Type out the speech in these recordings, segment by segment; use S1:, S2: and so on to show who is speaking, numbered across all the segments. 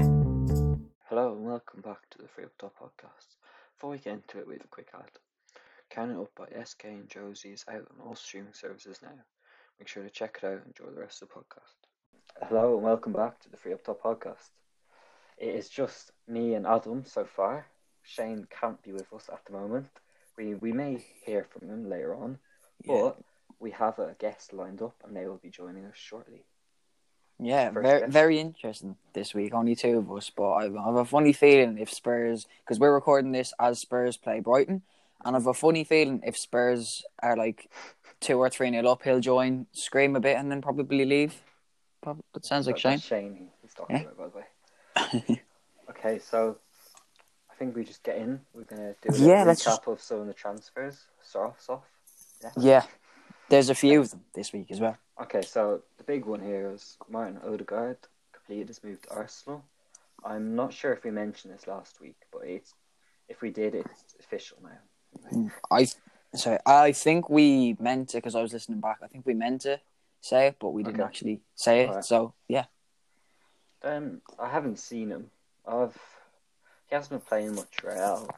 S1: Hello and welcome back to the Free Up Top podcast. Before we get into it, we have a quick ad. Counting Up by SK and Josie is out on all streaming services now. Make sure to check it out and enjoy the rest of the podcast. Hello and welcome back to the Free Up Top podcast. It is just me and Adam so far. Shane can't be with us at the moment. We, we may hear from him later on,
S2: Yeah,
S1: but we have a guest lined up and they will be joining us shortly.
S2: yeah
S1: First
S2: very,
S1: guess.
S2: very interesting this week. Only two of us, but I, I have a funny feeling if Spurs, because we're recording this as Spurs play Brighton, and I have a funny feeling if Spurs are like two or three nil up, he'll join, scream a bit, and then probably leave. Prob- That sounds like
S1: That-
S2: Shane.
S1: that's Shane he- he's talking
S2: Yeah.
S1: about, by the way. Okay, so I think we just get in. We're gonna do a little
S2: Yeah,
S1: recap
S2: let's
S1: of some of the transfers. Start us off. Yeah.
S2: Yeah, there's a few of them this week as well.
S1: Okay, so the big one here is Martin Odegaard completed his move to Arsenal. I'm not sure if we mentioned this last week, but it's if we did, it's official now.
S2: I sorry, I think we meant it because I was listening back. I think we meant to say it, but we didn't
S1: Okay.
S2: actually say it.
S1: Alright.
S2: So yeah,
S1: Um, I haven't seen him. I've he hasn't been playing much Real.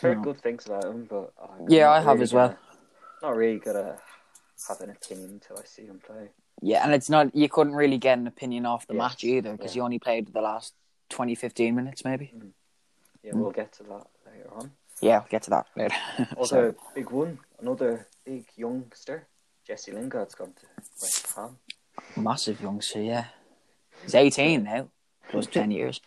S1: Heard
S2: No.
S1: good things about him, but I'm
S2: Yeah,
S1: not
S2: I have
S1: really
S2: as well.
S1: gonna- Not really gonna have an opinion until I see him play.
S2: yeah, and it's not you couldn't really get an opinion off the
S1: Yeah.
S2: match either because
S1: Yeah.
S2: you only played the last 20, 15 minutes maybe.
S1: Yeah,
S2: Mm.
S1: we'll get to that later on.
S2: Yeah, we'll get to that later.
S1: Also,
S2: So,
S1: a big one, another big youngster, Jesse Lingard's gone to West Ham.
S2: massive youngster, yeah. He's eighteen now, plus ten years.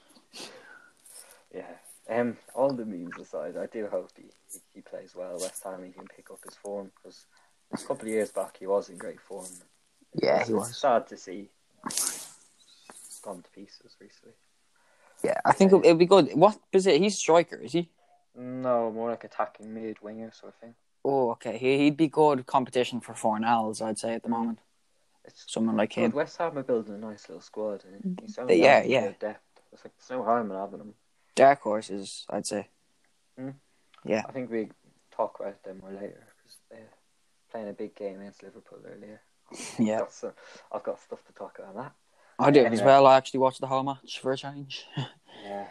S1: Yeah. Um, all the memes aside, I do hope he, he, he plays well. West Ham, he can pick up his form because a couple of years back he was in great form.
S2: Yeah,
S1: It's-
S2: he
S1: it's
S2: was.
S1: Sad to see. It's gone to pieces recently.
S2: Yeah, I think it'll, it'll be good. What is it? He's striker, is he?
S1: No, more like attacking mid winger sort of thing.
S2: Oh, okay. He, he'd be good competition for Fornals, I'd say at the moment.
S1: It's
S2: Someone like
S1: good.
S2: him.
S1: West Ham are building a nice little squad, and he's
S2: um, Mm, They-
S1: only
S2: yeah,
S1: adding a bit
S2: yeah.
S1: of depth. It's like there's no harm in having him.
S2: Dark horses, I'd say.
S1: I think we talk about them more later because they're playing a big game against Liverpool earlier.
S2: Yeah.
S1: Got some, I've got stuff to talk about on that.
S2: I do as
S1: Anyway.
S2: well. I actually watched the whole match for a change.
S1: Yeah,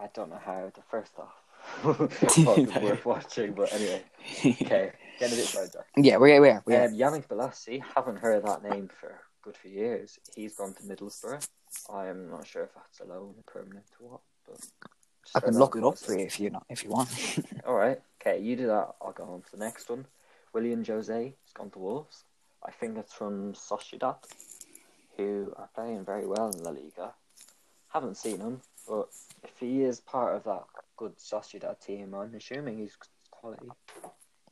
S1: I don't know how the first half was worth watching, but anyway, okay, getting a bit sidetracked.
S2: yeah, we are, we are. We are.
S1: Um, Yannick Balassi, haven't heard that name for a good few years. He's gone to Middlesbrough. I'm not sure if that's a loan, permanent, or what. But
S2: I can look it up for you if you not, if you want.
S1: All right. Okay, you do that. I'll go on to the next one. William Jose has gone to Wolves. I think that's from Sociedad, who are playing very well in La Liga. Haven't seen him, but if he is part of that good Sociedad team, I'm assuming he's quality.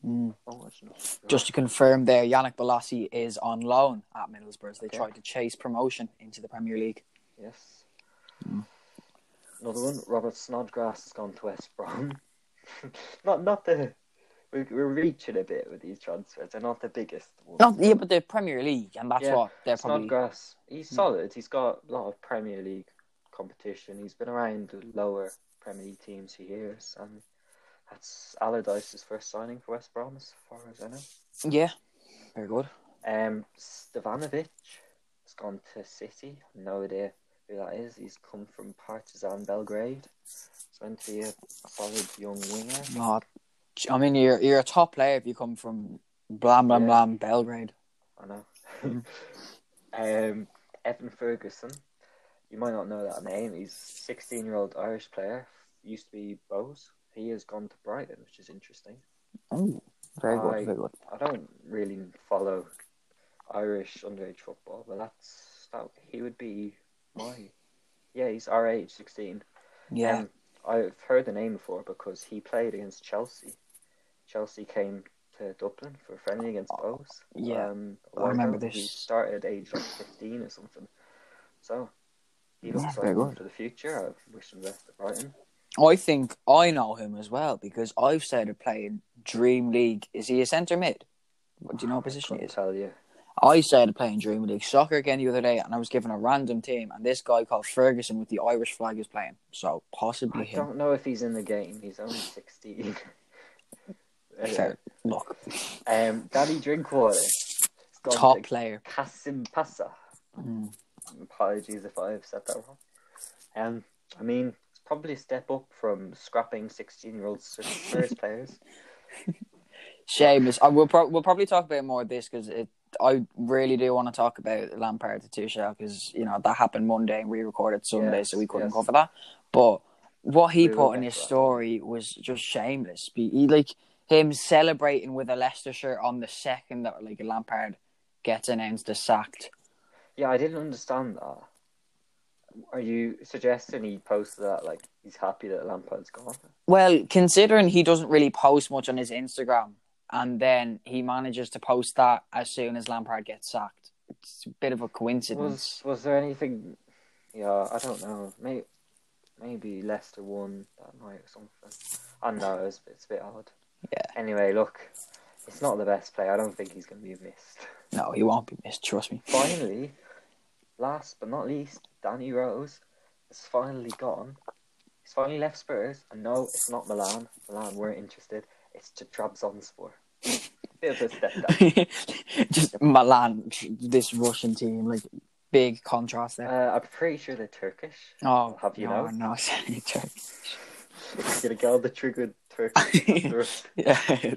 S2: Mm.
S1: Oh, it's not.
S2: Just to confirm, there, Yannick Balassi is on loan at Middlesbrough. as They
S1: Okay.
S2: tried to chase promotion into the Premier League.
S1: Yes. Another one. Robert Snodgrass has gone to West Brom. not, not the. We're, we're reaching a bit with these transfers. They're not the biggest ones.
S2: No, Oh, yeah, but the Premier League, and that's
S1: Yeah,
S2: what they're probably.
S1: Snodgrass, he's solid. He's got a lot of Premier League competition. He's been around the lower Premier League teams for years, and that's Allardyce's first signing for West Brom, as far as I know.
S2: Yeah, very good.
S1: Um, Stevanovic has gone to City. No idea who that is. He's come from Partizan Belgrade. He's meant to be a solid young winger.
S2: Oh, I mean, you're you're a top player if you come from blam blam
S1: Yeah.
S2: blam Belgrade.
S1: I know. um, Evan Ferguson. You might not know that name. He's a 16 year old Irish player. Used to be Bowes. He has gone to Brighton, which is interesting.
S2: Oh, very
S1: Aye.
S2: good, very good.
S1: I don't really follow Irish underage football, but that's that. He would be my. Yeah, he's our age, 16.
S2: Yeah,
S1: Um, I've heard the name before because he played against Chelsea. Chelsea came to Dublin for a friendly against Bowes.
S2: Oh, Yeah,
S1: um, a
S2: I
S1: while
S2: remember
S1: ago. He
S2: this.
S1: started at age like fifteen or something. So he looks
S2: Yeah,
S1: like
S2: very
S1: one
S2: good.
S1: for the future. I wish him the best at Brighton.
S2: I think I know him as well because I've started playing Dream League. Is he a centre mid? What do you know what position he
S1: Couldn't
S2: is?
S1: tell you.
S2: I started playing Dream League soccer again the other day, and I was given a random team, and this guy called Ferguson with the Irish flag is playing. So possibly
S1: I
S2: him.
S1: don't know if he's in the game. He's only sixteen. Anyway,
S2: Fair. Look,
S1: um, Danny Drinkwater gone
S2: top
S1: to
S2: player.
S1: Kasim Pasa.
S2: Mm.
S1: Apologies if I've said that wrong. Um, I mean, it's probably a step up from scrapping 16 year old Spurs players.
S2: Seamus, I will pro- we'll probably talk about more of this because it. I really do want to talk about Lampard to Tuchel because you know that happened Monday and we recorded Sunday,
S1: Yes,
S2: so we couldn't
S1: yes.
S2: cover that. But what he
S1: We will
S2: put in
S1: get
S2: his
S1: to that.
S2: story was just shameless. Be- He, like him celebrating with a Leicester shirt on the second that like Lampard gets announced as sacked.
S1: Yeah, I didn't understand that. Are you suggesting he posted that like he's happy that Lampard's gone?
S2: Well, considering he doesn't really post much on his Instagram, and then he manages to post that as soon as Lampard gets sacked, it's a bit of a
S1: Was
S2: coincidence.
S1: was there anything? Yeah, I don't know. Maybe maybe Leicester won that night or something. I don't know. It's, it's a bit odd.
S2: Yeah.
S1: Anyway, look, it's not the best play. I don't think he's going to be missed.
S2: No, he won't be missed. Trust me.
S1: Finally, last but not least, Danny Rose is finally gone. He's finally left Spurs, and no, it's not Milan. Milan weren't interested. It's to Trabzonspor. Bit of a step down.
S2: Just Milan, this Russian team, like big contrast there.
S1: Uh, I'm pretty sure they're Turkish.
S2: oh,
S1: have you
S2: no,
S1: know?
S2: no, sorry, Turkey.
S1: Gonna go the triggered Turkish.
S2: yeah.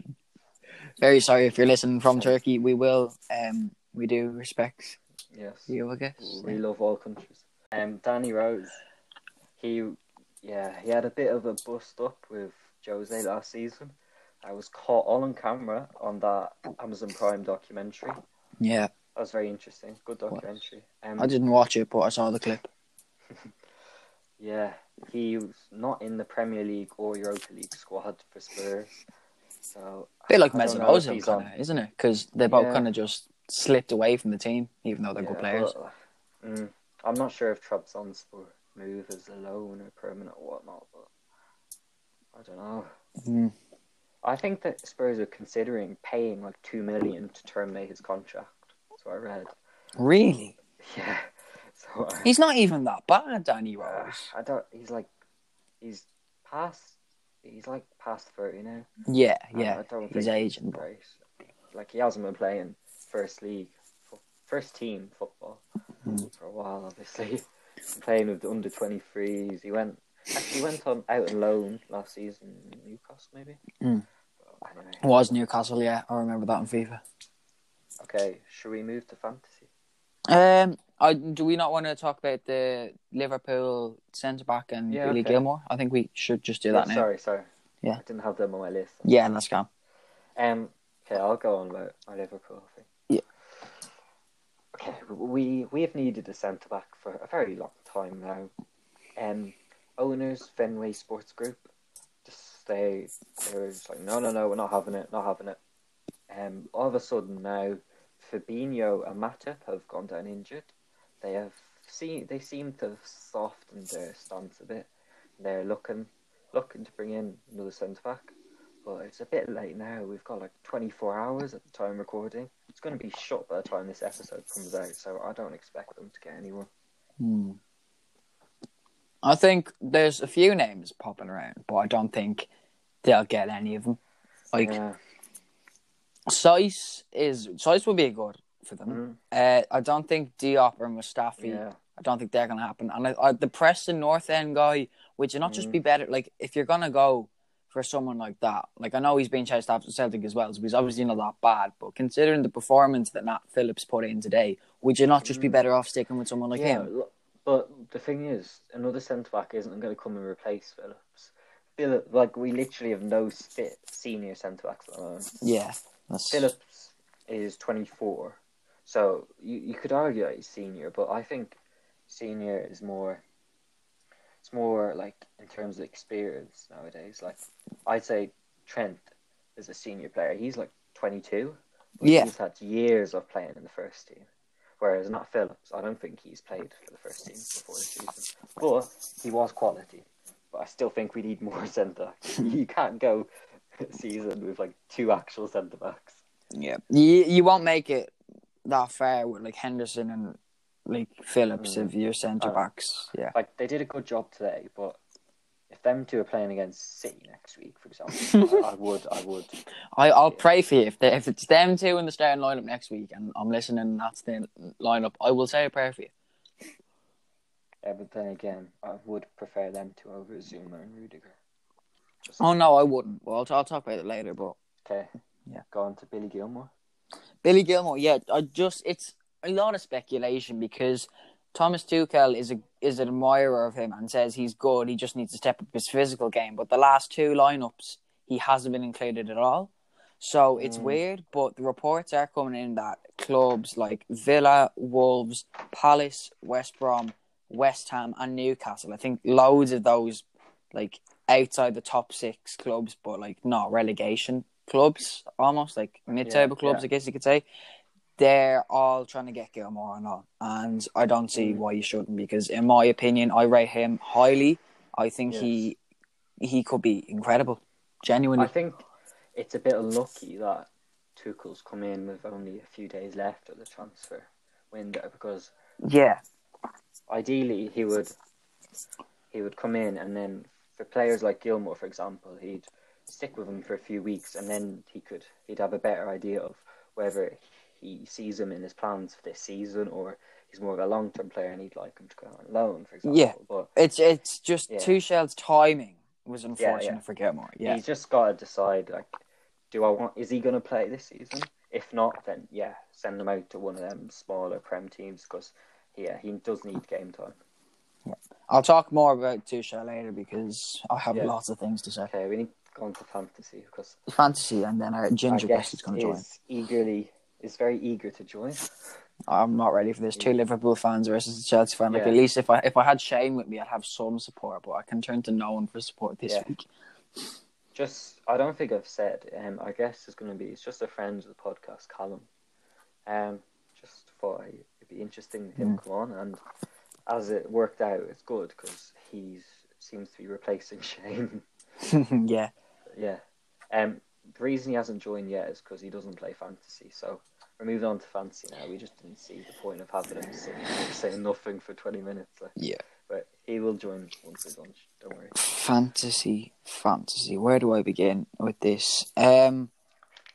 S2: Very sorry if you're listening from
S1: Sorry.
S2: Turkey. We will, um, we do respect
S1: yes.
S2: you, I guess.
S1: We love all countries. Um, Danny Rose, he, yeah, he had a bit of a bust up with Jose last season. I was caught all on camera on that Amazon Prime documentary.
S2: Yeah,
S1: That was very interesting. Good documentary. Um,
S2: I didn't watch it, but I saw the clip.
S1: Yeah, he was not in the Premier League or Europa League squad for Spurs. So
S2: bit like
S1: I don't know if
S2: Mesut Ozil,
S1: he's on-
S2: kind of, isn't it? Because they both
S1: Yeah.
S2: kind of just slipped away from the team, even though they're
S1: yeah,
S2: good players.
S1: but, mm, I'm not sure if Trabzonspor move is a loan or permanent or whatnot, but I don't know.
S2: Mm.
S1: I think that Spurs are considering paying like two million to terminate his contract. That's what I read.
S2: Really,
S1: Yeah. So I,
S2: he's not even that bad, Danny
S1: uh,
S2: Rose.
S1: I don't. He's like, he's past. He's like past thirty now.
S2: Yeah,
S1: and
S2: yeah,
S1: I don't
S2: he's
S1: think
S2: aging. But
S1: Right. Like he hasn't been playing first league, fo- first team football
S2: Mm.
S1: for a while. Obviously, playing with the under twenty threes. He went actually went on out on loan last season in Newcastle, maybe.
S2: Mm.
S1: But anyway,
S2: was Newcastle? Yeah, I remember that in FIFA.
S1: okay. Should we move to fantasy?
S2: Um, I, do we not want to talk about the Liverpool centre back and
S1: Yeah,
S2: Billy
S1: okay.
S2: Gilmore? I think we should just do
S1: Oh,
S2: that now.
S1: sorry, sorry. I
S2: Yeah.
S1: didn't have them on my list.
S2: Yeah, let's go.
S1: Um. Okay, I'll go on about my Liverpool thing.
S2: Yeah.
S1: Okay, we we have needed a centre back for a very long time now. Um, owners Fenway Sports Group, just they they were just like, no, no, no, we're not having it, not having it. Um, all of a sudden now, Fabinho and Matip have gone down injured. They have seen they seem to have softened their stance a bit. They're looking looking to bring in another centre back. But it's a bit late now. We've got like 24 hours at the time recording. It's going to be shot by the time this episode comes out, so I don't expect them to get anyone.
S2: Hmm. I think there's a few names popping around, but I don't think they'll get any of them. Like
S1: Yeah.
S2: Sice is Sice would be good for them.
S1: Mm,
S2: Uh, I don't think Diop or Mustafi.
S1: yeah.
S2: I don't think they're gonna happen. And I, I, the Preston North End guy would you not just
S1: Mhm.
S2: be better? Like if you're gonna go for someone like that, like I know he's been chased after Celtic as well, so he's obviously not that bad. But considering the performance that Nat Phillips put in today, would you not just be
S1: Mm.
S2: better off sticking with someone like
S1: yeah.
S2: him?
S1: lo- But the thing is, another centre back isn't going to come and replace Phillips. Phillips, like, we literally have no sti- senior centre backs at the moment.
S2: Yeah, that's
S1: Phillips is 24, so you, you could argue that he's senior, but I think senior is more. It's more like in terms of experience nowadays. Like I'd say Trent is a senior player. He's like 22. But
S2: Yeah.
S1: He's had years of playing in the first team. Whereas Nat Phillips, I don't think he's played for the first team before this season. But he was quality. But I still think we need more centre. you can't go season with like two actual centre backs.
S2: Yeah, you you won't make it that far with like Henderson and like Phillips
S1: Mm.
S2: if you're centre
S1: Uh,
S2: backs. Yeah,
S1: Like they did a good job today, but if them two are playing against City next week, for example, I, I would, I would.
S2: I, I'll
S1: Yeah.
S2: pray for you if, they, if it's them two in the starting lineup next week, and I'm listening. and That's the lineup. I will say a prayer for you.
S1: Yeah, but then again, I would prefer them to over Zuma and Rudiger. Just-
S2: Oh no, I wouldn't. Well, I'll, I'll talk about it later. But
S1: Okay.
S2: Yeah.
S1: Go on to Billy Gilmore.
S2: Billy Gilmore, yeah, I just it's a lot of speculation because Thomas Tuchel is a is an admirer of him and says he's good. He just needs to step up his physical game. But the last two lineups, he hasn't been included at all. So it's
S1: Mm.
S2: weird. But the reports are coming in that clubs like Villa, Wolves, Palace, West Brom, West Ham, and Newcastle. I think loads of those like outside the top six clubs, but like not relegation clubs, almost like mid-table
S1: Yeah,
S2: clubs,
S1: yeah.
S2: I guess you could say. They're all trying to get Gilmore on, and I don't see
S1: Mm.
S2: why you shouldn't. Because in my opinion, I rate him highly. I think
S1: Yes.
S2: he he could be incredible, genuinely.
S1: I think it's a bit unlucky that Tuchel's come in with only a few days left of the transfer window because
S2: yeah,
S1: ideally he would he would come in and then for players like Gilmore, for example, he'd stick with him for a few weeks and then he could he'd have a better idea of whether he sees him in his plans for this season or he's more of a long term player and he'd like him to go on loan, for example.
S2: Yeah.
S1: But
S2: it's it's just
S1: Yeah.
S2: Tuchel's timing was unfortunate
S1: yeah.
S2: for Gilmore. Yeah,
S1: he's just got to decide like do I want is he going to play this season if not then yeah send him out to one of them smaller prem teams because yeah he does need game time
S2: I'll talk more about Tuchel later because I have
S1: Yeah.
S2: lots of things to say.
S1: okay we need to go on to fantasy because
S2: Fantasy, and then our
S1: our
S2: ginger guest
S1: guest
S2: is going to join.
S1: is eagerly is very eager to join
S2: I'm not ready for this. Two Liverpool fans versus a Chelsea fan. Like
S1: Yeah.
S2: at least if I if I had Shane with me, I'd have some support. But I can turn to no one for support this
S1: Yeah.
S2: week.
S1: just I don't think I've said um our guest is going to be it's just a friend of the podcast Callum um just thought I, it'd be interesting to him
S2: Mm.
S1: come on and as it worked out it's good because he seems to be replacing Shane
S2: yeah,
S1: Yeah. Um, the reason he hasn't joined yet is because he doesn't play fantasy. So we're moving on to fantasy now. We just didn't see the point of having him sitting there saying nothing for 20 minutes. Like,
S2: Yeah.
S1: But he will join once he's lunch. Don't worry.
S2: fantasy, fantasy. Where do I begin with this? Um,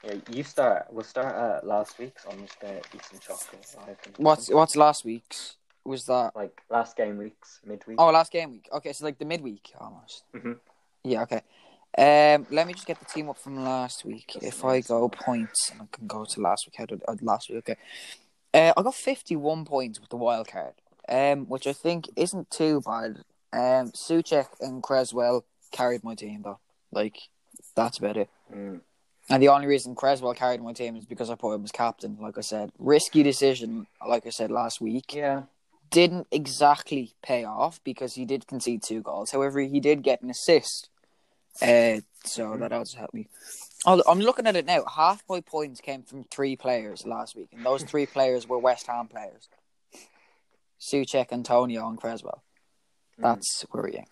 S1: Yeah, you start. We'll start at last week's. I'm just going to eat some chocolate. I have been-
S2: what's what's last week's? Was that
S1: Like last game weeks, midweek.
S2: oh last game week? Okay, so like the midweek almost.
S1: Mhm.
S2: Yeah. Okay. Um, let me just get the team up from last week.
S1: Just
S2: if
S1: nice.
S2: I go points, and I can go to last week. How did uh, last week? Okay. Uh, I got fifty-one points with the wild card, um, which I think isn't too bad. Um, Suchek and Creswell carried my team though. Like that's about it.
S1: Mm.
S2: And the only reason Creswell carried my team is because I put him as captain. Like I said, risky decision. Like I said last week,
S1: Yeah.
S2: didn't exactly pay off because he did concede two goals. However, he did get an assist. Uh, so
S1: Hmm.
S2: that also helped me. Oh, I'm looking at it now. Half my points came from three players last week, and those three players were West Ham players. Suchek, Antonio, and Creswell.
S1: Mm.
S2: That's worrying.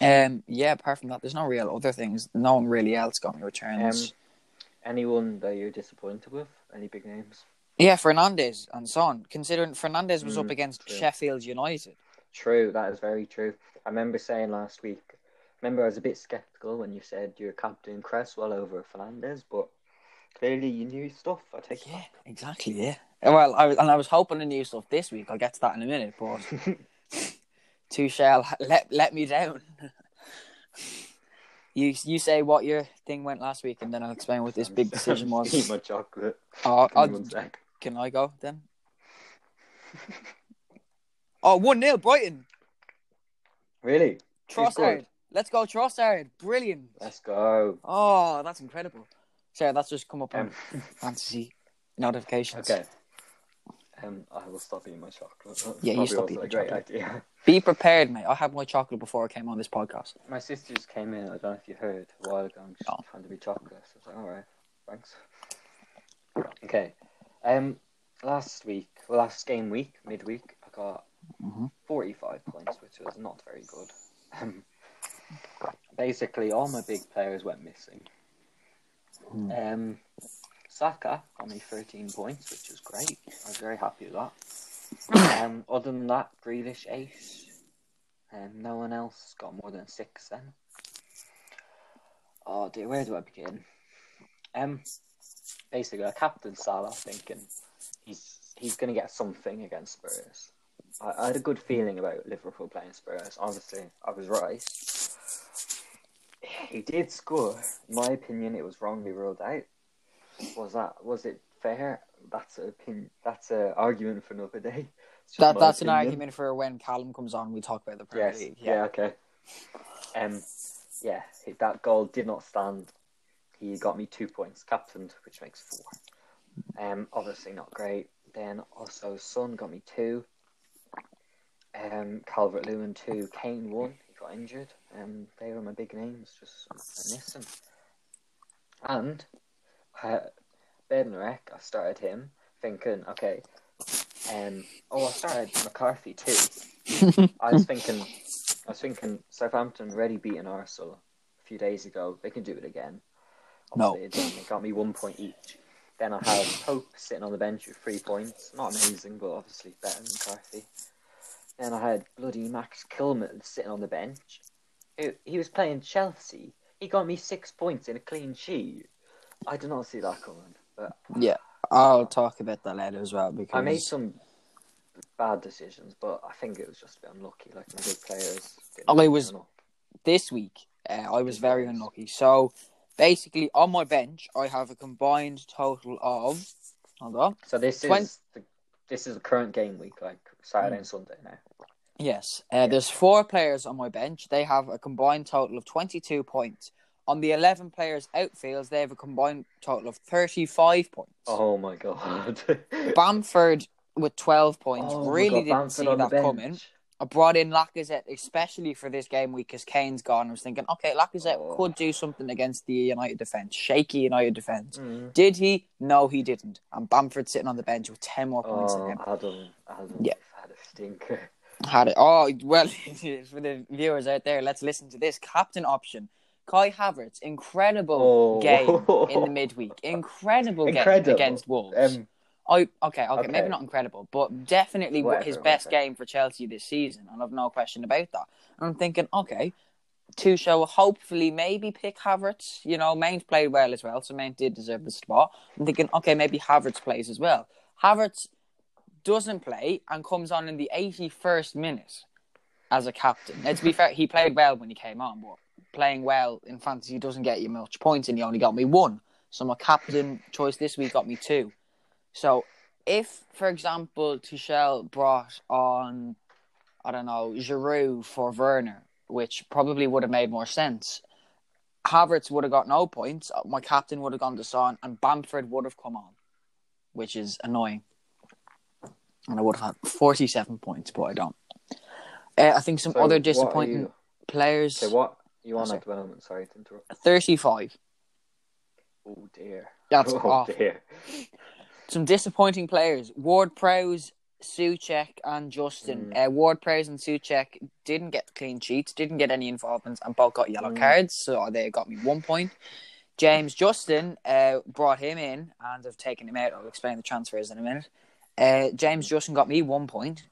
S2: Um, yeah. Apart from that, there's no real other things. No one really else got me returns.
S1: Um, anyone that you're disappointed with? Any big names?
S2: yeah, Fernandez and Son. Considering Fernandez was up
S1: Mm,
S2: against
S1: true.
S2: Sheffield United.
S1: True, that is very true. I remember saying last week. Remember, I was a bit skeptical when you said you're captain Cresswell over Fernandez, but clearly you knew stuff. I take
S2: Yeah, exactly. Yeah. Well, I was, and I was hoping to new stuff this week. I'll get to that in a minute, but Tuchel let let me down. you you say what your thing went last week, and then I'll explain what this big decision
S1: Eat
S2: was.
S1: my chocolate.
S2: Oh,
S1: Give me
S2: I'll,
S1: one sec.
S2: can I go then? Oh, one 0 Brighton.
S1: Really? Who's
S2: Trossard.
S1: good?
S2: Let's go, Trossard. Brilliant.
S1: Let's go.
S2: Oh, that's incredible. Sorry, that's just come up on
S1: Um,
S2: fantasy notifications.
S1: okay. Um, I will stop eating my chocolate. That's
S2: Yeah, you
S1: probably
S2: stop
S1: also
S2: eating
S1: a
S2: your
S1: great
S2: chocolate.
S1: idea.
S2: Be prepared, mate. I had my chocolate before I came on this podcast.
S1: My sister just came in. I don't know if you heard a while ago. And she
S2: No.
S1: handed me chocolate. So I was like, all right, thanks. Okay. Um, last week, well, last game week, midweek, I got
S2: Mhm.
S1: 45 points, which was not very good. Um, basically, all my big players went missing.
S2: Hmm.
S1: Um, Saka got me 13 points, which is great. I was very happy with that. um, other than that, Grealish ace. Um, no one else got more than six then. Oh dear, where do I begin? Um, basically, I captain Salah thinking he's he's going to get something against Spurs. I, I had a good feeling about Liverpool playing Spurs. Obviously, I was right. He did score. In my opinion, it was wrongly ruled out. Was that? Was it fair? That's a opinion. That's an argument for another day. It's just
S2: That
S1: my
S2: that's an
S1: opinion.
S2: argument for when Callum comes on. We talk about the Premier
S1: Yes.
S2: League.
S1: Yeah. okay. Um. Yeah. That goal did not stand. He got me two points, captained, which makes four. Um. Obviously not great. Then also Son got me two. Um. Calvert Lewin two. Kane one. He got injured. Um. They were my big names. Just I miss them. And uh, Ben Reck, I started him thinking, okay. Um. Oh, I started McCarthy too. I was thinking, I was thinking Southampton already beaten Arsenal a few days ago. They can do it again.
S2: No.
S1: Obviously, It didn't. It got me one point each. Then I had Pope sitting on the bench with three points. Not amazing, but obviously better than McCarthy. Then I had bloody Max Kilman sitting on the bench. He, he was playing Chelsea. He got me six points in a clean sheet. I did not see that coming. But
S2: Yeah, I'll talk about that later as well because
S1: I made some bad decisions, but I think it was just a bit unlucky. Like my big players. didn't
S2: Oh, it was-
S1: turn up.
S2: this week uh, I was very unlucky. So basically, on my bench, I have a combined total of hold on,
S1: So this
S2: Twen- Hmm.
S1: is the, this is the current game week, like Saturday and Sunday now.
S2: Yes, uh, there's four players on my bench. They have a combined total of 22 points. On the 11 players outfields, they have a combined total of 35 points.
S1: Oh my god!
S2: Bamford with 12 points.
S1: Oh my
S2: really
S1: God,
S2: didn't
S1: Bamford
S2: see
S1: on the
S2: that coming.
S1: bench.
S2: I brought in Lacazette especially for this game week because Kane's gone. I was thinking, okay, Lacazette
S1: Oh.
S2: could do something against the United defense, shaky United defense.
S1: Mm.
S2: Did he? No, he didn't. And Bamford sitting on the bench with 10 more points than
S1: Oh,
S2: him.
S1: Adam, Adam,
S2: Yeah.
S1: had a stinker.
S2: Had it. Oh, well, for the viewers out there, let's listen to this captain option. Kai Havertz, incredible
S1: Oh.
S2: game in the midweek. Incredible, game
S1: Incredible.
S2: against Wolves.
S1: Um,
S2: I, Oh, okay, okay,
S1: okay.
S2: maybe not incredible, but definitely
S1: Whatever,
S2: his best
S1: whatever.
S2: game for Chelsea this season, and I've no question about that. And I'm thinking, okay, Tuchel will hopefully maybe pick Havertz. You know, Mount played well as well, so Mount did deserve the spot. I'm thinking, okay, maybe Havertz plays as well. Havertz doesn't play and comes on in the 81st minute as a captain. Now, to be fair, he played well when he came on, but playing well in fantasy doesn't get you much points, and he only got me one. So my captain choice this week got me two. So if, for example, Tuchel brought on, I don't know, Giroud for Werner, which probably would have made more sense, Havertz would have got no points. uh, My captain would have gone to Son, and Bamford would have come on, which is annoying. And I would have had 47 points, but I don't. Uh, I think some
S1: so what are
S2: other disappointing
S1: you-
S2: players.
S1: So what you
S2: Oh,
S1: on
S2: sorry.
S1: at the moment? Sorry to interrupt.
S2: 35.
S1: Oh dear.
S2: That's
S1: oh
S2: awful.
S1: dear.
S2: Some disappointing players. Ward Prowse, Suchek, and Justin.
S1: Mm.
S2: Uh, Ward Prowse and Suchek didn't get clean sheets, didn't get any involvements, and both got yellow
S1: Mm.
S2: cards, so they got me one point. James Justin uh, brought him in, and I've taken him out. I'll explain the transfers in a minute. Uh, James
S1: Mm.
S2: Justin got me one point.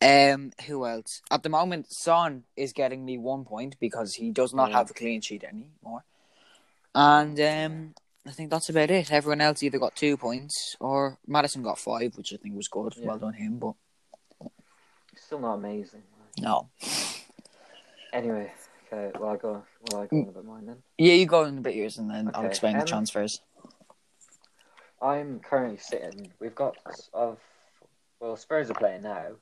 S2: Um, who else? At the moment, Son is getting me one point because he does not
S1: Mm.
S2: have a clean sheet anymore. And um, I think that's about it. Everyone else either got two points or Madison got five, which I think was good.
S1: Yeah.
S2: Well done him, but
S1: Still not amazing.
S2: no.
S1: Anyway, okay. Well, I go. Well, I go on about mine then.
S2: Yeah, you go in a bit yours and then I'll
S1: Okay,
S2: explain the
S1: um,
S2: transfers.
S1: I'm currently sitting. We've got of well, Spurs are playing now.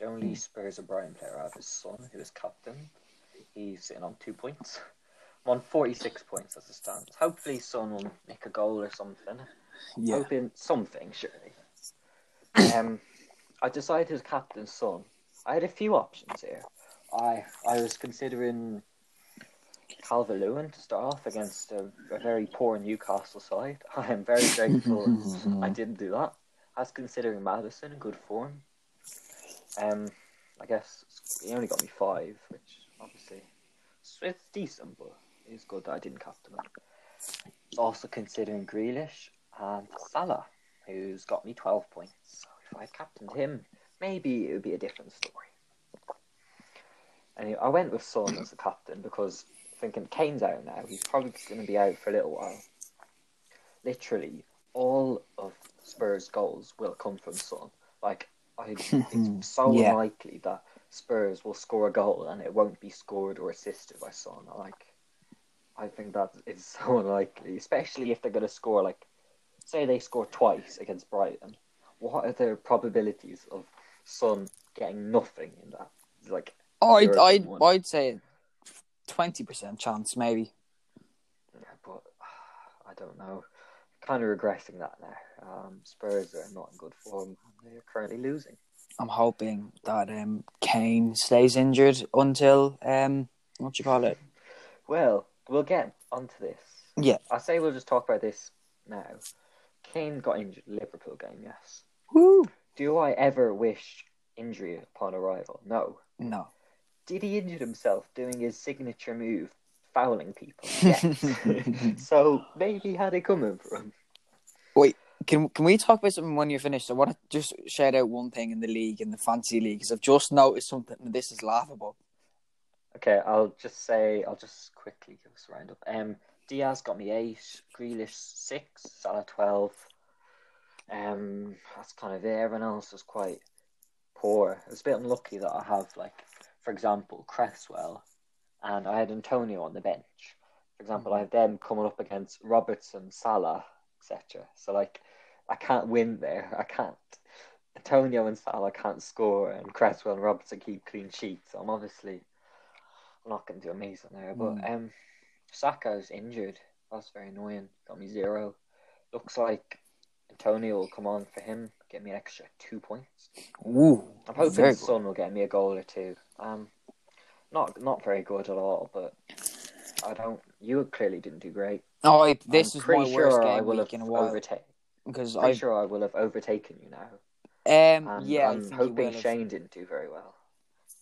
S1: The only Spurs and Brighton player I have is Son, who is captain. He's sitting on two points. I'm on 46 points as it stands. Hopefully, Son will nick a goal or something. Hoping something, surely. Um, I decided to captain Son. I had a few options here. I I was considering Calvert Lewin to start off against a, a very poor Newcastle side. I am very grateful I didn't do that. I was considering Madison in good form. Um, I guess he only got me five, which obviously it's, it's decent, but it's good that I didn't captain him. Also considering Grealish and Salah, who's got me twelve points. So if I captained him, maybe it would be a different story. Anyway, I went with Son as the captain because thinking Kane's out now, he's probably going to be out for a little while. Literally, all of Spurs' goals will come from Son. Like, I, it's so
S2: Yeah.
S1: unlikely that Spurs will score a goal and it won't be scored or assisted by Son. Like, I think that is so unlikely, especially if they're going to score. Like, say they score twice against Brighton, what are their probabilities of Son getting nothing in that? Like,
S2: Oh, I'd,
S1: Zero to
S2: I'd,
S1: one.
S2: I'd say 20% chance, maybe.
S1: Yeah, but I don't know. Kind of regretting that now. Um, Spurs are not in good form. They are currently losing.
S2: I'm hoping that um, Kane stays injured until, um, what you call it?
S1: Well, we'll get onto this.
S2: Yeah.
S1: I say we'll just talk about this now. Kane got injured in the Liverpool game, yes.
S2: Woo!
S1: Do I ever wish injury upon arrival? No.
S2: No.
S1: Did he injure himself doing his signature move, fouling people? Yes. so maybe he had it coming for him.
S2: Can can we talk about something when you're finished? I want to just shout out one thing in the league, in the fantasy league, because I've just noticed something. and This is laughable.
S1: Okay, I'll just say I'll just quickly give us a roundup. Um, Diaz got me eight, Grealish six, Salah twelve. Um, that's kind of it. Everyone else was quite poor. It was a bit unlucky that I have like, for example, Cresswell, and I had Antonio on the bench. For example, I have them coming up against Robertson, Salah, etc. So like, I can't win there. I can't. Antonio and Salah can't score, and Cresswell and Robertson keep clean sheets. So I'm obviously not going to do amazing there. But
S2: Mm.
S1: um, Saka's injured. That's very annoying. Got me zero. Looks like Antonio will come on for him. Get me an extra two points.
S2: Ooh,
S1: I'm hoping
S2: very good.
S1: Son will get me a goal or two. Um, not not very good at all, but I don't. You clearly didn't do great.
S2: Oh, I, this
S1: I'm
S2: is my
S1: pretty
S2: worst
S1: sure
S2: game
S1: I will
S2: week
S1: have
S2: in a while
S1: overta-
S2: because
S1: pretty
S2: I
S1: sure I will have overtaken you now.
S2: um
S1: And
S2: yeah
S1: I'm
S2: I think you
S1: hoping
S2: will have.
S1: Shane didn't do very well.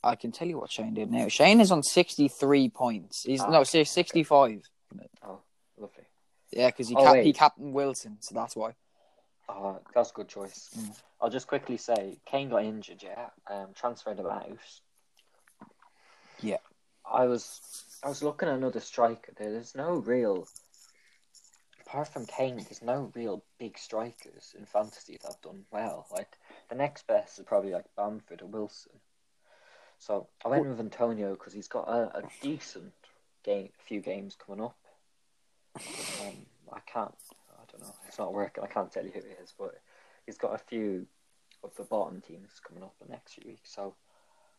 S2: I can tell you what Shane did now. Shane is on sixty three points. He's
S1: Ah,
S2: no see sixty five.
S1: Lovely.
S2: Yeah, because he
S1: Oh,
S2: cap-
S1: wait.
S2: he captained Wilson, so that's why.
S1: Oh, that's a good choice.
S2: Mm.
S1: I'll just quickly say Kane got injured, yeah. Um, transferred him out.
S2: Yeah.
S1: I was I was looking at another striker. There, there's no real apart from Kane. There's no real big strikers in fantasy that have done well. Like the next best is probably like Bamford or Wilson. So I went with Antonio because he's got a, a decent game, few games coming up. Um, I can't. I don't know. It's not working. I can't tell you who it is, but he's got a few of the bottom teams coming up the next few weeks. So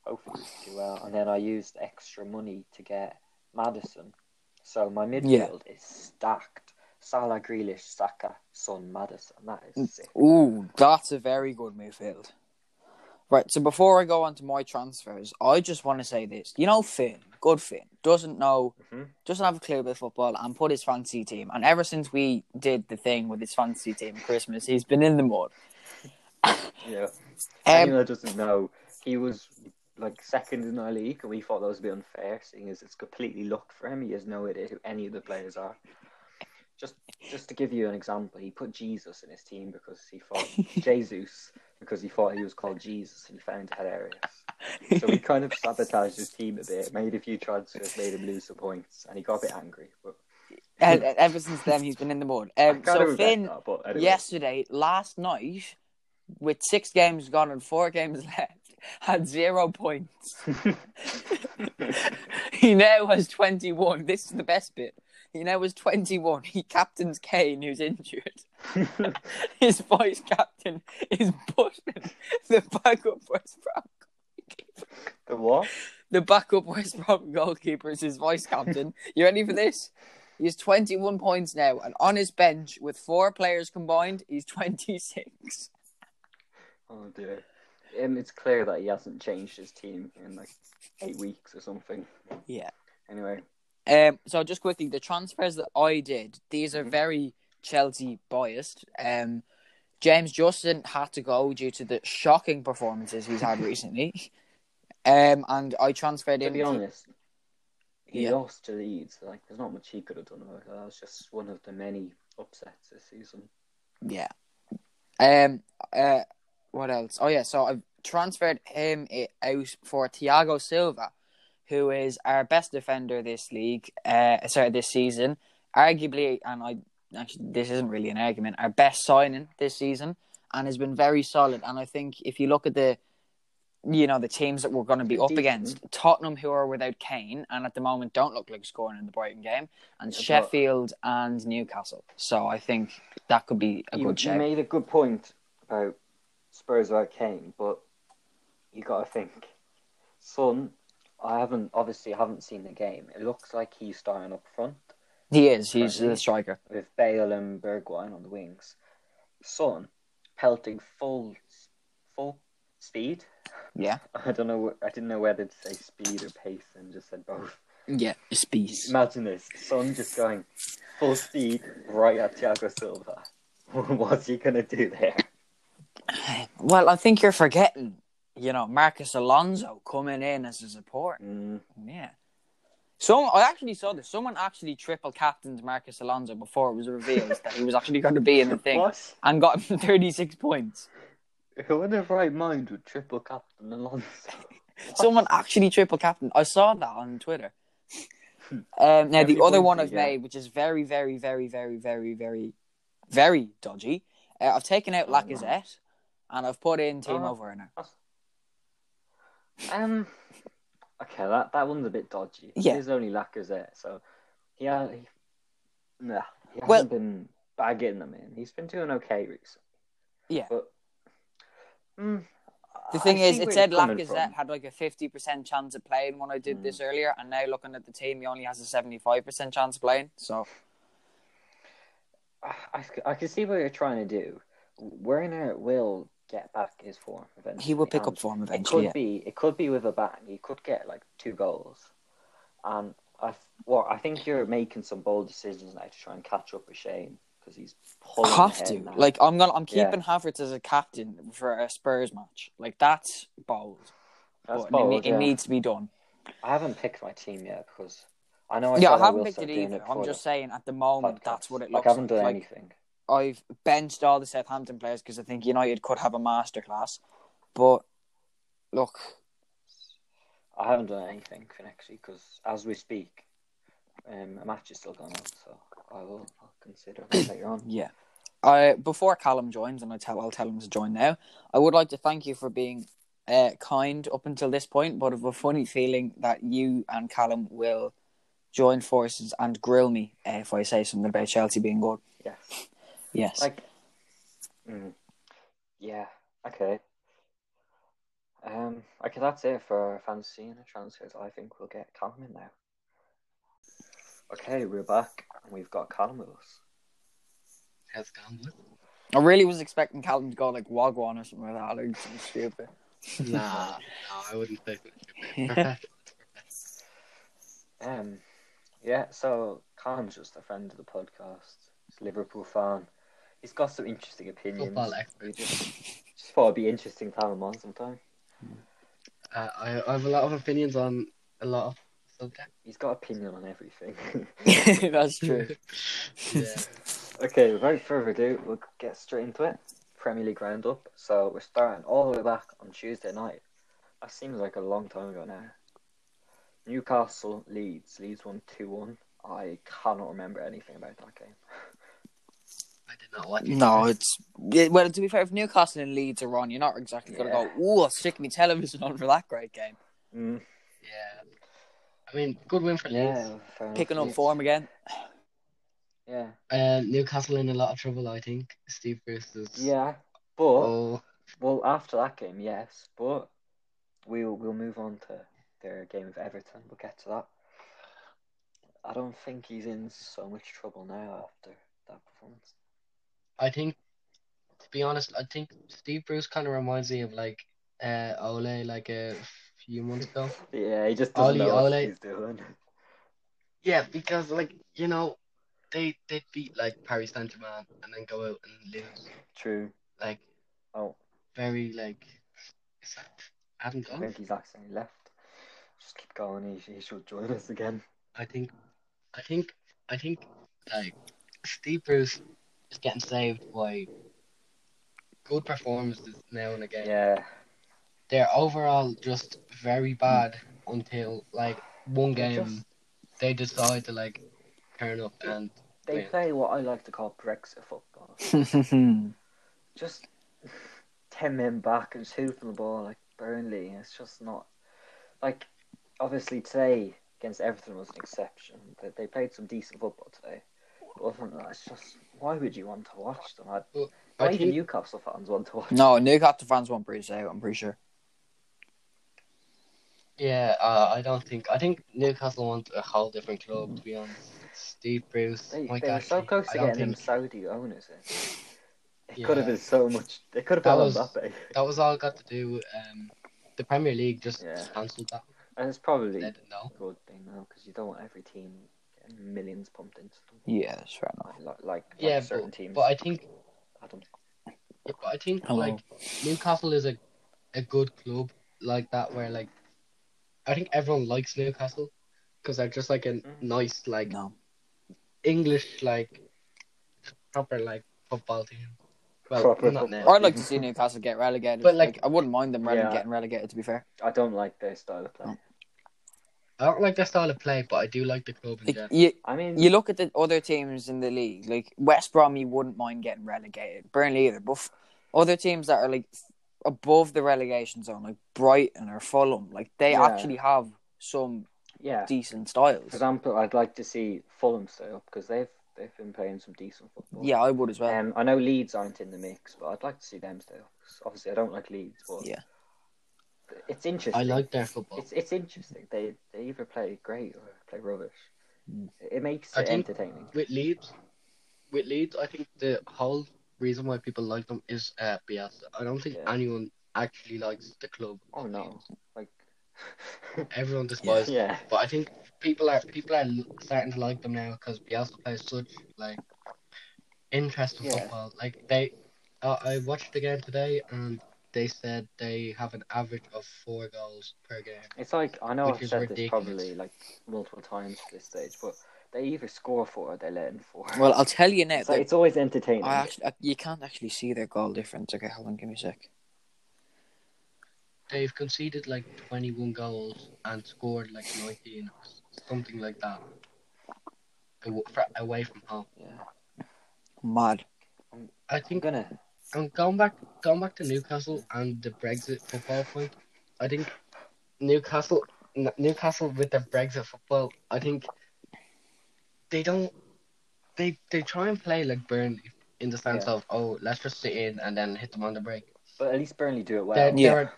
S1: hopefully we do well. And then I used extra money to get Madison. So my midfield is stacked. Salah, Grealish, Saka, Son, Madison. That
S2: Mm.
S1: is sick.
S2: Ooh, that's a very good midfield. Right, so before I go on to my transfers, I just want to say this. You know, Finn, good Finn, doesn't know,
S1: Mhm.
S2: doesn't have a clue about football and put his fantasy team. And ever since we did the thing with his fantasy team at Christmas, he's been in the mud.
S1: Yeah.
S2: Um,
S1: Anyone that doesn't know, he was like second in our league, and we thought that was a bit unfair, seeing as it's completely luck for him. He has no idea who any of the players are. Just, just to give you an example, he put Jesus in his team because he thought Jesus because he thought he was called Jesus, and he found it hilarious. So we kind of sabotaged his team a bit, made a few transfers, made him lose some points, and he got a bit angry. But
S2: and, and ever since then, he's been in the mud.
S1: I
S2: Um,
S1: kind of
S2: so
S1: regret
S2: Finn,
S1: that, but anyway.
S2: yesterday, last night, with six games gone and four games left, had zero points. he now has 21. This is the best bit. He now has 21. He captains Kane, who's injured. His vice captain is Bushman, the backup West Brom.
S1: the what?
S2: The backup West Brom goalkeeper is his vice captain. You ready for this? He has 21 points now, and on his bench with four players combined, he's 26.
S1: Oh dear. Um, it's clear that he hasn't changed his team in like eight weeks or something.
S2: Yeah.
S1: Anyway,
S2: Um, so just quickly, the transfers that I did, these are
S1: Mhm.
S2: very Chelsea biased. Um, James Justin had to go due to the shocking performances he's had recently. Um, and I transferred
S1: to
S2: in.
S1: be honest, he
S2: Yeah.
S1: lost to Leeds. Like, there's not much he could have done about that. That was just one of the many upsets this season.
S2: Yeah. Um. Uh. What else? Oh yeah. So I've transferred him i- out for Thiago Silva, who is our best defender this league, uh, sorry, this season. Arguably, and I actually, this isn't really an argument, our best signing this season and has been very solid. And I think if you look at the, you know, the teams that we're going to be up
S1: Decent.
S2: against, Tottenham, who are without Kane and at the moment don't look like scoring in the Brighton game, and
S1: Yeah, but-
S2: Sheffield and Newcastle. So I think that could be a
S1: you,
S2: good
S1: you
S2: shape.
S1: made a good point about Spurs without Kane, but you got to think Son. I haven't obviously haven't seen the game. It looks like he's starting up front
S2: He is. He's
S1: Certainly.
S2: the striker.
S1: with Bale and Bergwijn on the wings. Son pelting full full speed.
S2: Yeah.
S1: I don't know. I didn't know whether to say speed or pace, and just said both.
S2: Yeah. Spees.
S1: Imagine this: Son just going full speed right at Thiago Silva. What's he gonna do there?
S2: Well, I think you're forgetting, you know, Marcus Alonso coming in as a support.
S1: Mm,
S2: Yeah. Some I actually saw this. Someone actually triple captained Marcus Alonso before it was revealed that he was actually going to be in the thing
S1: What?
S2: and got him 36 points.
S1: Who in their right mind would triple captain Alonso?
S2: Someone actually triple captain. I saw that on Twitter.
S1: Hmm.
S2: Um, now
S1: Every
S2: the other
S1: point
S2: one
S1: you
S2: I've
S1: get.
S2: made, which is very, very, very, very, very, very, very dodgy. Uh, I've taken out
S1: Oh, man.
S2: Lacazette and I've put in Timo
S1: Oh.
S2: Werner.
S1: Um. Okay, that, that one's a bit dodgy.
S2: Yeah.
S1: It is only Lacazette, so he, ha- he nah, he hasn't
S2: Well-
S1: been bagging them in. He's been doing okay recently.
S2: Yeah.
S1: But mm,
S2: The
S1: I
S2: thing is,
S1: see
S2: it
S1: where
S2: said
S1: you're coming
S2: Lacazette
S1: from.
S2: had like a 50% chance of playing when I did
S1: Mm.
S2: this earlier, and now looking at the team, he only has a 75% chance of playing. So,
S1: I, I, c- I can see what you're trying to do. Werner will get back his form eventually.
S2: he will pick
S1: and
S2: up form
S1: It
S2: eventually.
S1: could
S2: Yeah.
S1: be. It could be with a bang. He could get like two goals, and I f- well, I think you're making some bold decisions now to try and catch up with Shane because he's
S2: I
S1: pulling
S2: have
S1: ahead
S2: to.
S1: now.
S2: Like, I'm gonna, I'm
S1: Yeah.
S2: keeping Havertz as a captain for a Spurs match. Like, that's bold.
S1: That's
S2: but
S1: bold,
S2: it, ne-
S1: yeah.
S2: it needs to be done.
S1: I haven't picked my team yet because I know I
S2: yeah,
S1: said
S2: I haven't
S1: will
S2: picked
S1: start
S2: it
S1: doing
S2: either.
S1: for
S2: I'm
S1: the
S2: just saying, at the moment, that's
S1: podcast.
S2: what it
S1: Like,
S2: looks
S1: I haven't done
S2: like.
S1: anything.
S2: I've benched all the Southampton players because I think United could have a masterclass. But look,
S1: I haven't done anything for next week because as we speak, um, a match is still going on, so I will I'll consider that later on.
S2: Yeah. I before Callum joins, and I tell I'll tell him to join now. I would like to thank you for being uh, kind up until this point, but of a funny feeling that you and Callum will join forces and grill me uh, if I say something about Chelsea being good.
S1: Yes.
S2: Yes.
S1: Like, mm, yeah, okay. Um, okay, that's it for fantasy and transfers. I think we'll get Callum in now. Okay, we're back and we've got Callum with us.
S3: How's it going,
S2: I really was expecting Callum to go like Wagwan or something like that, like something stupid.
S3: bud? Nah, no, I wouldn't say that.
S1: Um, yeah, so Callum's just a friend of the podcast. He's a Liverpool fan. He's got some interesting opinions.
S3: Football
S1: We
S3: expert.
S1: just, just thought it'd be interesting to have him on sometime.
S3: Uh, I, I have a lot of opinions on a lot of subjects.
S1: He's got opinion on everything.
S2: That's true.
S3: yeah.
S1: okay, without further ado, we'll get straight into it. Premier League roundup. So we're starting all the way back on Tuesday night. That seems like a long time ago now. Newcastle Leeds. Leeds won 2 1. I cannot remember anything about that game.
S3: I did not watch it.
S2: No, it's yeah, well. To be fair, if Newcastle and Leeds are on, you're not exactly going to
S1: Yeah.
S2: go. Oh, stick me television on for that great game.
S1: Mm,
S3: Yeah. I mean, good win for Leeds.
S1: yeah, fair enough.
S2: Picking up
S1: Leeds.
S2: form again.
S1: Yeah.
S3: Uh, Newcastle in a lot of trouble, I think. Steve versus.
S1: Yeah, but
S3: Oh,
S1: well, after that game, yes, but we'll we'll move on to their game with Everton. We'll get to that. I don't think he's in so much trouble now after that performance.
S3: I think, to be honest, I think Steve Bruce kind of reminds me of like uh, Ole like a few months ago.
S1: Yeah, he just doesn't
S3: Oli,
S1: know what
S3: Ole.
S1: he's doing.
S3: Yeah, because like you know, they they beat like Paris Saint Germain and then go out and lose
S1: True.
S3: like
S1: Oh,
S3: very like. Is that Adam
S1: I
S3: Goff?
S1: think he's accidentally left. Just keep going. He, he should join us again.
S3: I think, I think, I think like Steve Bruce is getting saved by good performances now and again.
S1: Yeah,
S3: They're overall just very bad until like one
S1: They
S3: game
S1: just-
S3: they decide to like turn up and
S1: They
S3: Yeah.
S1: play what I like to call Brexit football. just ten men back and shooting the ball like Burnley. and It's just not like obviously today against Everton was an exception. They, they played some decent football today, but other than that, it's just why would you want to watch them? I,
S3: I
S1: why do
S3: think,
S1: Newcastle fans want to watch? them?
S2: no, Newcastle fans won't breeze out. I'm pretty sure.
S3: yeah, uh, I don't think I think Newcastle want a whole different club to be honest. Steve Bruce,
S1: They,
S3: Mike
S1: they were so
S3: Ashley,
S1: close
S3: I
S1: to
S3: don't
S1: getting them
S3: think
S1: Saudi owners in. It
S3: Yeah.
S1: could have been so much. They could have
S3: That
S1: been on
S3: was-
S1: that big.
S3: that was all got to do with um, the Premier League just
S1: Yeah.
S3: cancelled that.
S1: And it's probably
S3: They
S1: a
S3: didn't know.
S1: good thing now because you don't want every team getting millions pumped into them.
S2: Yeah, that's fair enough.
S1: Like, like
S3: Yeah,
S1: like certain
S3: but,
S1: teams.
S3: but I think
S1: Adam.
S3: but I think
S2: Hello.
S3: like Newcastle is a a good club like that where like I think everyone likes Newcastle because they're just like a
S1: Mhm.
S3: nice like
S2: No,
S3: English like proper like football team. Well,
S1: Proper
S3: not
S1: football.
S3: now.
S2: I'd like to see Newcastle get relegated.
S3: But,
S2: But
S3: like-
S2: like, I wouldn't mind them rele-
S1: Yeah.
S2: getting relegated. To be fair,
S1: I don't like their style of play.
S2: No.
S3: I don't like their style of play, but I do like the club in
S2: like
S3: general.
S2: you,
S1: I mean,
S2: you look at the other teams in the league, like West Brom, you wouldn't mind getting relegated. Burnley either, but f- other teams that are like above the relegation zone, like Brighton or Fulham, like they
S1: Yeah.
S2: actually have some
S1: yeah.
S2: decent
S1: For
S2: styles.
S1: example, I'd like to see Fulham stay up because they've they've been playing some decent football.
S2: Yeah, I would as well.
S1: Um, I know Leeds aren't in the mix, but I'd like to see them stay up. 'Cause Obviously, I don't like Leeds, but
S2: Yeah.
S1: it's interesting.
S3: I like their football.
S1: It's it's interesting. They they either play great or play rubbish.
S2: Mm.
S1: It makes
S3: I
S1: it
S3: think-
S1: entertaining.
S3: With Leeds, with Leeds, I think the whole reason why people like them is uh, Bielsa. I don't think
S1: Yeah.
S3: anyone actually likes the club.
S1: Oh no! Like
S3: Everyone despises. them.
S1: yeah,
S3: But I think people are people are l- starting to like them now because Bielsa plays such like interesting
S1: Yeah.
S3: football. Like they, uh, I watched the game today and they said they have an average of four goals per game.
S1: it's like I know
S3: Which
S1: I've
S3: is
S1: said this
S3: ridiculous.
S1: probably like multiple times at this stage, but they either score four or they let in four.
S2: Well, I'll tell you now.
S1: It's, like- it's always entertaining.
S2: I actually, I, you can't actually see their goal difference. Okay, hold on, give me a sec.
S3: They've conceded like twenty one goals and scored like nineteen or s- something like that. Aw- fra- Away from home,
S1: yeah.
S2: Mad.
S3: I
S1: I'm
S3: think.
S1: gonna.
S3: I'm going back, going back to Newcastle and the Brexit football point. I think Newcastle, N- Newcastle with their Brexit football. I think they don't. They they try and play like Burnley in the sense
S1: Yeah.
S3: of oh let's just sit in and then hit them on the break.
S1: But at least Burnley do it well.
S3: They're-
S2: Yeah.
S3: they're-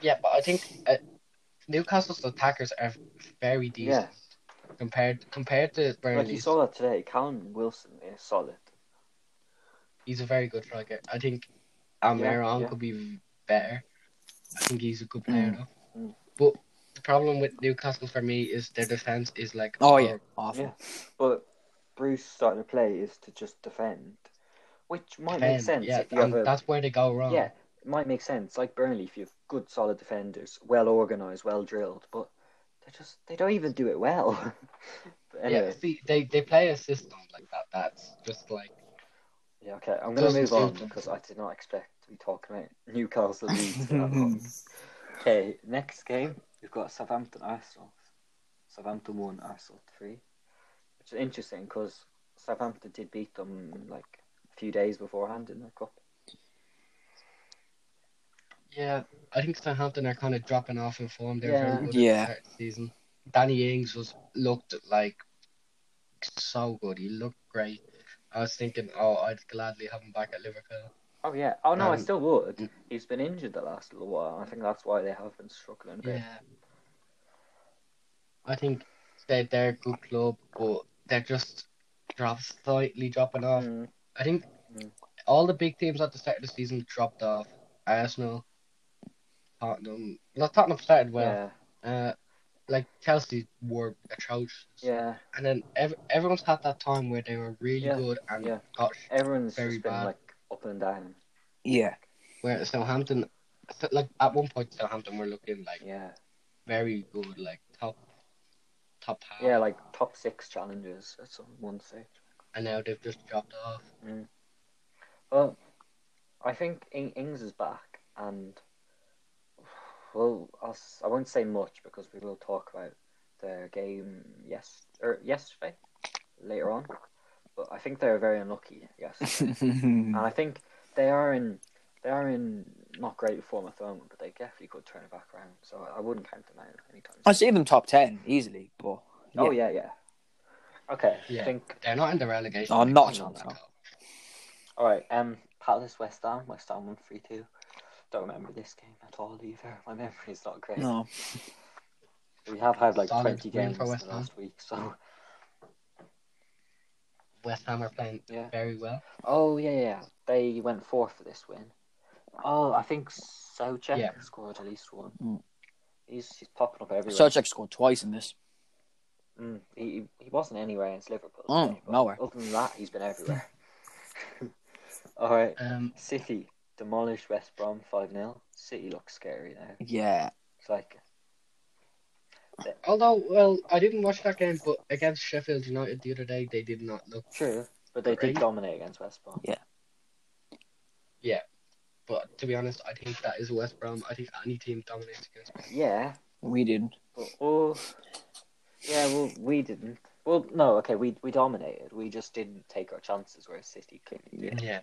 S3: yeah, but I think uh, Newcastle's attackers are very decent
S1: yeah,
S3: compared compared to
S1: like you
S3: Burnley's.
S1: saw that today. Callum Wilson is solid.
S3: he's a very good striker. I think Almiron
S1: yeah.
S3: could be better. I think he's a good player
S2: Mm.
S3: enough.
S1: Mm.
S3: But the problem with Newcastle for me is their defense is like
S2: Oh yeah,
S3: horrible.
S2: awful.
S1: Yeah, but Bruce starting to play is to just defend, which might make
S3: Defend,
S1: sense
S3: yeah,
S1: if you have
S3: and
S1: a
S3: that's where they go wrong.
S1: yeah, it might make sense like Burnley if you have good solid defenders, well organized, well drilled, but they just they don't even do it well. but
S3: Yeah,
S1: anyway,
S3: see, they, they play a system like that. That's just like
S1: yeah. okay, I'm gonna
S3: Doesn't
S1: move on
S3: suit them.
S1: because I did not expect to be talking about Newcastle Leeds. at all. Okay, next game we've got Southampton Arsenal. Southampton one, Arsenal three, which is interesting because Southampton did beat them like a few days beforehand in the cup.
S3: yeah. I think Southampton are kind of dropping off in form. They're
S1: Yeah.
S3: very good at
S2: Yeah.
S3: the start of the season. Danny Ings was looked like so good. He looked great. I was thinking, oh, I'd gladly have him back at Liverpool.
S1: Oh yeah. Oh no, I
S3: Um,
S1: still would. He's been injured the last little while. I think that's why they have been struggling a bit.
S3: Yeah. I think they they're a good club, but they're just drop, slightly dropping off.
S1: Mm,
S3: I think
S1: Mm.
S3: all the big teams at the start of the season dropped off. Arsenal, Tottenham. Well, Tottenham started well.
S1: yeah.
S3: Uh, like Chelsea were atrocious.
S1: Yeah.
S3: And then ev- everyone's had that time where they were really
S1: Yeah,
S3: good and
S1: yeah.
S3: got sh-
S1: Everyone's
S3: Very
S1: just been
S3: bad.
S1: like up and down.
S2: Yeah,
S3: where Southampton. Like at one point, Southampton were looking like
S1: Yeah.
S3: very good, like top, top half.
S1: Yeah, like top six challenges at some one stage.
S3: and now they've just dropped off.
S1: Well, I think In- Ings is back, and Well, I'll, s- I won't say much because we will talk about their game yes or yesterday later on. But I think they were very unlucky. Yes, and
S3: Mm.
S1: I think they are in they are in not great form at the moment, but they definitely could turn it back around. So I, I wouldn't count them out anytime.
S2: I
S1: Soon.
S2: see them top ten easily, but
S1: Oh yeah, yeah. Okay, I
S3: Yeah.
S1: think
S3: They're not in the relegation.
S2: Oh, not a
S3: Hang on
S2: chance,
S3: to
S2: no.
S3: go.
S1: all right. Um, Palace West Ham. West Ham one three two. Don't remember this game at all either. My memory's not great.
S2: no,
S1: We have had like
S3: Solid
S1: twenty
S3: win
S1: games
S3: for
S1: in
S3: West
S1: the
S3: Ham.
S1: last week, so
S3: West Ham are playing
S1: yeah.
S3: very well.
S1: Oh yeah, yeah. They went four for this win. Oh, I think Socek
S3: Yeah.
S1: scored at least one.
S2: Mm.
S1: He's he's popping up everywhere.
S2: Socek scored twice in this.
S1: Mm, he he wasn't anywhere against Liverpool.
S2: Mm,
S1: today, but
S2: nowhere.
S1: Other than that, he's been everywhere. All right,
S3: Um,
S1: City demolished West Brom five 0 City looks scary now.
S2: Yeah,
S1: It's like
S3: although, well, I didn't watch that game, but against Sheffield United the other day, they did not look.
S1: true, but they did
S3: Great.
S1: dominate against West Brom.
S3: But to be honest, I think that is West Brom. I think any team dominates against. West
S1: Yeah,
S2: we didn't.
S1: but oh, yeah. Well, we didn't. Well, no. Okay, we we dominated. We just didn't take our chances. Whereas City clearly did.
S3: Brom. Yeah.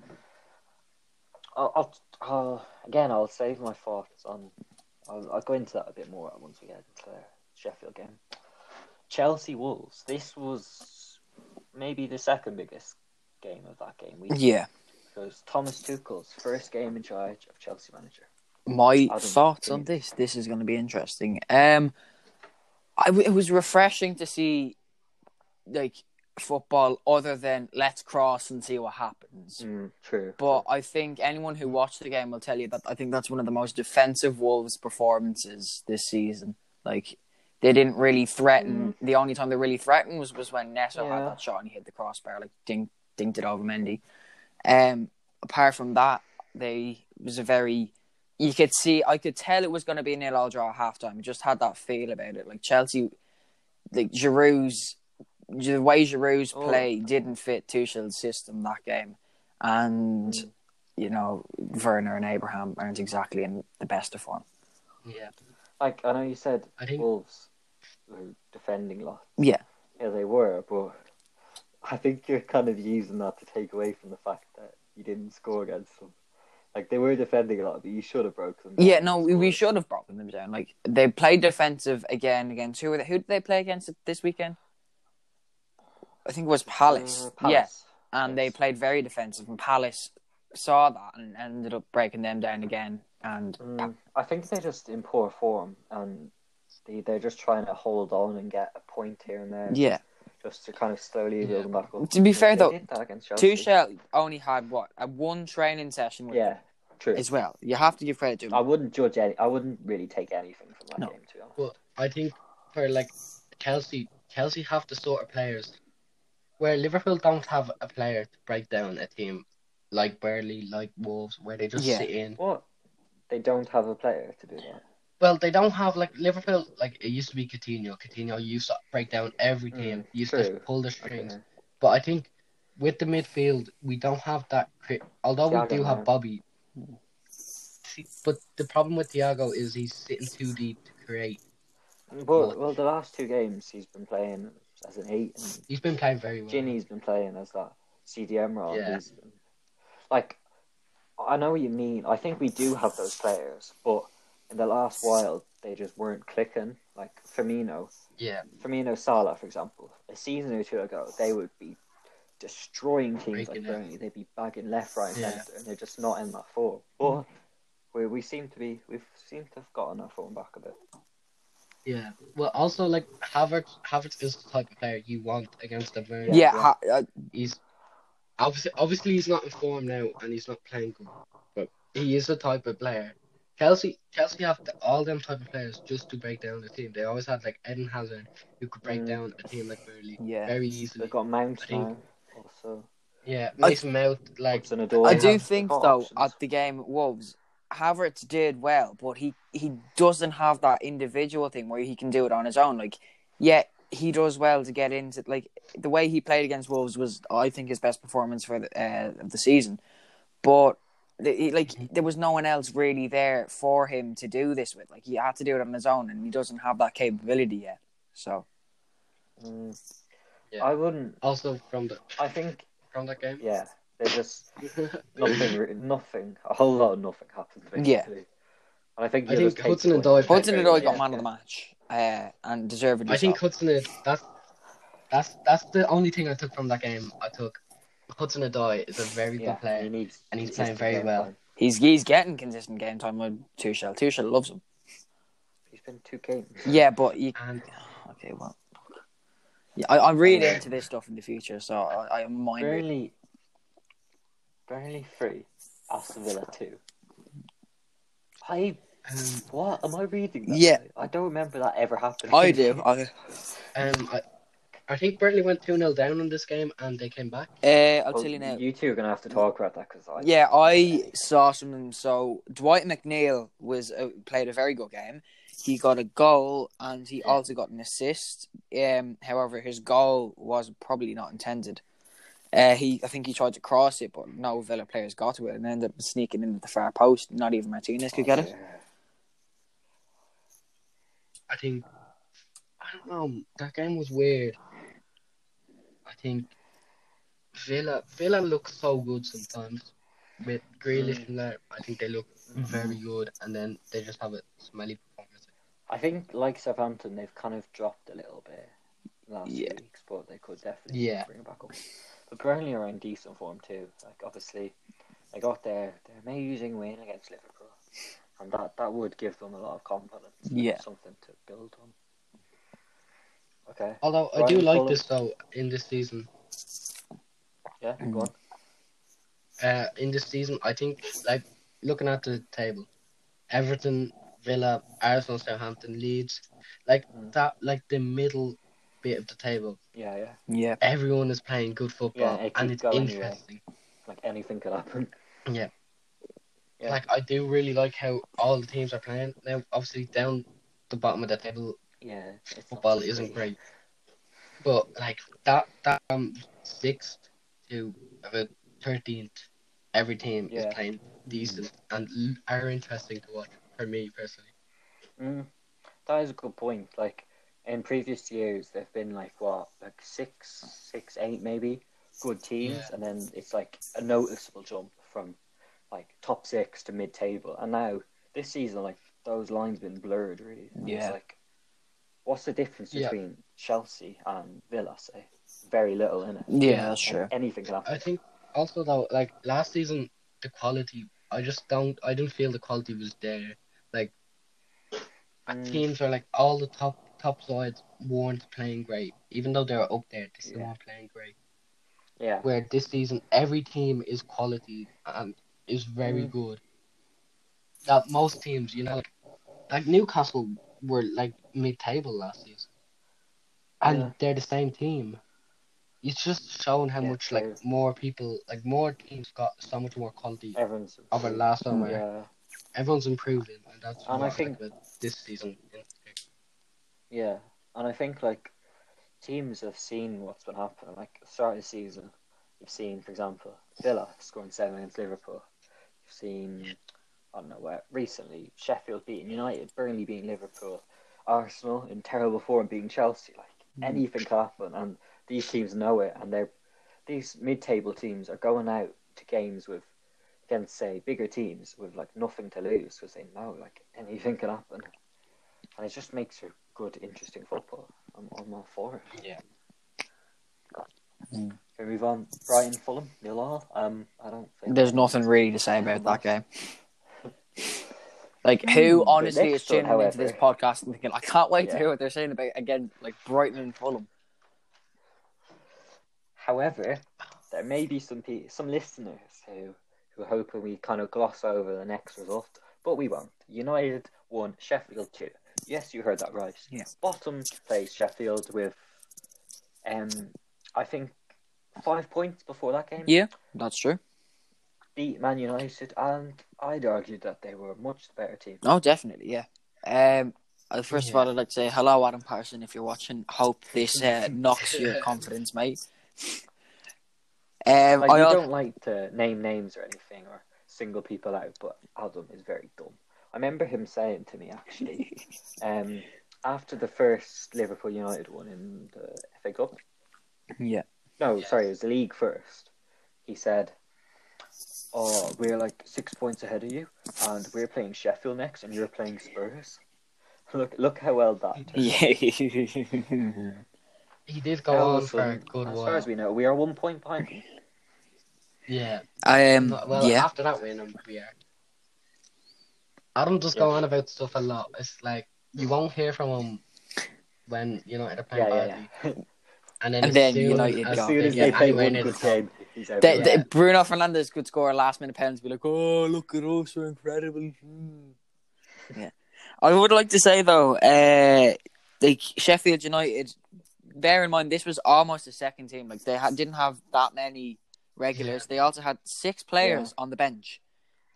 S1: I'll, I'll, I'll again. I'll save my thoughts on. I'll, I'll go into that a bit more once we get into the Sheffield game. Chelsea Wolves. This was maybe the second biggest game of that game week
S2: Yeah,
S1: because Thomas Tuchel's first game in charge of Chelsea manager.
S2: my
S1: Adam,
S2: thoughts
S1: can
S2: on
S1: you-
S2: this. This is going to be interesting. Um, I w- it was refreshing to see like football other than let's cross and see what happens.
S1: Mm, true.
S2: But I think anyone who watched the game will tell you that I think that's one of the most defensive Wolves performances this season. Like they didn't really threaten. The only time they really threatened was, was when Neto
S1: Mm. Yeah.
S2: had that shot and he hit the crossbar, like ding dinked it over Mendy. Um, apart from that, they it was a very you could see I could tell it was going to be a nil all draw at halftime. It just had that feel about it. Like Chelsea, like Giroud's the way Giroud's
S1: Oh.
S2: play didn't fit Tuchel's system that game, and
S1: Mm.
S2: you know Werner and Abraham aren't exactly in the best of form.
S3: Yeah.
S1: Like I know you said
S3: I think.
S1: Wolves were defending lot.
S2: Yeah,
S1: Yeah, they were, but I think you're kind of using that to take away from the fact that you didn't score against them. Like they were defending a lot, but you should have broke them. down Uh,
S2: yeah.
S1: and
S2: No, we, we
S1: scored.
S2: should have broken them down. Like they played defensive again against who? Were they, who did they play against this weekend? I think it was Palace.
S1: Uh,
S2: Yeah,
S1: Palace.
S2: and they
S1: Yes.
S2: played very defensive. And Palace saw that and ended up breaking them down again. And
S1: Mm, I think they're just in poor form, and they they're just trying to hold on and get a point here and there.
S2: yeah,
S1: just to kind of slowly
S3: Yeah.
S1: build them back up.
S2: To be
S1: They-
S2: fair,
S1: they
S2: though,
S1: did that against Chelsea.
S2: Tuchel only had what a one training session with
S1: Yeah, true.
S2: them as well. You have to give credit to him.
S1: I wouldn't judge any. I wouldn't really take anything from that
S2: No.
S1: game, to be honest.
S3: But I think for like Chelsea, Chelsea have the sort of players where Liverpool don't have a player to break down a team like Burnley, like Wolves, where they just
S2: Yeah.
S3: sit in.
S1: What? They don't have a player to do that.
S3: Well, they don't have like Liverpool. Like it used to be Coutinho. Coutinho used to break down every team.
S1: Mm,
S3: used
S1: true.
S3: to pull the strings.
S1: Okay.
S3: But I think with the midfield, we don't have that. Cri- Although
S1: Thiago Mm.
S3: we do
S1: now.
S3: have Bobby, See, but the problem with Thiago is he's sitting too deep to create.
S1: Well, well, the last two games he's been playing as an eight, and
S3: He's been playing very well.
S1: Ginny's been playing as that CDM role. and
S3: Yeah.
S1: he's been- like, I know what you mean. I think we do have those players, but in the last while they just weren't clicking. Like Firmino,
S3: Yeah,
S1: Firmino Salah, for example, a season or two ago, they would be destroying teams
S3: Breaking
S1: like
S3: it.
S1: Burnley. They'd be bagging left, right, and
S3: Yeah. Mm.
S1: centre, and they're just not in that form. But we we seem to be we've seem to have gotten our form back a bit.
S3: yeah. Well, also like Havertz. Havertz is the type of player you want against the Burnley.
S2: yeah, Ha- uh,
S3: he's obviously obviously he's not in form now and he's not playing good, but he is the type of player. Chelsea, Chelsea have the, all them type of players just to break down the team. They always had like Eden Hazard who could break
S1: Mm.
S3: down a team like Burnley
S2: yeah.
S3: very easily.
S1: They've got Mount
S3: I
S1: now,
S3: think-
S1: also.
S3: Yeah,
S2: I-
S3: Mason Mount like
S1: Hudson Odoi.
S2: I
S3: They
S2: do
S3: have-
S2: think
S1: they've got
S2: though
S1: options.
S2: at the game at Wolves, Havertz did well, but he he doesn't have that individual thing where he can do it on his own. Like, yeah, he does well to get into like the way he played against Wolves was I think his best performance for the, uh, of the season, but the- he- like
S1: Mm-hmm.
S2: there was no one else really there for him to do this with. Like he had to do it on his own, and he doesn't have that capability yet. So
S3: Yeah.
S1: Mm. I wouldn't.
S3: Also from the
S1: I think
S3: from that game.
S1: yeah, they just nothing, re- nothing, a whole lot of nothing happened. Basically.
S2: Yeah.
S1: and I think
S3: I
S1: the others
S3: think
S1: take
S3: Hudson and
S1: points.
S3: Doyle-
S2: Hudson and I
S1: Odoi
S2: got
S1: yeah,
S2: man of the match, uh, and deservedly.
S3: I think
S2: so.
S3: Hudson is that's that's that's the only thing I took from that game. I took Hudson Adoy is a very
S1: Yeah,
S3: good player.
S1: he needs-
S3: and he's
S1: he needs
S3: playing
S1: to
S3: very
S1: play
S3: well.
S1: time.
S2: he's he's getting consistent game time with Tuchel. Tuchel loves him.
S1: He's been two games.
S2: Yeah, but you
S3: And
S2: Okay, well, yeah, I, I'm really into this stuff in the future, so I, I am minded.
S1: Burnley, Burnley three, Aston Villa two. I
S3: um,
S1: what am I reading? That
S2: Yeah.
S1: right? I don't remember that ever happening.
S2: I do. I,
S3: um I, I think Burnley went two 0 down in this game and they came back.
S2: uh, I'll
S1: Well,
S2: tell you now.
S1: You two are gonna have to talk about that because I
S2: Yeah, I saw something. So Dwight McNeil was uh, played a very good game. He got a goal and he also got an assist. Um, however, his goal was probably not intended. Uh, he, I think he tried to cross it, but no Villa players got to it and ended up sneaking into the far post. Not even Martinez
S1: Oh,
S2: could get it.
S3: I think I don't know. That game was weird. I think Villa Villa look so good sometimes with Grealish and that. I think they look
S1: Mm-hmm.
S3: very good, and then they just have a smelly performance.
S1: I think like Southampton, they've kind of dropped a little bit last
S2: Yeah.
S1: few weeks, but they could definitely
S3: Yeah.
S1: bring it back up. But Burnley are in decent form too. Like obviously, they got their their amazing win against Liverpool, and that that would give them a lot of confidence. and
S2: Yeah.
S1: something to build on. Okay,
S3: Although I do
S1: Brighton
S3: like
S1: Fulham.
S3: this though in this season.
S1: yeah,
S2: Mm.
S1: go on.
S3: uh, in this season, I think, like, looking at the table, Everton, Villa, Arsenal, Southampton, Leeds, like
S1: Mm.
S3: that, like the middle bit of the table,
S1: Yeah, yeah.
S2: Yeah,
S3: everyone is playing good football
S1: Yeah, it
S3: and
S1: keeps
S3: it's
S1: going, yeah.
S3: interesting.
S1: Like anything could happen. Yeah.
S3: Like, I do really like how all the teams are playing. Now, obviously, down the bottom of the table,
S1: Yeah, it's not
S3: football
S1: so
S3: isn't
S1: big.
S3: great, but like that, that um, sixth to about 13th, every team
S1: Yeah.
S3: is playing decent and l- are interesting to watch for me personally.
S1: Mm, that is a good point. Like in previous years, there've been like what, like six, six, eight, maybe good teams,
S3: Yeah.
S1: and then it's like a noticeable jump from like top six to mid table. And now this season, like those lines been blurred really. And
S2: Yeah.
S1: It's like, what's the difference
S3: Yeah.
S1: between Chelsea and Villa? Say very little in it.
S2: yeah, that's true.
S1: Anything can happen.
S3: I think also though, like last season, the quality I just don't I didn't feel the quality was there. Like
S1: Mm.
S3: teams are like all the top top sides weren't playing great, even though they were up there, they still
S1: Yeah.
S3: weren't playing great.
S1: Yeah.
S3: Where this season, every team is quality and is very
S1: Mm.
S3: good. That most teams, you know, like, like Newcastle were like mid-table last season, and
S1: Yeah.
S3: they're the same team. It's just showing how
S1: Yeah,
S3: much like
S1: players.
S3: more people, like more teams got so much more quality
S1: Everyone's
S3: over last summer.
S1: yeah.
S3: Everyone's improving, and that's
S1: And
S3: what
S1: I
S3: I
S1: think-
S3: think with this season. in particular.
S1: Yeah, and I think like teams have seen what's been happening. Like at the start of the season, you've seen, for example, Villa scoring seven against Liverpool. You've seen, I don't know where recently, Sheffield beating United, Burnley beating Liverpool, Arsenal in terrible form beating Chelsea. Like anything can happen, and these teams know it, and they're these mid-table teams are going out to games with against say bigger teams with like nothing to lose because they know like anything can happen, and it just makes for good, interesting football. I'm, I'm all for it.
S3: Yeah.
S2: Mm.
S1: Can we move on? Brighton, Fulham, nil all. Um, I don't think
S2: There's nothing really to say about that game. Like
S1: the
S2: who honestly
S1: next
S2: is tuning
S1: one,
S2: into this
S1: however.
S2: podcast and thinking, I can't wait to
S1: Yeah.
S2: hear what they're saying about again, like Brighton and Fulham.
S1: However, there may be some pe- some listeners who who are hoping we kind of gloss over the next result, but we won't. United won Sheffield two. Yes, you heard that right.
S2: Yeah.
S1: Bottom plays Sheffield with, um, I think five points before that game.
S2: Yeah, that's true.
S1: Beat Man United, and I'd argue that they were a much the better team.
S2: Oh, definitely, yeah. Um, uh, first of
S3: Yeah.
S2: all, I'd like to say hello, Adam Parson, if you're watching. Hope this uh, knocks your confidence, mate. Um,
S1: Like,
S2: I
S1: we
S2: al-
S1: don't like to name names or anything or single people out, but Adam is very dumb. I remember him saying to me actually, um, after the first Liverpool United one in the FA Cup.
S2: Yeah.
S1: No,
S3: Yes.
S1: sorry, it was the league first. He said, "Oh, we're like six points ahead of you, and we're playing Sheffield next, and you're playing Spurs. Look, look how well that." turned out.
S2: Yeah.
S3: He did go
S1: How
S3: on
S1: else
S3: for a
S1: would-
S3: good
S1: as
S3: while.
S1: far as we know, we are one point behind. them.
S3: Yeah.
S2: I um,
S3: But- well,
S2: yeah.
S3: after that win, we are. Adam does go
S1: Yeah.
S3: on about stuff a lot. It's like you won't hear from him when United are playing
S1: Yeah,
S3: badly,
S1: yeah,
S3: and then,
S2: And
S3: as
S2: then
S3: soon
S2: United
S1: yeah.
S3: as
S1: As
S2: got
S1: soon
S2: it,
S1: as
S2: yeah.
S1: they play
S3: Anyway,
S1: one
S3: it
S1: good
S3: is-
S1: game, he's over.
S2: The,
S1: it.
S2: the-
S3: Yeah.
S2: Bruno Fernandez could score a last minute penalty, be like, "Oh, look at us, we're incredible." Hmm. yeah, I would like to say though, uh, like Sheffield United. Bear in mind, this was almost a second team. Like they ha- didn't have that many regulars. They also had six players on the bench,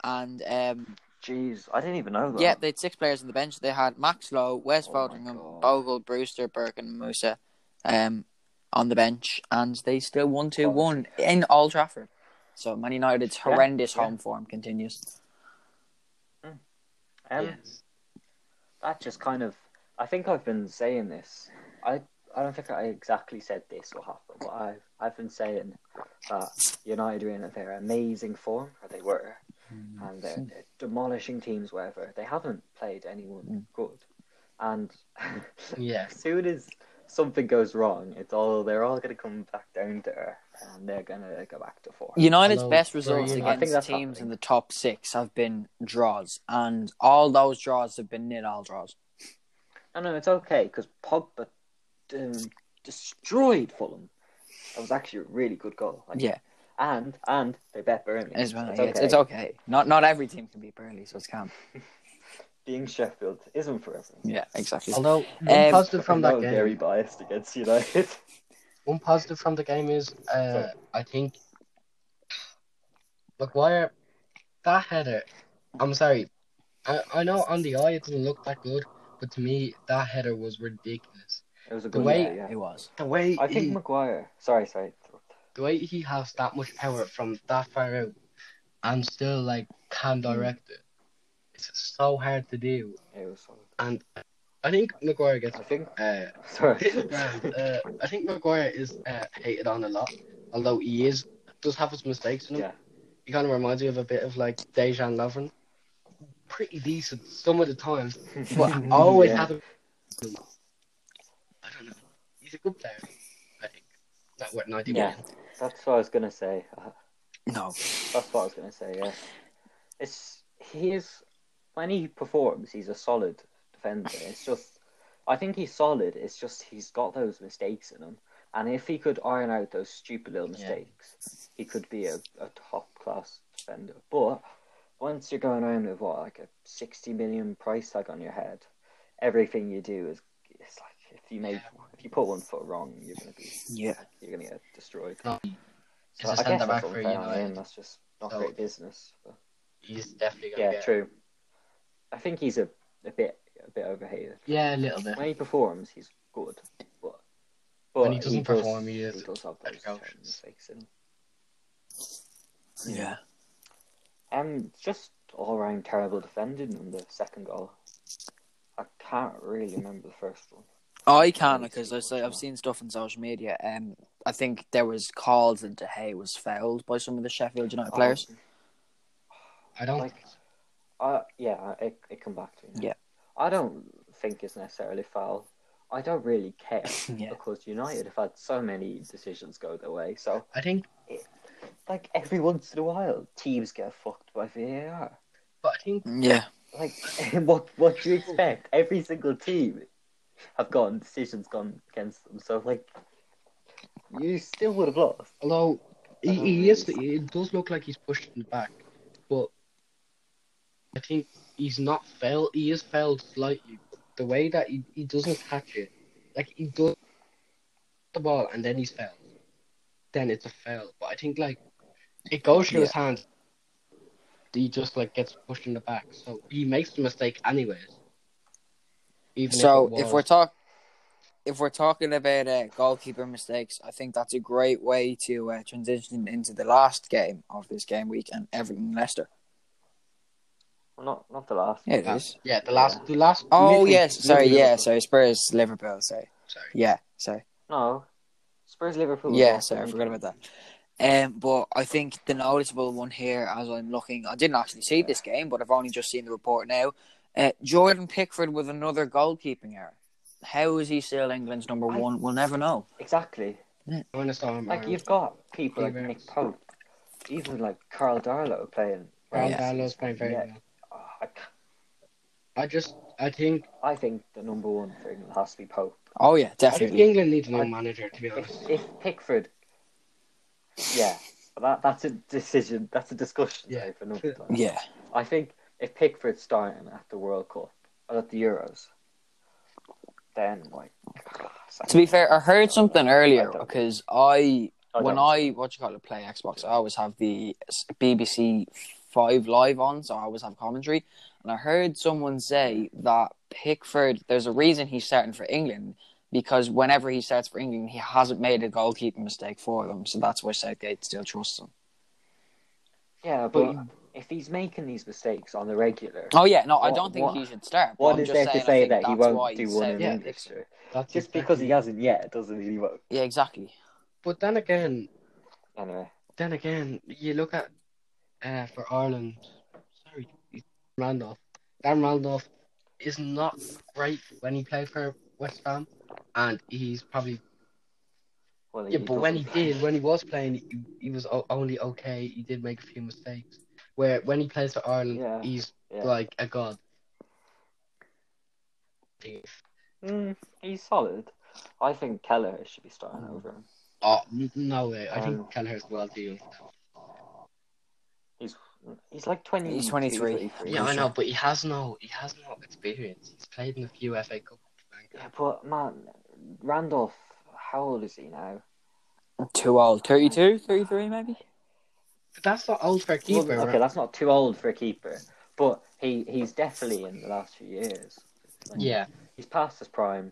S2: and um,
S1: Jeez, I didn't even know that.
S2: yeah, they had six players on the bench. They had Max Lowe, Wes
S1: Oh my
S2: Fotheringham,
S1: God.
S2: Bogle, Brewster, Birkin, Musa, um, on the bench, and they still won two one in Old Trafford. So Man United's
S1: Yeah,
S2: horrendous
S1: yeah.
S2: home form continues.
S1: Um,
S3: Yes.
S1: that just kind of I think I've been saying this. I I don't think I exactly said this will happen, but I've I've been saying that United are in their amazing form, or they were, and they're,
S2: Hmm.
S1: they're demolishing teams wherever. They haven't played
S2: Hmm.
S1: anyone good, and
S3: Yeah.
S1: as soon as something goes wrong, it's all they're all going to come back down to earth, and they're going to go back to form.
S2: United's
S3: Hello,
S2: best
S3: where
S2: results
S3: are you?
S1: I think
S2: against
S1: that's
S2: teams
S1: happening.
S2: in the top six have been draws, and all those draws have been nil all draws.
S1: No, no, it's okay because Pogba um, destroyed Fulham. That was actually a really good goal. Like,
S2: Yeah,
S1: and and they bet Burnley.
S2: as well.
S1: It's
S2: It's, yeah, it's,
S1: okay.
S2: it's okay. Not not every team can beat Burnley, so it's calm.
S1: Being Sheffield isn't for everyone.
S2: Yeah, exactly.
S3: Although one
S2: Um,
S3: positive
S1: I'm
S3: from
S1: not
S3: that game,
S1: Mm-hmm. very biased against United.
S3: one positive from the game is uh, I think McGuire that header. I'm sorry, I I know on the eye it doesn't look that good, but to me that header was ridiculous.
S1: It was a
S3: The
S1: good
S3: way-
S1: way. Yeah.
S2: It was.
S3: The way
S1: I think
S3: he-
S1: Maguire. Sorry, sorry.
S3: the way he has that much power from that far out and still like can
S1: Mm.
S3: direct it, it's so hard to do.
S1: It was. Solid.
S3: And I think Maguire gets.
S1: I think.
S3: Uh,
S1: Sorry.
S3: uh, I think Maguire is uh, hated on a lot, although he is does have his mistakes. In him.
S1: yeah.
S3: He kind of reminds me of a bit of like Dejan Lovren. Pretty decent some of the times, but I always
S1: Yeah.
S3: have. A... I don't know. He's a good player. I think. That what ninety
S1: Yeah.
S3: million.
S1: That's what I was gonna say.
S2: No.
S1: That's what I was gonna say. Yeah. It's he is when he performs, he's a solid defender. It's just I think he's solid. It's just he's got those mistakes in him, and if he could iron out those stupid little
S3: Yeah.
S1: mistakes, he could be a, a top class defender. But once you're going around with what like a sixty million price tag on your head, everything you do is it's like if you make if you put one foot wrong, you're gonna be
S2: Yeah.
S1: you're gonna get destroyed.
S3: No,
S1: So
S3: it's a
S1: I guess that's
S3: centre-back for
S1: unfair on
S3: United.
S1: him. That's just not
S3: So-
S1: great business. but-
S3: He's definitely gonna
S1: yeah,
S3: get.
S1: true. I think he's a, a bit a bit overhated.
S3: Yeah, a little bit.
S1: When he performs, he's good, but
S3: When
S1: but
S3: he doesn't
S1: does-
S3: perform, he is
S1: does have those
S3: atrocious.
S1: terrible mistakes. And
S2: Yeah.
S1: um, just all round terrible defending on the second goal. I can't really remember the first one.
S2: I can because I say I've seen stuff on social media. Um, I think there was calls that De Gea was fouled by some of the Sheffield United
S3: Oh.
S1: Oh,
S2: players.
S3: I don't.
S1: Like- Uh, yeah, it, it come back to me. now.
S2: Yeah.
S1: I don't think it's necessarily foul. I don't really care
S2: Yeah.
S1: because United have had so many decisions go their way. So,
S3: I think,
S1: like every once in a while, teams get fucked by VAR.
S3: but I think
S2: Yeah,
S1: Like, what what do you expect? Every single team have gotten decisions gone against them. So, like, you still would have lost.
S3: although he, he is, it does look like he's pushed in the back, but I think he's not failed. He is failed slightly. but The way that he, he doesn't catch it, like he does the ball and then he's failed. Then it's a fail. But I think like it goes through his hands. He just like gets pushed in the back, so he makes the mistake anyways. Even
S2: so
S3: it
S2: if
S3: was-
S2: we're talk if we're talking about uh, goalkeeper mistakes, I think that's a great way to uh, transition into the last game of this game week and Everton Leicester.
S1: Well, not not the last.
S2: Yeah, it
S3: Yeah.
S2: is.
S3: Yeah, the last, the last.
S2: Oh
S3: midweek-
S2: yes, sorry,
S3: midweek-
S2: yeah, sorry. Spurs, Liverpool, sorry,
S3: Sorry.
S2: yeah, sorry,
S1: No, Spurs Liverpool. was
S2: yeah,
S1: last,
S2: sorry. I
S1: wasn't
S2: forgot
S1: it?
S2: about that. Um, but I think the noticeable one here, as I'm looking, I didn't actually see this game, but I've only just seen the report now. Uh, Jordan Pickford with another goalkeeping error. How is he still England's number
S1: I-
S2: one? We'll never know.
S1: Exactly.
S3: I understand.
S1: Like you've got people like
S3: Favourites.
S1: Nick Pope, even like Carl Darlow playing.
S3: Brown
S2: Yeah.
S3: Barlow's playing very
S1: Yeah.
S3: well.
S1: Oh, I, ca-
S3: I just, I think,
S1: I think the number one for England has to be Pope.
S2: Oh yeah,
S3: I think
S2: definitely.
S3: England needs a new
S1: I-
S3: manager. To be honest,
S1: If, if Pickford, yeah, that that's a decision. That's a discussion
S3: Yeah.
S1: yeah. for another time.
S2: Yeah,
S1: I think if Pickford's starting at the World Cup or at the Euros, then like
S2: To be fair, I heard something earlier
S1: don't-
S2: because I,
S1: I
S2: when
S1: don't-
S2: I what do you call it, play Xbox, I always have the BBC Five Live on, so I always have commentary. And I heard someone say that Pickford, there's a reason he's starting for England because whenever he starts for England, he hasn't made a goalkeeping mistake for them, so that's why Southgate still trusts him.
S1: yeah,
S3: but
S1: but if he's making these mistakes on the regular,
S2: Oh yeah, no, I
S1: What-
S2: don't think
S1: what-
S2: he should start. but
S1: what
S2: I'm
S1: is
S2: just
S1: there
S2: saying,
S1: to
S2: I
S1: say that
S2: think
S1: he
S2: that's why
S1: won't do one in
S2: Southgate-
S3: Yeah,
S1: English?
S3: it's-
S1: sure.
S3: that's
S1: Just because he
S3: exactly-
S1: hasn't yet doesn't mean he won't.
S2: Yeah, exactly.
S3: But then again,
S1: Anyway,
S3: then again, you look at uh, for Ireland. Sorry, Randolph. Dan Randolph is not great when he played for West Ham, and he's probably
S1: well,
S3: yeah. But when he
S1: doesn't.
S3: did, when he was playing, he, he was o- only okay. He did make a few mistakes. Where when he plays for Ireland,
S1: Yeah.
S3: he's
S1: yeah.
S3: like a god.
S1: Mm, he's solid. I think Keller should be starting over him.
S3: Oh n- no way! I think
S1: Um,
S3: Kelleher's well deal.
S1: He's he's like twenty.
S2: He's 23.
S3: Yeah,
S2: I'm
S3: I know,
S2: sure.
S3: but he has no, he has no experience. He's played in a few FA Cup.
S1: Yeah, but man, Randolph, how old is he now?
S2: Too old, 32, 33 maybe.
S3: But that's not old for a
S1: He's-
S3: keeper.
S1: okay,
S3: right?
S1: that's not too old for a keeper, but he, he's definitely in the last few years. Like,
S3: Yeah,
S1: he's past his prime.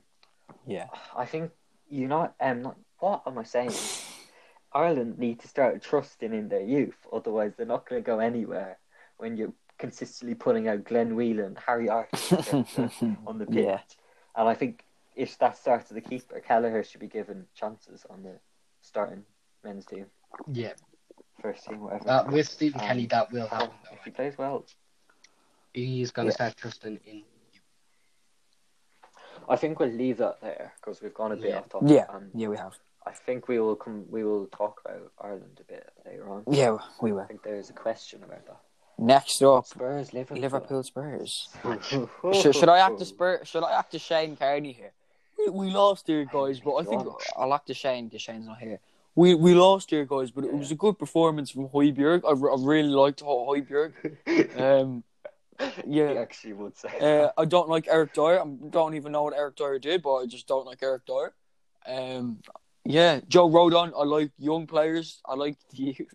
S2: Yeah.
S1: I think you know. Um, not, what am I saying? Ireland need to start trusting in their youth, otherwise they're not going to go anywhere. When you're consistently putting out Glenn Whelan, Harry Archer on the pitch,
S2: Yeah.
S1: and I think if that starts at the keeper, Kelleher should be given chances on the starting men's team,
S3: yeah.
S1: first team, whatever.
S3: Uh, with Stephen
S1: Um,
S3: Kelly, that will happen.
S1: Oh,
S3: Though.
S1: if he plays well,
S3: He's gonna
S2: Yeah.
S3: start trusting in.
S1: I think we'll leave that there because we've gone a bit
S3: Yeah.
S1: off topic.
S2: Yeah,
S1: And
S2: yeah, we have.
S1: I think we will come. We will talk about Ireland a bit later on.
S2: Yeah, we
S1: I
S2: will.
S1: think there is a question about that.
S2: Next up,
S1: Spurs, Liverpool.
S2: Liverpool Spurs. Should, should I act as Spur? Should I act as Shane Carney here? We, we lost here, guys, but I think I'll act as Shane because Shane's not here. We we lost here, guys, but it was a good performance from Hoiberg. I, re- I really liked Ho- Hoiberg. Um,
S1: He
S2: yeah.
S1: actually would say.
S2: Uh, I don't like Eric Dyer. I don't even know what Eric Dyer did, but I just don't like Eric Dyer. Um, yeah, Joe Rodon. I like young players. I like the youth.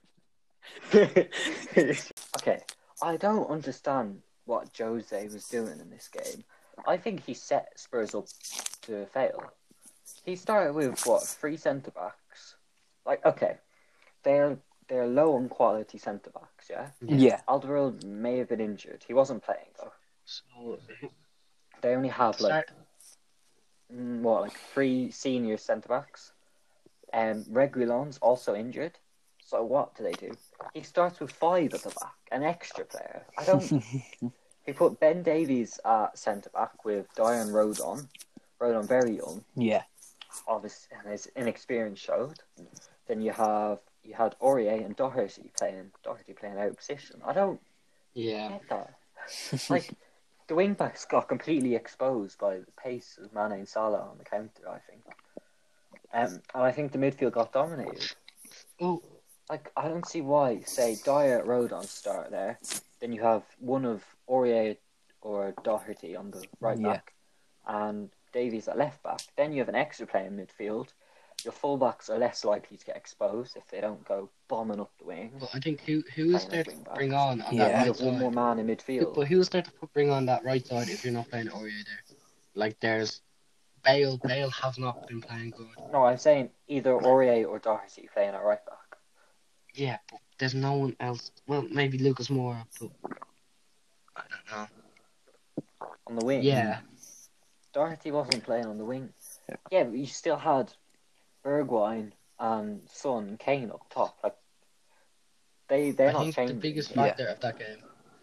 S1: okay, I don't understand what Jose was doing in this game. I think he set Spurs up to fail. He started with what three centre backs. Like okay, they're they're low on quality centre backs. Yeah,
S2: Yeah,
S1: Alderweireld may have been injured. He wasn't playing though.
S3: So
S1: They only have like
S3: start.
S1: mm, what, like three senior centre backs. Um, Reguilon's also injured. So what do they do? He starts with five at the back, an extra player. I don't. he put Ben Davies at centre back with Diane Rodon. Rodon very young,
S2: yeah,
S1: obviously, and his inexperience showed. Then you have you had Aurier and Doherty playing Doherty playing out of position. I don't
S3: Yeah,
S1: get that. Like the wing backs got completely exposed by the pace of Mane and Salah on the counter. I think, um, and I think the midfield got dominated.
S3: Oh.
S1: Like I don't see why. Say Dyer Rodon start there, then you have one of Aurier or Doherty on the right
S2: Yeah.
S1: back, and Davies at left back. Then you have an extra player in midfield. Your fullbacks are less likely to get exposed if they don't go bombing up the wings.
S3: but I think who who is
S1: Playing
S3: there
S1: as
S3: to
S1: wing back.
S3: bring on
S2: Yeah.
S3: on
S1: You
S3: that right
S1: have one more
S3: side?
S1: man in midfield.
S3: But who's there to put- bring on that right side if you're not playing Oreo there? Like there's Bale. Bale has not been playing good.
S1: No, I'm saying either Aurier or Doherty playing at right back.
S3: Yeah, but there's no one else. Well, maybe Lucas Moura, but I don't know.
S1: on the wing.
S3: Yeah,
S1: Doherty wasn't playing on the wing. Yeah, but you still had Bergwijn and Son and Kane up top. Like they they're
S3: I
S1: not
S3: think the
S1: changing.
S3: biggest
S2: Yeah.
S3: factor of that game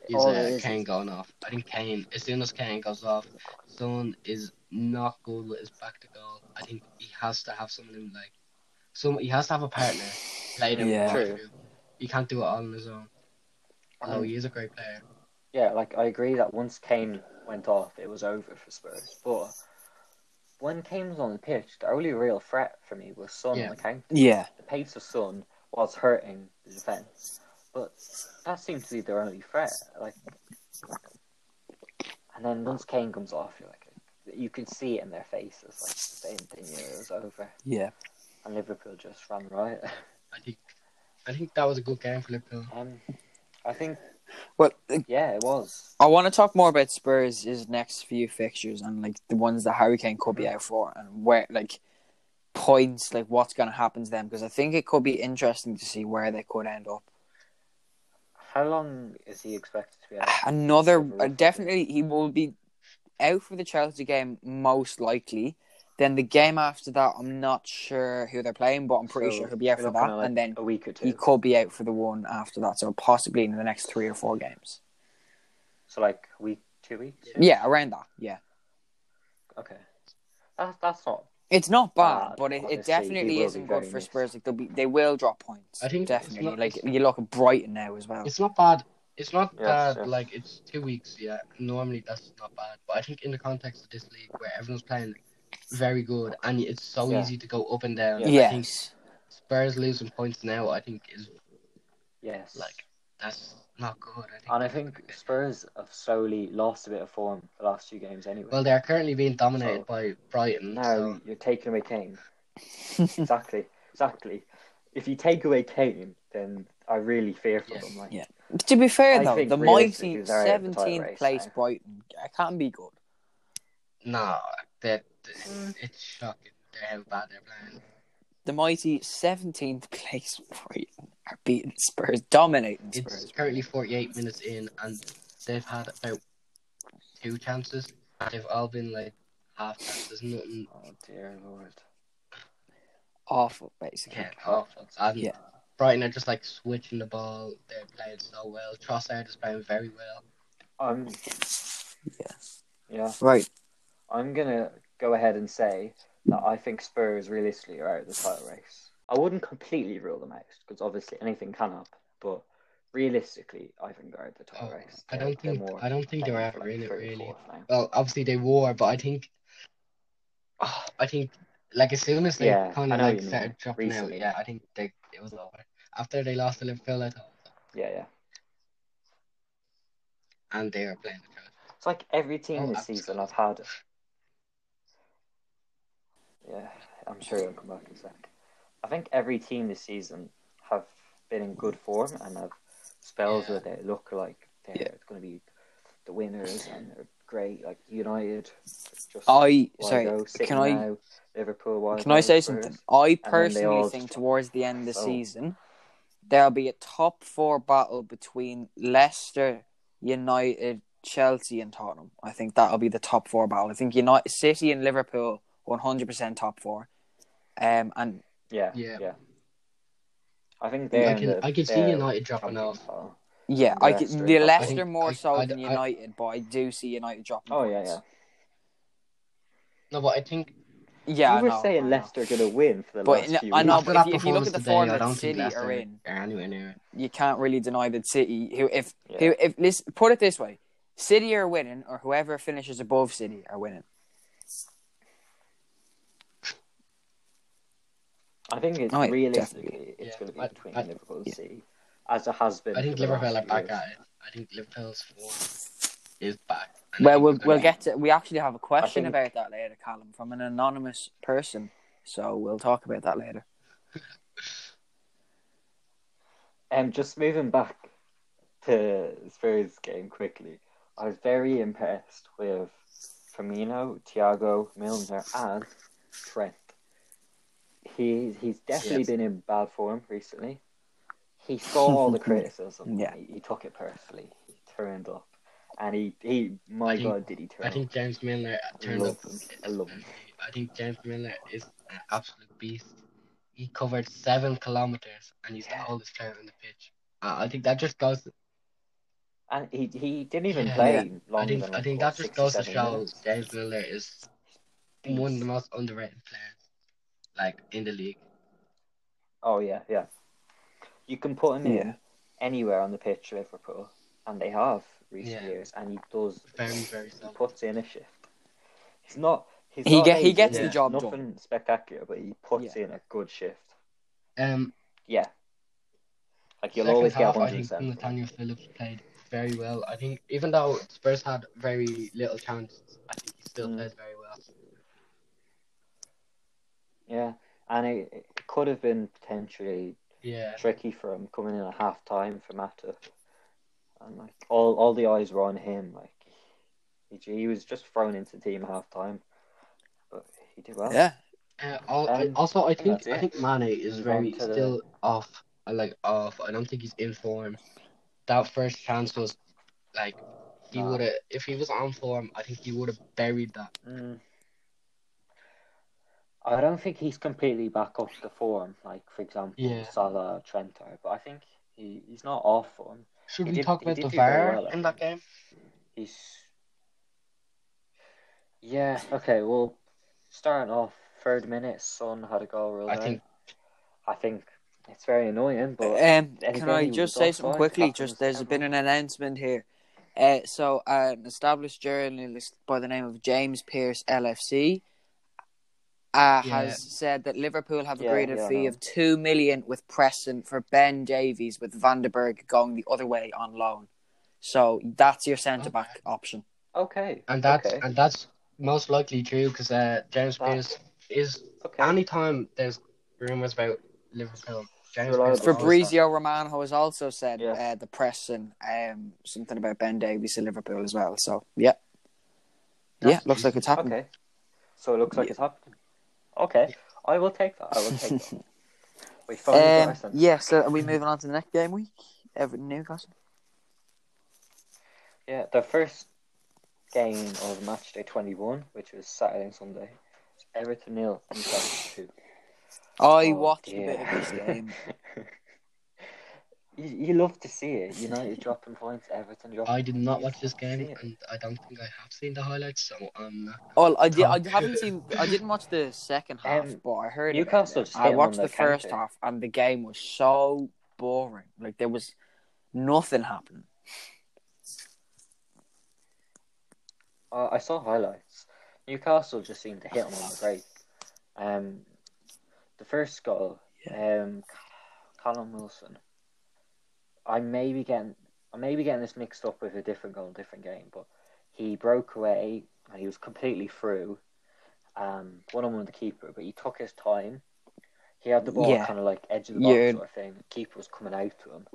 S3: is
S1: All
S3: uh,
S1: it is-
S3: Kane going off. I think Kane, as soon as Kane goes off, someone is not good with his back to goal. I think he has to have someone who, like, some he has to have a partner. Play him
S2: Yeah.
S3: walk
S1: True.
S3: through. He can't do it all on his own.
S1: I
S3: Although
S1: mean,
S3: he is a great player.
S1: yeah, like I agree that once Kane went off, it was over for Spurs. But when Kane was on the pitch, the only real threat for me was Son
S3: Yeah.
S1: and Kane.
S2: Yeah.
S1: the pace of Sun was hurting the defense, but that seemed to be their only threat. Like, and then once Kane comes off, you're like, you could see it in their faces. Like they, they knew it was over,
S2: Yeah.
S1: and Liverpool just ran right.
S3: I think I think that was a good game for Liverpool.
S1: Um, I think,
S2: Well, uh,
S1: yeah, it was.
S2: I want to talk more about Spurs' next few fixtures and like the ones that Harry Kane could be out for and where like points like what's going to happen to them because I think it could be interesting to see where they could end up.
S1: How long is he expected to be out?
S2: Another
S1: Overall.
S2: uh, definitely he will be out for the Chelsea game most likely. Then the game after that, I'm not sure who they're playing, but I'm pretty
S1: So
S2: sure he'll be out
S1: we're
S2: for
S1: looking
S2: that.
S1: at, like,
S2: and then
S1: a week or two.
S2: he could be out for the one after that, so possibly in the next three or four games.
S1: So like a week, two weeks.
S2: Yeah, around that. Yeah,
S1: Okay. That, that's not.
S2: it's not bad,
S1: Bad,
S2: but it, it
S1: obviously, he
S2: definitely
S1: will be
S2: isn't good
S1: very
S2: for
S1: missed.
S2: Spurs. Like they'll be, they will drop points.
S3: I think it's
S2: definitely.
S3: not-
S2: like
S3: it's-
S2: you look at Brighton now as well.
S3: It's not bad. It's not
S1: Yeah,
S3: bad.
S1: yeah.
S3: Like it's two weeks. Yeah, normally that's not bad. But I think in the context of this league, where everyone's playing very good, and it's so
S1: Yeah.
S3: easy to go up and down. I think
S2: yes,
S3: Spurs losing points now. I think is
S1: Yes.
S3: like that's not good. I think.
S1: And I think Spurs have slowly lost a bit of form the last two games anyway.
S3: well, they're currently being dominated
S1: So-
S3: by Brighton.
S1: now
S3: so-
S1: you're taking away Kane. exactly, exactly. If you take away Kane, then I really fear for
S3: Yeah.
S1: them. Like,
S2: Yeah. to be fair
S1: I
S2: though,
S1: think
S2: the
S1: realistically
S2: mighty
S1: they're out of the title
S2: 17th
S1: race
S2: place
S1: now.
S2: Brighton I can't be good.
S3: no, that
S1: Mm.
S3: it's shocking. They're how bad they're playing.
S2: The mighty 17th place Brighton are beating Spurs, dominating Spurs.
S3: It's currently 48 minutes in, and they've had about two chances. and They've all been like half chances, nothing
S1: oh dear lord.
S2: Awful, basically.
S3: yeah, awful. And
S2: Yeah.
S3: Brighton are just like switching the ball. They're playing so well. Trossard is playing very well.
S1: I'm. Yeah,
S2: Right.
S1: I'm gonna go ahead and say that I think Spurs realistically are out of the title race. I wouldn't completely rule them out because obviously anything can happen, but realistically, I think they're out of the title
S3: Oh,
S1: race.
S3: I
S1: They're-
S3: don't
S1: they're
S3: think
S1: more
S3: I don't think they're
S1: playing
S3: out
S1: for,
S3: of
S1: like,
S3: it
S1: third or
S3: really.
S1: fourth now.
S3: Well, obviously they were, but I think Ah, I think like as soon as they
S1: Yeah,
S3: kind
S1: I
S3: of
S1: know
S3: like
S1: what you
S3: started
S1: mean.
S3: dropping
S1: Recently.
S3: out, yeah, I think they it was over. After they lost to Liverpool, I thought,
S1: Yeah, yeah.
S3: and they were playing the trash.
S1: It's like every team
S3: Oh,
S1: this
S3: absolutely.
S1: season I've had. Yeah, I'm sure it'll come back in a sec. I think every team this season have been in good form and have spells
S3: Yeah.
S1: where they look like they're
S2: Yeah.
S1: going to be the winners and they're great. Like United, just
S2: I
S1: while
S2: Oh, sorry.
S1: ago, City
S2: Can I
S1: now, Liverpool? while
S2: Can I
S1: ago,
S2: say
S1: Spurs.
S2: something? I
S1: they
S2: personally
S1: all
S2: think
S1: just-
S2: towards the end of the
S1: Oh.
S2: season, there'll be a top four battle between Leicester, United, Chelsea, and Tottenham. I think that'll be the top four battle. I think United, City, and Liverpool, one hundred percent top four. Um, and
S1: Yeah, yeah,
S3: Yeah.
S1: I think they're.
S3: I
S1: in
S3: can
S1: the,
S3: I can see
S1: they're
S3: United dropping
S1: champions
S3: off.
S1: battle.
S2: yeah, I could-
S1: Leicester,
S2: the
S1: I
S2: Leicester
S3: think-
S2: more
S3: I-
S2: so
S3: I-
S2: than
S3: I-
S2: United, but I do see United dropping.
S1: Oh yeah,
S2: points.
S1: yeah.
S3: No, but I think
S2: yeah. I
S1: you were
S2: know, I
S1: saying
S2: know.
S1: Leicester going to win for the
S2: But
S1: last
S2: in-
S1: few
S2: I know,
S1: weeks.
S3: after
S2: but
S3: that
S2: if you- if you look
S3: performance
S2: at the
S3: today,
S2: form
S3: I
S2: that
S3: don't think
S2: City
S3: Leicester
S2: are in-
S3: are anywhere near it.
S2: You can't really deny that City, who if
S1: Yeah.
S2: who if listen, put it this way, City are winning, or whoever finishes above City are winning.
S1: I think it's
S2: Oh, yeah,
S1: realistically it's
S3: Yeah,
S1: going to be
S3: I-
S1: between
S3: I-
S1: Liverpool and
S2: yeah.
S1: City, as it has been.
S3: I think
S1: for the last
S3: Liverpool are
S1: few
S3: back
S1: years.
S3: at it. I think Liverpool's form is back. And
S2: Well,
S3: I think
S2: we'll
S3: they're
S2: we'll
S3: gonna-
S2: get to. We actually have a question
S1: think-
S2: about that later, Callum, from an anonymous person. So we'll talk about that later.
S1: Um, just moving back to Spurs game quickly, I was very impressed with Firmino, Thiago, Milner, and Trent. He he's definitely
S3: Yeah.
S1: been in bad form recently. He saw all the criticism.
S2: Yeah.
S1: he, he took it personally. He turned up, and he, he my
S3: I think-
S1: God, did he turn
S3: I think
S1: up.
S3: James Milner
S1: I
S3: turned up.
S1: love him. I love him.
S3: I think James Milner is an absolute beast. He covered seven kilometers and he's
S1: Yeah.
S3: the oldest player on the pitch. Uh, I think that just goes.
S1: And he, he didn't even
S3: Yeah.
S1: play longer
S3: I think
S1: than
S3: I
S1: like,
S3: think
S1: what,
S3: that just
S1: six or
S3: goes to
S1: seven
S3: show
S1: minutes.
S3: James Milner is one of the most underrated players, like in the league.
S1: Oh yeah, yeah. You can put him
S4: Yeah.
S1: in anywhere on the pitch, Liverpool, and they have recent
S3: Yeah.
S1: years, and he does.
S3: Very very
S1: He
S3: solid.
S1: puts in a shift. He's not. He's
S2: He
S1: not
S2: get- he
S1: amazing,
S2: gets
S3: the
S1: it's
S2: job
S1: Nothing spectacular, but he puts in a good shift.
S3: Um,
S1: Yeah. Like you'll
S3: Second
S1: always
S3: half,
S1: get one
S3: I think
S1: percent.
S3: Nathaniel Phillips played very well. I think even though Spurs had very little chances, I think he still
S1: Mm.
S3: plays very well.
S1: Yeah, and it, it could have been potentially
S3: Yeah,
S1: tricky for him coming in at half time for Mata, and like all all the eyes were on him. Like he, he was just thrown into the team at half time, but he did well.
S2: Yeah.
S3: Uh, al-
S1: Um,
S3: also, I think
S1: that's it.
S3: I think Mane is
S1: Move
S3: very
S1: on to the-
S3: still off. I like off. I don't think he's in form. That first chance was like he
S1: No.
S3: would have if he was on form. I think he would have buried that.
S1: Mm. I don't think he's completely back up to form, like for example
S3: Yeah.
S1: Salah, Trento, but I think he, he's not off form.
S3: Should
S1: He
S3: we
S1: did-
S3: talk
S1: he
S3: about
S1: did
S3: the
S1: do very
S3: VAR
S1: well, I
S3: in that game?
S1: He's yeah okay. Well, starting off third minute, Son had a goal ruled
S3: I
S1: out.
S3: think
S1: I think it's very annoying, but
S2: Um,
S1: And
S2: can
S1: again, he
S2: I
S1: was
S2: just say
S1: offside.
S2: something quickly?
S1: Happens
S2: Just there's
S1: every
S2: been an announcement here. Uh, so an established journalist by the name of James Pierce LFC uh,
S3: Yeah.
S2: has said that Liverpool have
S1: Yeah,
S2: agreed
S1: yeah, I
S2: a fee
S1: know.
S2: of two million with Preston for Ben Davies, with Vandenberg going the other way on loan. So that's your centre back
S3: Okay.
S2: option.
S1: okay,
S3: and that's
S1: okay,
S3: and that's most likely true because uh, James
S1: That-
S3: Pierce is
S1: okay.
S3: anytime there's rumors about Liverpool, James
S1: Reliable.
S3: Pierce
S1: Oh,
S3: always-
S2: Fabrizio Romano has also said
S1: Yeah.
S2: uh, the Preston um, something about Ben Davies to Liverpool as well. So yeah, yeah,
S3: That's
S2: looks like it's happening.
S1: Okay. So it looks like
S2: Yeah.
S1: it's happening. Okay. I will take that. I will take that. We finally got our
S2: Um,
S1: centre.
S2: yeah, so are we moving on to the next game week? Everton Newcastle.
S1: Yeah, the first game of match day 21, which was Saturday and Sunday, was Everton nil, Newcastle 2.
S2: I
S1: Oh,
S2: watched a bit
S1: dear.
S2: of this game.
S1: You, you love to see it. United dropping points, Everton dropping
S3: I did not
S1: points.
S3: watch this
S1: I
S3: game,
S1: see it.
S3: and I don't think I have seen the highlights, so um, I'm not.
S2: Oh, I did. I
S3: Tom.
S2: haven't seen. I didn't watch the second half,
S1: Um,
S2: but I heard. about
S1: Newcastle
S2: it.
S1: just hit
S2: I
S1: 'em
S2: watched
S1: on
S2: the
S1: the
S2: first
S1: counter.
S2: half, and the game was so boring. Like there was nothing happening.
S1: Uh, I saw highlights. Newcastle just seemed to hit them on a break. Um, the first goal, um, Callum Wilson. I may be getting, I may be getting this mixed up with a different goal, different game, but he broke away and he was completely through, um, one on one with the keeper. But he took his time. He had the ball
S2: Yeah.
S1: kind of like edge of the box
S2: Yeah.
S1: sort of thing. The keeper was coming out to him,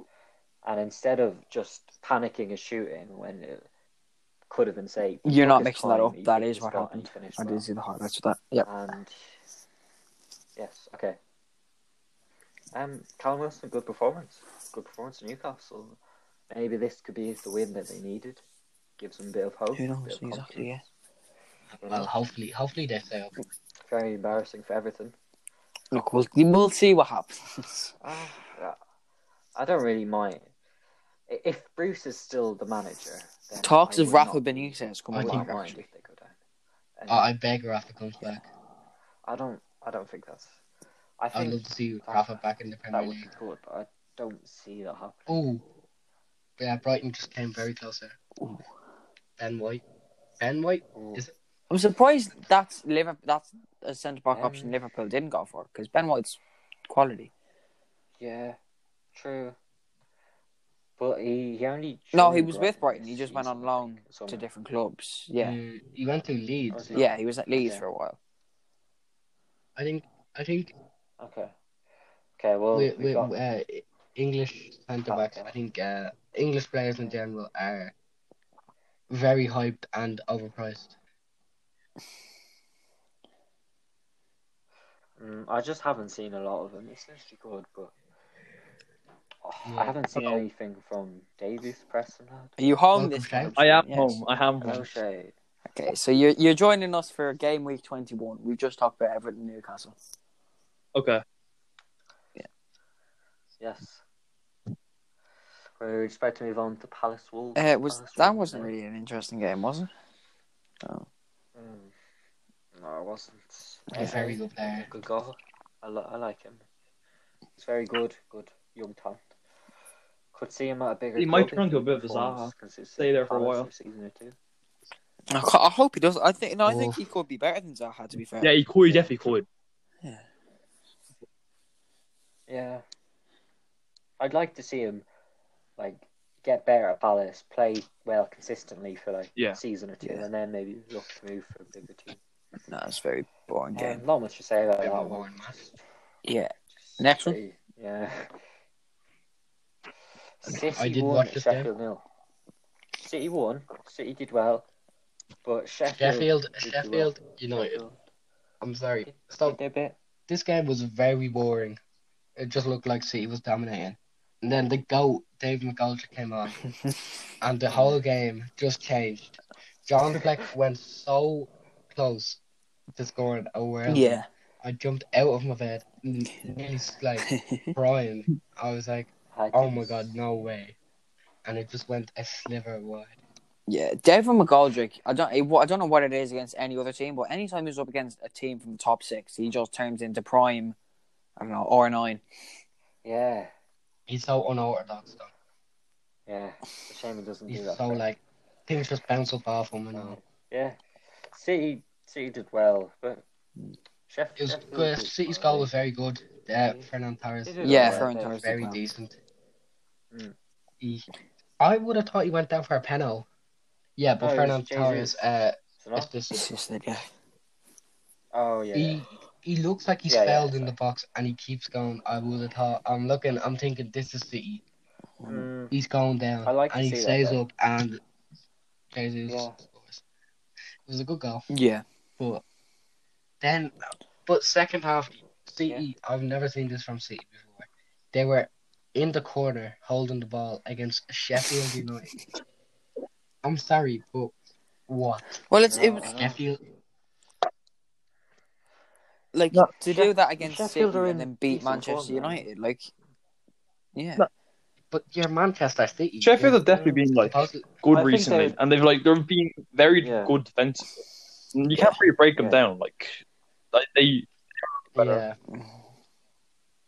S1: and instead of just panicking and shooting when it could have been saved, he
S2: You're
S1: took
S2: not
S1: his
S2: mixing that
S1: time,
S2: up.
S1: he
S2: That
S1: picked
S2: is
S1: his
S2: what
S1: spot, and
S2: happened.
S1: he finished
S2: I
S1: well.
S2: did see the highlights of that. Yep.
S1: And yes, okay. Um, Callum Wilson, good performance. Good performance in Newcastle. Maybe this could be the win that they needed. Gives them a bit of hope.
S2: Who
S1: a
S2: knows?
S1: bit of
S2: Exactly. Yeah.
S1: confidence. You know,
S3: Well, hopefully, hopefully they stay
S1: Mm.
S3: up.
S1: Very embarrassing for Everton.
S2: Look, we'll we'll see what happens.
S1: Ah, yeah. I don't really mind. I- If Bruce is still the manager, then
S2: Talks
S1: I
S2: of
S1: would not
S2: Rafa
S1: be-
S2: Benitez
S1: I
S2: coming
S1: wouldn't
S2: back.
S3: think-
S1: mind
S2: Actually,
S1: if they go down.
S3: Oh, I beg Rafa comes back.
S1: I don't. I don't think that's. I
S3: I'd
S1: think
S3: love to see
S1: that-
S3: Rafa back in the
S1: that
S3: Premier
S1: would be
S3: League.
S1: good, but I don't see that happening.
S3: Oh, yeah, Brighton just came very close there.
S2: Ooh.
S3: Ben White, Ben White.
S1: Ooh.
S3: Is-
S2: I'm surprised that's Liverpool. That's a centre back
S1: Um,
S2: option Liverpool didn't go for because Ben White's quality.
S1: Yeah, true. But he, he only
S2: No, he
S1: joined
S2: was with Brighton.
S1: this
S2: He just went
S1: season,
S2: on
S1: I
S2: loan
S1: think, somewhere.
S2: to different clubs. Yeah,
S3: Mm, he went to
S1: Was
S3: Leeds.
S1: he?
S2: yeah, he was at Leeds
S1: Okay.
S2: for a while.
S3: I think. I think
S1: Okay. Okay. Well,
S3: we,
S1: Oh, we,
S3: we,
S1: got
S3: uh, English centre backs. I think uh, English players in general are very hyped and overpriced.
S1: Mm, I just haven't seen a lot of him. It's actually good, but I haven't seen anything from Davies Preston lad.
S2: Are you home
S3: Welcome,
S2: this
S3: Shane.
S2: time?
S5: I am
S2: Yes.
S5: home. I am home.
S1: No shade.
S2: Okay, so you're you're joining us for game week twenty one. We've just talked about Everton and Newcastle.
S5: Okay.
S1: Yes. We're about to move on to Palace Wolves.
S2: Uh, it was
S1: Palace
S2: that
S1: Wolves,
S2: wasn't
S1: eh?
S2: really an interesting game, was it?
S1: Mm. No, it wasn't.
S3: A very good
S1: Uh,
S3: player.
S1: good goal. I, li- I like him. He's very good. Good young talent. Could see him at a bigger.
S5: He might
S1: club
S5: turn
S1: if
S5: to a bit of a
S1: performs
S5: Zaha.
S1: consistently
S5: Stay there for a
S1: Palace
S5: while.
S1: season or two.
S2: I, ca- I hope he does. I think no, I think
S3: Oh.
S2: he could be better than Zaha. To be fair,
S5: Yeah, he could. He definitely could.
S1: Yeah. I'd like to see him, like, get better at Palace, play well consistently for like
S5: Yeah.
S1: a season or two,
S2: Yeah.
S1: and then maybe look to move for a bigger team.
S2: no, it's a very boring game.
S1: Um, not much to say about
S3: Bit of a
S1: that one.
S3: boring match.
S2: Yeah, next one.
S1: Pretty- Yeah. City
S3: I did
S1: won
S3: watch this game.
S1: Sheffield nil. City won. City did well, but Sheffield.
S3: Sheffield,
S1: did
S3: Sheffield
S1: well.
S3: United.
S1: Sheffield
S3: I'm sorry.
S1: did-
S3: Stop.
S1: did their bit.
S3: This game was very boring. It just looked like City was dominating. And then the goal, Dave McGoldrick came on, and the whole game just changed. John Fleck went so close to scoring a world.
S2: Yeah,
S3: I jumped out of my bed, n- nearly like crying. I was like,
S1: Had
S3: "Oh
S1: to-
S3: my god, no way!" And it just went a sliver wide.
S2: yeah. Devin McGoldrick. I don't. he- what- I don't know what it is against any other team, but anytime he's up against a team from the top six, he just turns into prime. I don't know R nine.
S1: Yeah,
S3: He's so unorthodox, though.
S1: yeah. It's a shame he doesn't do
S3: He's
S1: that.
S3: so
S1: for-
S3: like things just bounce up off him and all.
S1: Yeah, City. City did well, but Sheff-
S3: It was
S1: Sheffield.
S3: good.
S1: did
S3: City's
S1: well,
S3: goal was
S1: they-
S3: very good. Uh, Fernand Torres
S1: they did
S2: Yeah,
S1: well,
S2: Ferran
S1: they-
S2: Torres.
S3: very
S2: well.
S3: decent.
S1: Mm.
S3: He, I would have thought he went down for a penalty. Yeah, but
S1: No, it was
S3: Fernand Torres
S1: Jesus.
S3: uh,
S1: Is it not?
S3: assisted.
S2: It's just that, yeah.
S1: Oh yeah.
S3: He he looks like he's
S1: Yeah, yeah,
S3: fouled in
S1: sorry.
S3: the box and he keeps going. I would have thought. I'm looking. I'm thinking this is City.
S1: Mm,
S3: He's going down.
S1: I like to
S3: and he
S1: see that,
S3: stays
S1: though.
S3: up and Jesus
S1: Yeah.
S3: scores. It was a good goal.
S2: Yeah.
S3: But then, but second half, City. I've never seen this from City before. They were in the corner holding the ball against Sheffield United. I'm sorry, but what
S2: Well, it's it
S1: No,
S2: was
S1: I know.
S3: Sheffield?
S2: like
S5: No,
S2: to
S1: Sheff-
S2: do that against
S1: Sheffield
S2: City
S1: are
S2: and
S1: in
S2: then beat
S1: decent
S2: Manchester
S1: form, though.
S2: United. Like, yeah.
S5: No.
S3: But you're Manchester City.
S5: Sheffield
S3: You're
S5: have definitely been like
S3: supposed to-
S5: good
S1: I think
S5: recently,
S1: they-
S5: and they've like they've been very
S1: Yeah.
S5: good defensive. You can't really break them
S1: Yeah.
S5: down. Like like, they, Better.
S3: yeah,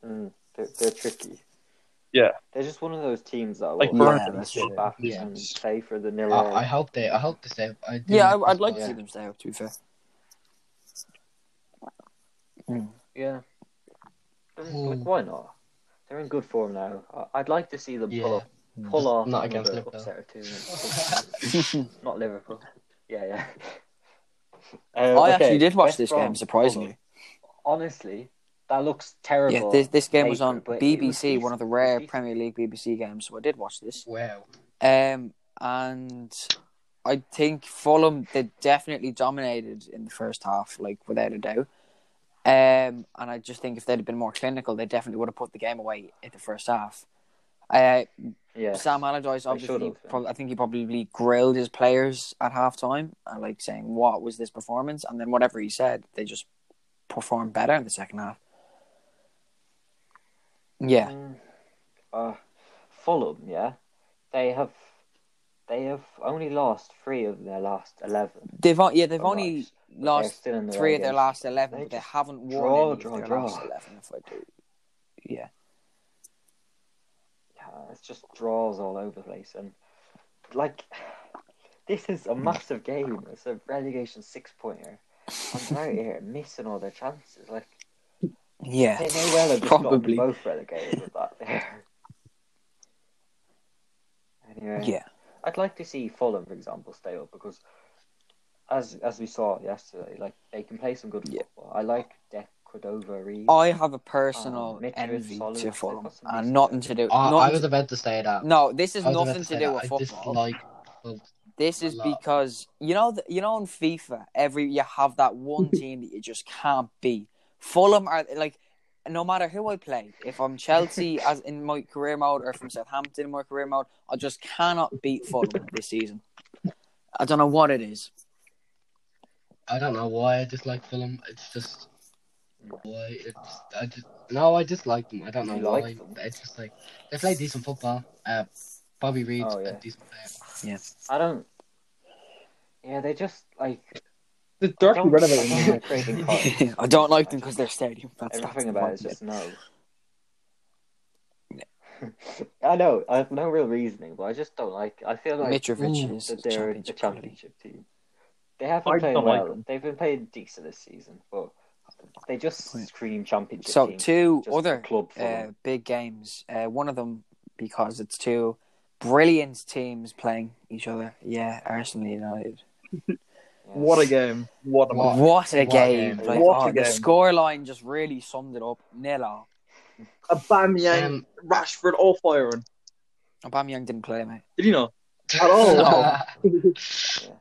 S1: Mm, they're, they're tricky.
S5: Yeah.
S1: They're just one of those teams that
S5: Like
S1: will
S2: Burnley.
S1: actually
S2: Yeah, that's
S1: sit
S2: true.
S1: back
S3: Yeah.
S1: and play for the nil.
S3: I, I hope they. I hope they say. I do
S2: Yeah,
S3: like
S2: I, I'd
S3: this
S2: like
S3: goal.
S2: to see them stay up. To be fair,
S1: yeah. They're-
S3: Ooh.
S1: Like, why not? They're in good form now. I- I'd like to see them
S3: Yeah.
S1: pull up, pull off
S3: Not against
S1: another
S3: Liverpool.
S1: upset or two. not Liverpool. Yeah, yeah. Uh,
S2: I
S1: okay,
S2: actually did watch
S1: West
S2: this
S1: Brom.
S2: game. Surprisingly,
S1: Honestly, that looks terrible.
S2: yeah, this this game was
S1: paper,
S2: on
S1: but it
S2: BBC,
S1: was
S2: one of the
S1: decent. It
S2: rare
S1: was decent.
S2: Premier League BBC games. So I did watch this.
S3: Wow.
S2: Um, and I think Fulham they definitely dominated in the first half, like without a doubt. Um, and I just think if they'd have been more clinical, they definitely would have put the game away in the first half. Uh,
S1: Yeah.
S2: Sam Allardyce
S1: They should
S2: obviously,
S1: have, yeah.
S2: prob- I think he probably grilled his players at halftime and like saying, "What was this performance?" And then whatever he said, they just performed better in the second half. Yeah,
S1: Mm, uh, Fulham, yeah, they have they have only lost three of their last eleven.
S2: they've on- yeah they've
S1: All
S2: only
S1: right. They're
S2: lost
S1: still in the
S2: three of their
S1: relegation.
S2: last eleven,
S1: They
S2: but they
S1: just
S2: haven't won
S1: draw,
S2: any
S1: draw,
S2: of their
S1: draw.
S2: last eleven. If I do, yeah,
S1: Yeah, it's just draws all over the place, and like this is a massive game. It's a relegation six pointer. I'm out here missing all their chances. Like
S2: yeah,
S1: they may well have just
S2: Probably.
S1: gotten both relegated with that there. Anyway,
S2: yeah,
S1: I'd like to see Fulham, for example, stay up because, as as we saw yesterday, like they can play some good
S2: Yeah. Oh.
S1: football. I like Dec Cordova Reed.
S2: I have a personal
S1: Um, Mitrovic,
S2: envy
S1: Solid,
S2: to
S1: they've
S2: Fulham
S1: got some
S2: and
S1: decent
S2: nothing to do.
S3: Uh, I
S2: nothing
S3: was
S2: to-
S3: about to say that.
S2: no, this is
S3: I was about
S2: nothing to
S3: say
S2: do
S3: that.
S2: with
S3: I
S2: football.
S3: dislike. Well,
S2: This is
S3: a lot.
S2: because you know th- you know in FIFA every you have that one team that you just can't beat. Fulham are like no matter who I play, if I'm Chelsea as in my career mode or from Southampton in my career mode, I just cannot beat Fulham this season. I don't know what it is.
S3: I don't know why I dislike Fulham. It's just why it's I just no, I dislike them. I don't know
S1: You
S3: why.
S1: like them?
S3: It's just like they play decent football. Uh, Bobby Reed's
S1: Oh, yeah.
S3: a decent player.
S1: I don't. Yeah, they just like
S5: The dark
S1: don't-
S5: and red of
S1: I don't
S5: it.
S1: like Craig Cotton.
S2: I don't like them because they're stadium. That's, that's
S1: Everything
S2: the
S1: about it is
S2: problem.
S1: just no. I know. I have no real reasoning, but I just don't like. I feel like
S2: Mitrovic
S3: Ooh,
S2: is
S1: that they're a
S2: championship quality.
S1: championship team. They haven't
S5: I
S1: played
S5: don't like
S1: well.
S5: them.
S1: They've been playing decent this season, but they just
S2: Right.
S1: scream championship.
S2: So
S1: team.
S2: two
S1: Just
S2: other
S1: a club for
S2: uh,
S1: them.
S2: big games. Uh, one of them because it's two brilliant teams playing each other. Yeah, Arsenal United.
S1: Yeah.
S5: What a game! What a
S3: What?
S2: What
S5: match!
S2: a
S3: What a
S2: game!
S3: game.
S2: Like,
S5: What a
S2: oh, the
S5: game.
S2: scoreline just really summed it up. Nil all.
S5: Aubameyang,
S3: Um,
S5: Rashford, all firing.
S2: Aubameyang didn't play, mate.
S5: Did you know? At all?
S2: oh.
S5: Wow.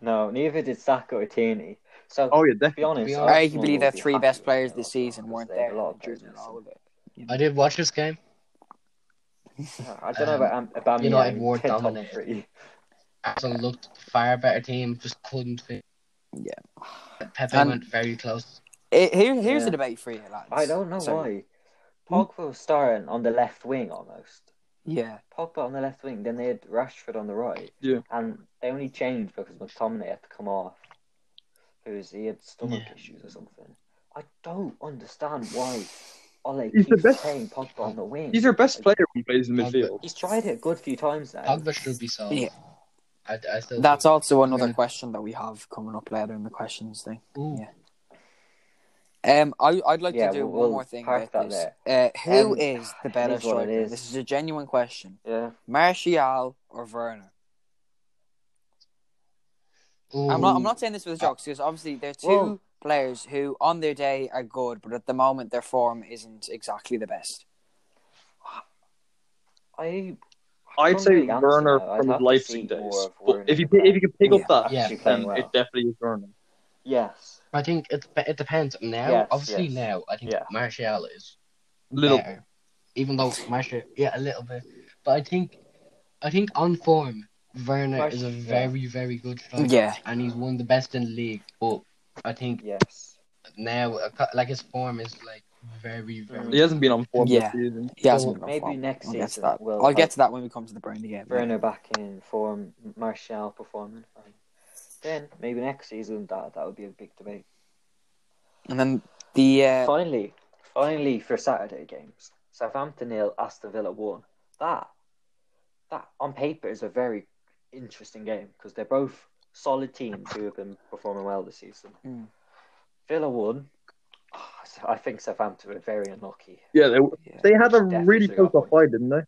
S1: No, neither did Saka or Tierney. So
S5: oh yeah,
S1: to be honest,
S3: We are-
S1: Arsenal
S2: Arguably,
S1: would
S2: their
S1: be
S2: three
S1: happy
S2: best
S1: with
S2: players
S1: their
S2: this
S1: lot,
S2: season
S1: because
S2: weren't
S1: they have
S2: there.
S1: A lot of
S2: They drew
S1: players
S2: it
S1: missing.
S2: all with it.
S3: I did watch this game.
S1: I don't know about Am- Aubameyang.
S3: United were
S1: top
S3: dominated.
S1: three.
S3: Arsenal looked far better team. Just couldn't. Win.
S2: Yeah.
S3: Pepe
S2: And-
S3: went very close.
S2: It- here, here's
S1: Yeah.
S2: a debate for you, lads.
S1: I don't know
S2: Sorry.
S5: hmm?
S1: why. Pogba was starting on the left wing almost.
S2: Yeah,
S1: Pogba on the left wing, then they had Rashford on the right.
S5: Yeah.
S1: And they only changed because McTominay had to come off. Because he had stomach
S3: Yeah.
S1: issues or something. I don't understand why Ole
S5: He's the
S1: keeps
S5: best-
S1: playing Pogba on the wing.
S5: He's our best player when he plays in
S3: Pogba.
S5: midfield.
S1: He's tried it a good few times now.
S3: Pogba should be sold.
S2: Yeah.
S3: I, I still
S2: that's
S3: think-
S2: also
S3: I'm
S2: another
S3: gonna-
S2: question that we have coming up later in the questions thing.
S3: Ooh,
S2: Yeah. Um, I, I'd like
S1: Yeah,
S2: to do
S1: we'll-
S2: one
S1: we'll
S2: more thing
S1: park
S2: about
S1: that
S2: this. Uh,
S1: Um,
S2: who is the
S1: it
S2: better
S1: is what it
S2: striker?
S1: is.
S2: This is a genuine question.
S1: Yeah.
S2: Martial or Werner?
S3: ooh.
S2: I'm not. I'm not saying this with a joke because obviously they're two
S1: Well-
S2: players who, on their day, are good, but at the moment their form isn't exactly the best.
S1: I I
S5: I'd
S1: don't
S5: say
S1: really answer
S5: Werner
S1: that. I'd
S5: from his
S1: have to
S5: Leipzig
S1: see more
S5: days.
S1: of
S5: But
S1: Werner
S5: if you
S1: than
S5: if you could pick
S2: Yeah.
S5: up that,
S1: actually playing
S3: Yeah.
S5: then
S1: well.
S5: it definitely is Werner.
S1: Yes.
S3: I think it dep- it depends now.
S1: Yes,
S3: Obviously
S1: yes.
S3: now, I think
S1: Yeah.
S3: Martial is
S5: Little
S3: better, even though Martial, yeah, a little bit. But I think, I think on form, Werner
S1: Mar-
S3: is a
S1: yeah.
S3: very very good striker,
S2: Yeah,
S3: and he's one of the best in the league. But I think
S1: Yes.
S3: now, a co- like his form is like very very.
S5: He hasn't been on form
S2: Yeah.
S5: this season.
S2: he hasn't
S3: Well,
S2: been on
S1: Maybe
S2: form.
S1: next
S2: I'll
S1: season.
S2: get to that.
S1: We'll
S2: I'll
S1: have
S2: get to that when we come to the Burnley game. yeah.
S1: Werner back in form, Martial performing. And then maybe next season that that would be a big debate.
S2: And then the uh,
S1: Finally, finally for Saturday games, Southampton nil, Aston Villa one. That that on paper is a very interesting game because they're both solid teams who have been performing well this season.
S2: Hmm.
S1: Villa won. Ah, so I think Southampton were very unlucky.
S5: Yeah, they
S2: yeah.
S5: they had a
S1: Definitely
S5: really
S1: got
S5: close
S1: one.
S5: off fight, didn't they?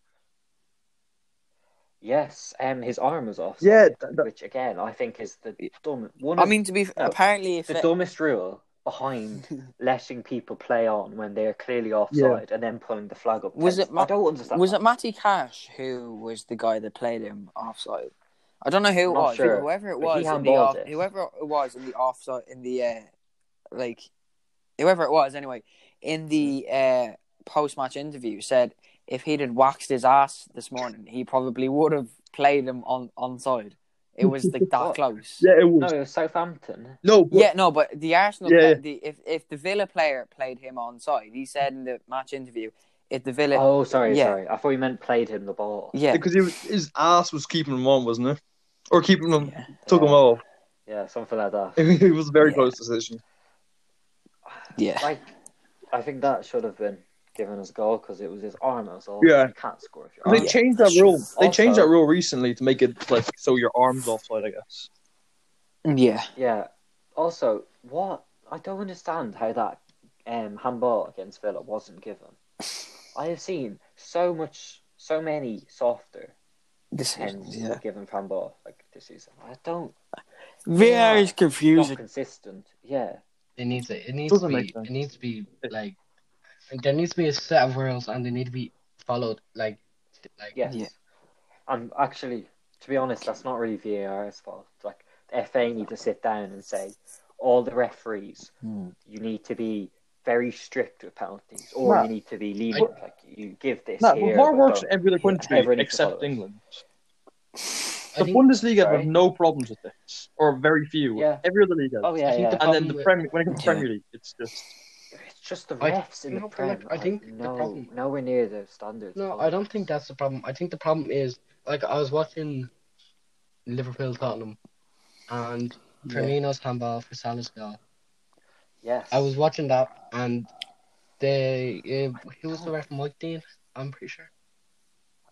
S1: Yes, and his arm was off.
S5: Yeah, that- that-
S1: which again I think is the
S2: Yeah.
S1: dumb one.
S2: I
S1: of-
S2: mean, to be f
S1: No.
S2: apparently, if
S1: the
S2: it-
S1: dumbest rule behind letting people play on when they're clearly offside and then pulling the flag up.
S2: Was
S1: ten-
S2: it Ma-
S1: I don't understand.
S2: was
S1: that.
S2: it Matty Cash who was the guy that played him offside? I don't know who it
S1: Not
S2: was,
S1: sure,
S2: but whoever it
S1: but he
S2: was in the
S1: handballed
S2: off,
S1: it.
S2: whoever it was in the offside in the uh, like whoever it was anyway in the
S1: Mm.
S2: uh, post match interview said if he'd had waxed his ass this morning, he probably would have played him on onside. It was like that
S1: What?
S2: close.
S5: Yeah, it
S1: No,
S5: was.
S1: it was Southampton.
S5: No, but
S2: Yeah, no, but the Arsenal,
S5: Yeah,
S2: pla-
S5: yeah.
S2: the if if the Villa player played him onside, he said in the match interview, if the Villa,
S1: Oh, sorry,
S2: yeah.
S1: sorry. I thought you meant played him the ball.
S2: yeah,
S5: because he was, his ass was keeping him on, wasn't it? Or keeping him
S2: yeah.
S5: took him
S1: Yeah.
S5: off.
S1: Yeah, something like that.
S5: It was a very
S2: Yeah.
S5: close decision.
S2: yeah.
S1: Like, I think that should have been given as a goal because it was his arm that was off.
S5: Yeah.
S1: You can't score if you're
S5: They
S1: arm.
S2: Yeah,
S5: changed
S2: that's
S5: that rule. They
S1: Also-
S5: changed that rule recently to make it like so your arms offside. I guess.
S2: Yeah,
S1: Yeah. Also, what I don't understand how that um, handball against Villa wasn't given. I have seen so much, so many softer
S2: decisions.
S1: pens
S2: Yeah,
S1: given for handball like this season. I don't.
S2: VR is
S1: Not
S2: confusing.
S1: consistent. Yeah.
S3: It needs it. It needs
S5: Doesn't
S3: to
S5: make
S3: be.
S5: sense.
S3: It needs to be like. There needs to be a set of rules, and they need to be followed. Like, like
S1: Yes.
S2: Yeah.
S1: And actually, to be honest, that's not really VAR's fault. Like
S2: Hmm.
S1: the FA need to sit down and say, all the referees, you need to be very strict with penalties, or
S5: No.
S1: you need to be lenient. Like you give this
S5: No,
S1: here.
S5: but VAR
S1: but
S5: works in
S1: don't.
S5: every other country
S1: Everyone needs to follow
S5: except
S1: it.
S5: England.
S3: I
S5: The
S3: think,
S5: Bundesliga
S1: Sorry?
S5: have no problems with this, or very few.
S1: Yeah.
S5: Every other league has.
S1: Oh yeah,
S3: I think
S1: yeah.
S3: the-
S5: and then
S3: problem
S5: the
S3: with-
S5: Premier, when it comes to
S2: Yeah.
S5: Premier League, it's just
S1: It's just the
S3: I-
S1: refs in
S3: no,
S1: the
S3: but
S1: Prem.
S3: like, I
S1: are
S3: think the
S1: no,
S3: problem-
S1: nowhere near the standards.
S3: no,
S1: of
S3: I don't
S1: us.
S3: think that's the problem. I think the problem is like I was watching Liverpool Tottenham, and Firmino's handball for Salah's goal.
S1: Yes,
S3: I was watching that, and they uh, who was the ref? Mike Dean, I'm pretty sure.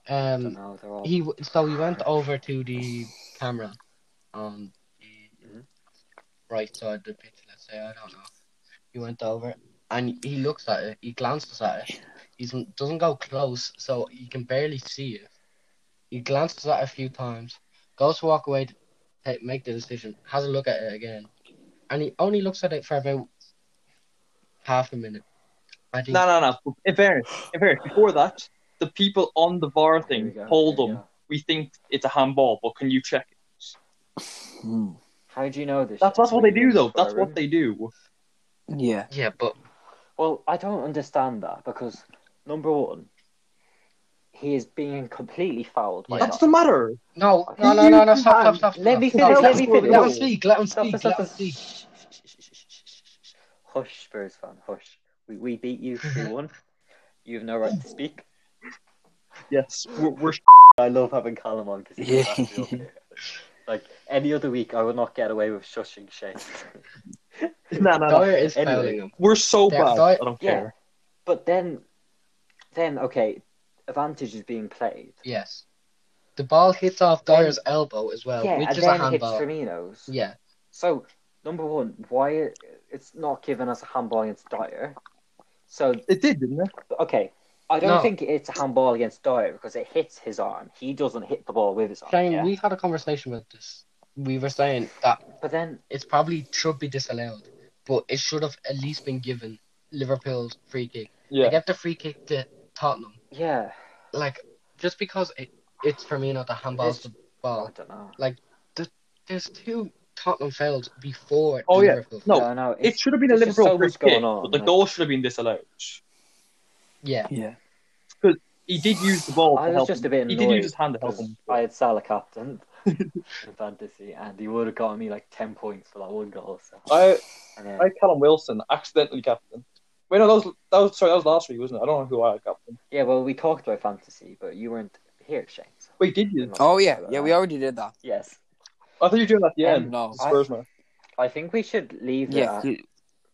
S1: I don't
S3: Um,
S1: know, they're all
S3: he w- so he went over to the camera on the
S1: Mhm.
S3: right side of the pitch. Let's say I don't know. He went over and he looks at it. He glances at it. He doesn't go close, so you can barely see it. He glances at it a few times, goes to walk away to take, make the decision, has a look at it again, and he only looks at it for about half a minute. I think.
S5: no, no, no. But In fairness, in fairness, before that, the people on the VAR
S1: Here we
S5: thing
S1: go,
S5: told
S1: here we
S5: them
S1: go.
S5: we think it's a handball, but can you check it?
S2: Hmm.
S1: How do you know this?
S5: That's
S1: shit?
S5: that's what
S1: Were
S5: they
S1: you in
S5: do
S1: the
S5: though. That's
S1: forum?
S5: what they do.
S2: Yeah.
S3: Yeah, but
S1: Well, I don't understand that because number one, he is being completely fouled. By
S3: Yeah.
S5: That's the
S1: Tottenham.
S5: matter.
S3: No, no,
S5: Can
S3: no, no,
S5: you
S3: no, stop,
S5: come-
S3: stop, stop, stop.
S1: Let me
S3: Stop,
S1: finish,
S3: stop,
S1: let me
S3: stop,
S1: finish.
S3: Let him speak, let him
S1: Stop,
S3: speak,
S1: stop,
S3: let him
S1: stop.
S3: speak.
S1: Hush, Spurs fan, hush. We, we beat you 3 1. You have no right to speak.
S5: Yes, we're, we're
S1: I love having Callum on because
S2: Yeah.
S1: he's actually up here. Like any other week, I would not get away with shushing Shane.
S5: no, no, no.
S3: Dyer is
S1: Anyway.
S3: fouling him.
S5: We're so
S3: They're-
S5: bad.
S3: they're-
S5: I don't
S1: Yeah.
S5: care.
S1: But then, then okay, advantage is being played.
S3: Yes. The ball hits off
S1: Then-
S3: Dyer's elbow as well,
S1: yeah,
S3: which
S1: and
S3: is a
S1: then hits
S3: handball.
S1: Firmino's.
S3: Yeah.
S1: So, number one, why it's not given as a handball against Dyer? So,
S5: It did, didn't it?
S1: okay, I don't
S3: No.
S1: think it's a handball against Dyer because it hits his arm. He doesn't hit the ball with his arm.
S3: Shane,
S1: yeah?
S3: we had a conversation about this. We were saying that
S1: But then,
S3: it's probably should be disallowed, but it should have at least been given Liverpool's free kick. They
S5: Yeah.
S3: get the free kick to Tottenham.
S1: yeah,
S3: Like, just because it, it's Firmino that handballs the
S1: I
S5: Oh.
S3: ball,
S1: don't know.
S3: there's two Tottenham fouls before
S5: Oh,
S3: the
S5: yeah.
S3: Liverpool
S5: No,
S1: I know.
S5: It
S1: It's,
S5: should have been a
S1: there's just
S5: Liverpool
S1: so
S5: free
S1: much going
S5: kick,
S1: on,
S5: but the
S1: like-
S5: goal should have been disallowed.
S3: Yeah.
S2: Yeah.
S5: He did use the ball
S1: I
S5: to
S1: was
S5: help.
S1: just a
S5: him.
S1: bit
S5: He
S1: annoyed.
S5: did use his hand to help
S1: because
S5: him.
S1: I had Salah captain in fantasy, and he would have got me like 10 points for that one goal. So.
S5: I,
S1: And then,
S5: I, had Callum Wilson, accidentally captain. Wait, no, that was that was sorry, that was last week, wasn't it? I don't know who I had captain.
S1: yeah, well, we talked about fantasy, but you weren't here, Shane. so
S5: Wait, did
S1: we're
S5: you?
S1: not
S2: Oh
S1: talking
S2: yeah.
S1: about
S2: Yeah.
S1: that.
S2: We already did that.
S1: Yes.
S5: I thought you were doing that at the
S1: Um,
S5: end.
S2: No.
S5: the Spurs man.
S1: I think we should leave it
S2: Yeah.
S1: at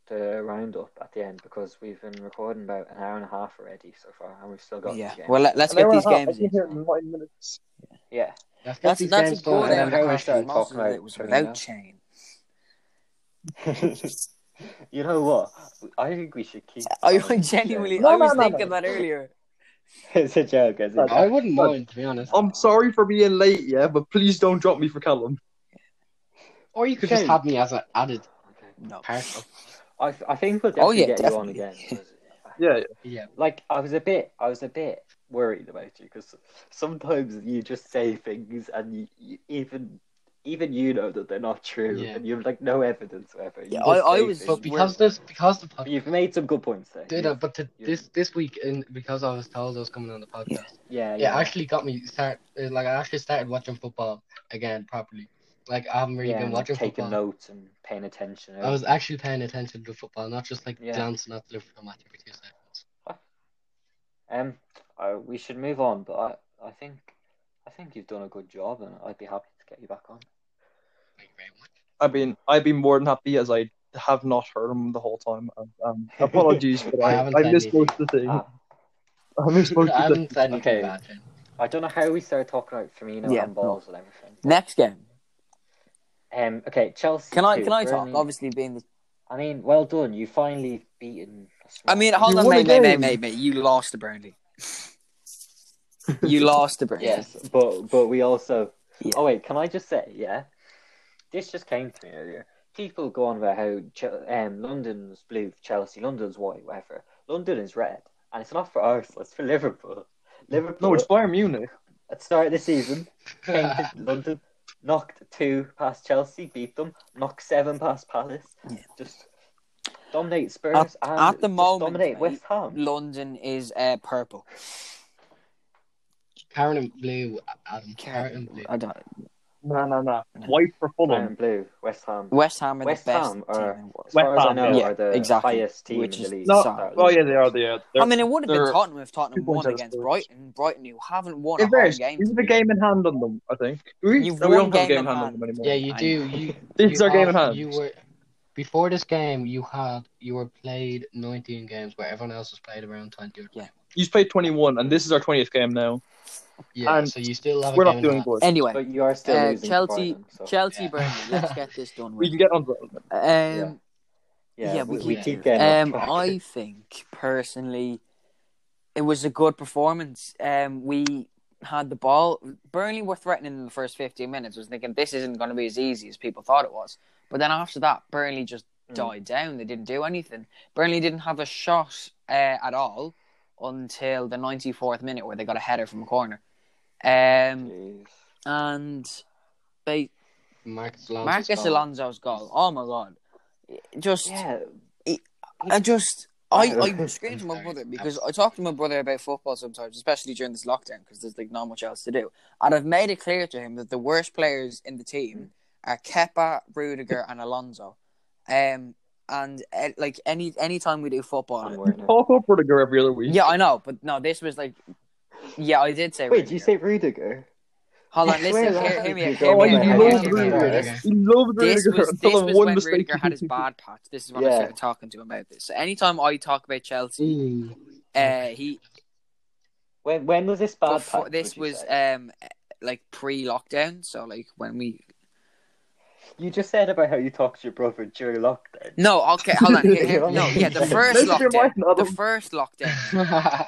S1: the roundup at the end because we've been recording about an hour and a half already so far, and we've still got
S2: Yeah.
S1: two games.
S2: Well, let, us
S5: An hour
S2: get
S5: and
S2: these
S5: a half.
S2: games
S5: I've been
S2: in.
S5: here nine minutes.
S1: Yeah.
S3: Let's get
S2: That's
S3: these
S2: that's a
S3: games
S2: good
S1: I
S3: done.
S2: hour
S1: don't
S2: and
S1: know
S2: a
S1: how we
S2: half. 'cause
S1: started
S2: Most
S1: talking
S2: of
S1: about
S2: it was
S1: Firmino.
S2: without Shane.
S1: you know what? I think we should keep. on
S2: I
S1: with
S2: Oh, genuinely,
S5: No,
S2: I
S5: no,
S2: was
S5: no,
S2: thinking
S5: no.
S2: that earlier.
S1: Shane. it's a joke, is
S5: No,
S1: it?
S3: I wouldn't
S5: But-
S3: mind, to be honest.
S5: I'm sorry for being late, yeah, but please don't drop me for Callum.
S3: Or you could just
S1: Shane.
S3: have me as an added
S1: Okay.
S2: No.
S3: partial.
S1: I, th- I think we'll
S2: Oh,
S1: definitely
S2: yeah,
S1: get you on
S2: definitely.
S1: again. 'cause,
S5: Yeah,
S3: Yeah.
S1: Like I was a bit, I was a bit worried about you because sometimes you just say things and you, you even. Even you know that they're not true,
S3: Yeah.
S1: and you have like no evidence whatever. You
S2: Yeah,
S1: just
S2: I- I
S1: say
S2: was-
S3: But
S1: things.
S3: because this, because the
S1: But
S3: podcast,
S1: You've made some good points there. You've-
S3: but to,
S1: you've-
S3: this this week, in because I was told I was coming on the podcast,
S1: yeah,
S2: Yeah.
S3: it
S1: yeah,
S3: actually got me start. uh, Like I actually started watching football again properly. Like I haven't really
S1: yeah,
S3: been
S1: and
S3: watching
S1: taking
S3: football.
S1: notes and paying attention.
S3: I was actually paying attention to football, not just like
S1: Yeah.
S3: glancing at the Liverpool match every two seconds.
S1: Um, uh, we should move on, but I, I think, I think you've done a good job, and I'd be happy to get you back on.
S3: Thank you very much.
S5: I've been I've been more than happy as I have not heard him the whole time. Um, um, apologies, but
S3: I
S5: I,
S3: haven't
S5: I
S3: said
S5: missed
S3: anything.
S5: most of the thing.
S1: Ah,
S5: I missed most
S3: I
S5: of the thing.
S3: haven't said anything
S1: Okay.
S3: bad. Shane.
S1: I don't know how we started talking about Firmino
S2: Yeah,
S1: and balls and everything.
S2: Next game.
S1: Um, okay, Chelsea.
S2: Can I
S1: two,
S2: can I talk?
S1: Burnley-
S2: Obviously, being the.
S1: I mean, well done. You finally beaten. a small
S2: I mean,
S1: team.
S2: hold
S5: You
S2: on,
S5: won
S2: mate,
S5: a
S2: mate, mate,
S5: game.
S2: mate, mate. You lost to Burnley. You lost to Burnley.
S1: Yes, but but we also.
S2: Yeah.
S1: Oh wait, can I just say yeah? This just came to me earlier. People go on about how Ch- um, London's blue, Chelsea, London's white, whatever. London is red, and it's not for Arsenal. It's for Liverpool. Liverpool
S5: No, it's Bayern Munich.
S1: at the start of the season came to London, knocked two past Chelsea, beat them, knocked seven past Palace.
S2: Yeah.
S1: Just dominate Spurs
S2: At-
S1: and
S2: at the
S1: just
S2: moment,
S1: dominate
S2: mate,
S1: West Ham.
S2: London is uh, purple.
S3: Karen and Blue, Adam. Karen
S2: Karen,
S3: and Blue.
S2: I don't,
S5: No, no, no. White for
S1: Iron
S3: Um,
S5: Fulham.
S1: and blue, West Ham.
S2: West Ham are
S1: West
S2: the best
S1: Ham are-
S2: team in the world.
S1: as far as I
S5: Ham,
S1: know,
S2: yeah.
S1: are the
S2: exactly,
S1: highest team
S2: which
S1: in the
S2: is
S1: league.
S5: No,
S2: Sorry.
S5: oh yeah, they are. They are. They're,
S2: I mean, it would have
S5: they're-
S2: been Tottenham if
S5: two
S2: Tottenham
S5: points
S2: won
S5: out of
S2: against
S5: Spurs.
S2: Brighton. Brighton, who haven't won a
S5: in
S2: home
S5: fairness,
S2: game.
S5: you have a
S2: to
S5: game in hand on them. I think. Do we?
S2: You've
S5: No, we
S2: one
S5: don't have
S2: game
S5: a game
S2: in
S5: in hand on
S2: hand.
S5: them anymore.
S3: Yeah, you
S2: I-
S3: do. You
S5: This
S3: you
S5: is our game in
S3: are-
S5: hand.
S3: You were before this game. You had you were played nineteen games where everyone else was played around twenty. Or
S2: Yeah.
S5: You've played 21, and this is our 20th game now.
S3: Yeah,
S5: And
S3: so you still have a
S5: We're
S3: game
S5: not
S3: in
S5: doing
S3: hand.
S5: good.
S2: Anyway,
S1: But you are still
S2: uh,
S1: losing
S2: Chelsea,
S1: to Brighton. So
S2: Chelsea,
S3: Yeah.
S2: Burnley. Let's get this done
S5: we
S2: with.
S5: can get on to that.
S2: Um,
S1: yeah,
S2: yeah,
S1: we,
S2: we
S1: we
S3: keep
S1: keep
S3: doing
S1: getting off
S2: um,
S1: track.
S2: I think personally, it was a good performance. Um, we had the ball. Burnley were threatening in the first fifteen minutes. I was thinking this isn't going to be as easy as people thought it was. But then after that, Burnley just
S1: Mm.
S2: died down. They didn't do anything. Burnley didn't have a shot uh, at all until the ninety fourth minute, where they got a header from a corner. Um,
S1: Jeez.
S2: and they
S3: Marcus Alonso.
S2: Marcus
S3: scored.
S2: Alonso's goal. Oh my god! Just
S1: Yeah,
S2: I just I,
S1: Wow.
S2: I screamed to my brother because I talk to my brother about football sometimes, especially during this lockdown because there's like not much else to do. And I've made it clear to him that the worst players in the team are Kepa, Rudiger, and Alonso. Um, and uh, like any any time we do
S1: and
S2: football,
S1: Werner.
S5: Talk up Rudiger every other week.
S2: yeah, I know, but no, this was like, yeah, I did say.
S1: Wait, did
S2: Rudiger.
S1: you say Rudiger?
S2: Hold on,
S1: I swear
S2: listen,
S1: last
S2: hear,
S1: week
S2: hear me,
S1: you
S2: out, hear
S5: Oh,
S1: got
S2: me,
S5: I
S1: on
S2: out,
S1: my
S2: hear
S1: head
S2: me,
S5: loved
S2: out,
S1: about
S2: hear me. out.
S5: Rudiger.
S3: Rudiger.
S5: He loved
S2: This
S5: Rudiger
S2: was
S5: until
S2: this
S5: the
S2: was
S5: one
S2: when
S5: mistake.
S2: Rudiger
S5: he
S2: had his
S5: did.
S2: bad patch. This is when I
S1: Yeah.
S2: started talking to him about this. So anytime I talk about Chelsea,
S3: Ooh.
S2: uh, he
S1: When when was this bad
S2: before
S1: patch?
S2: this
S1: would you
S2: was
S1: say?
S2: um like pre-lockdown, so like when we
S1: You just said about how you talked to your brother during lockdown.
S2: uh, no okay hold on here, here- no yeah the first
S5: Make up your
S2: lockdown
S5: mind,
S2: the
S5: Adam.
S2: first lockdown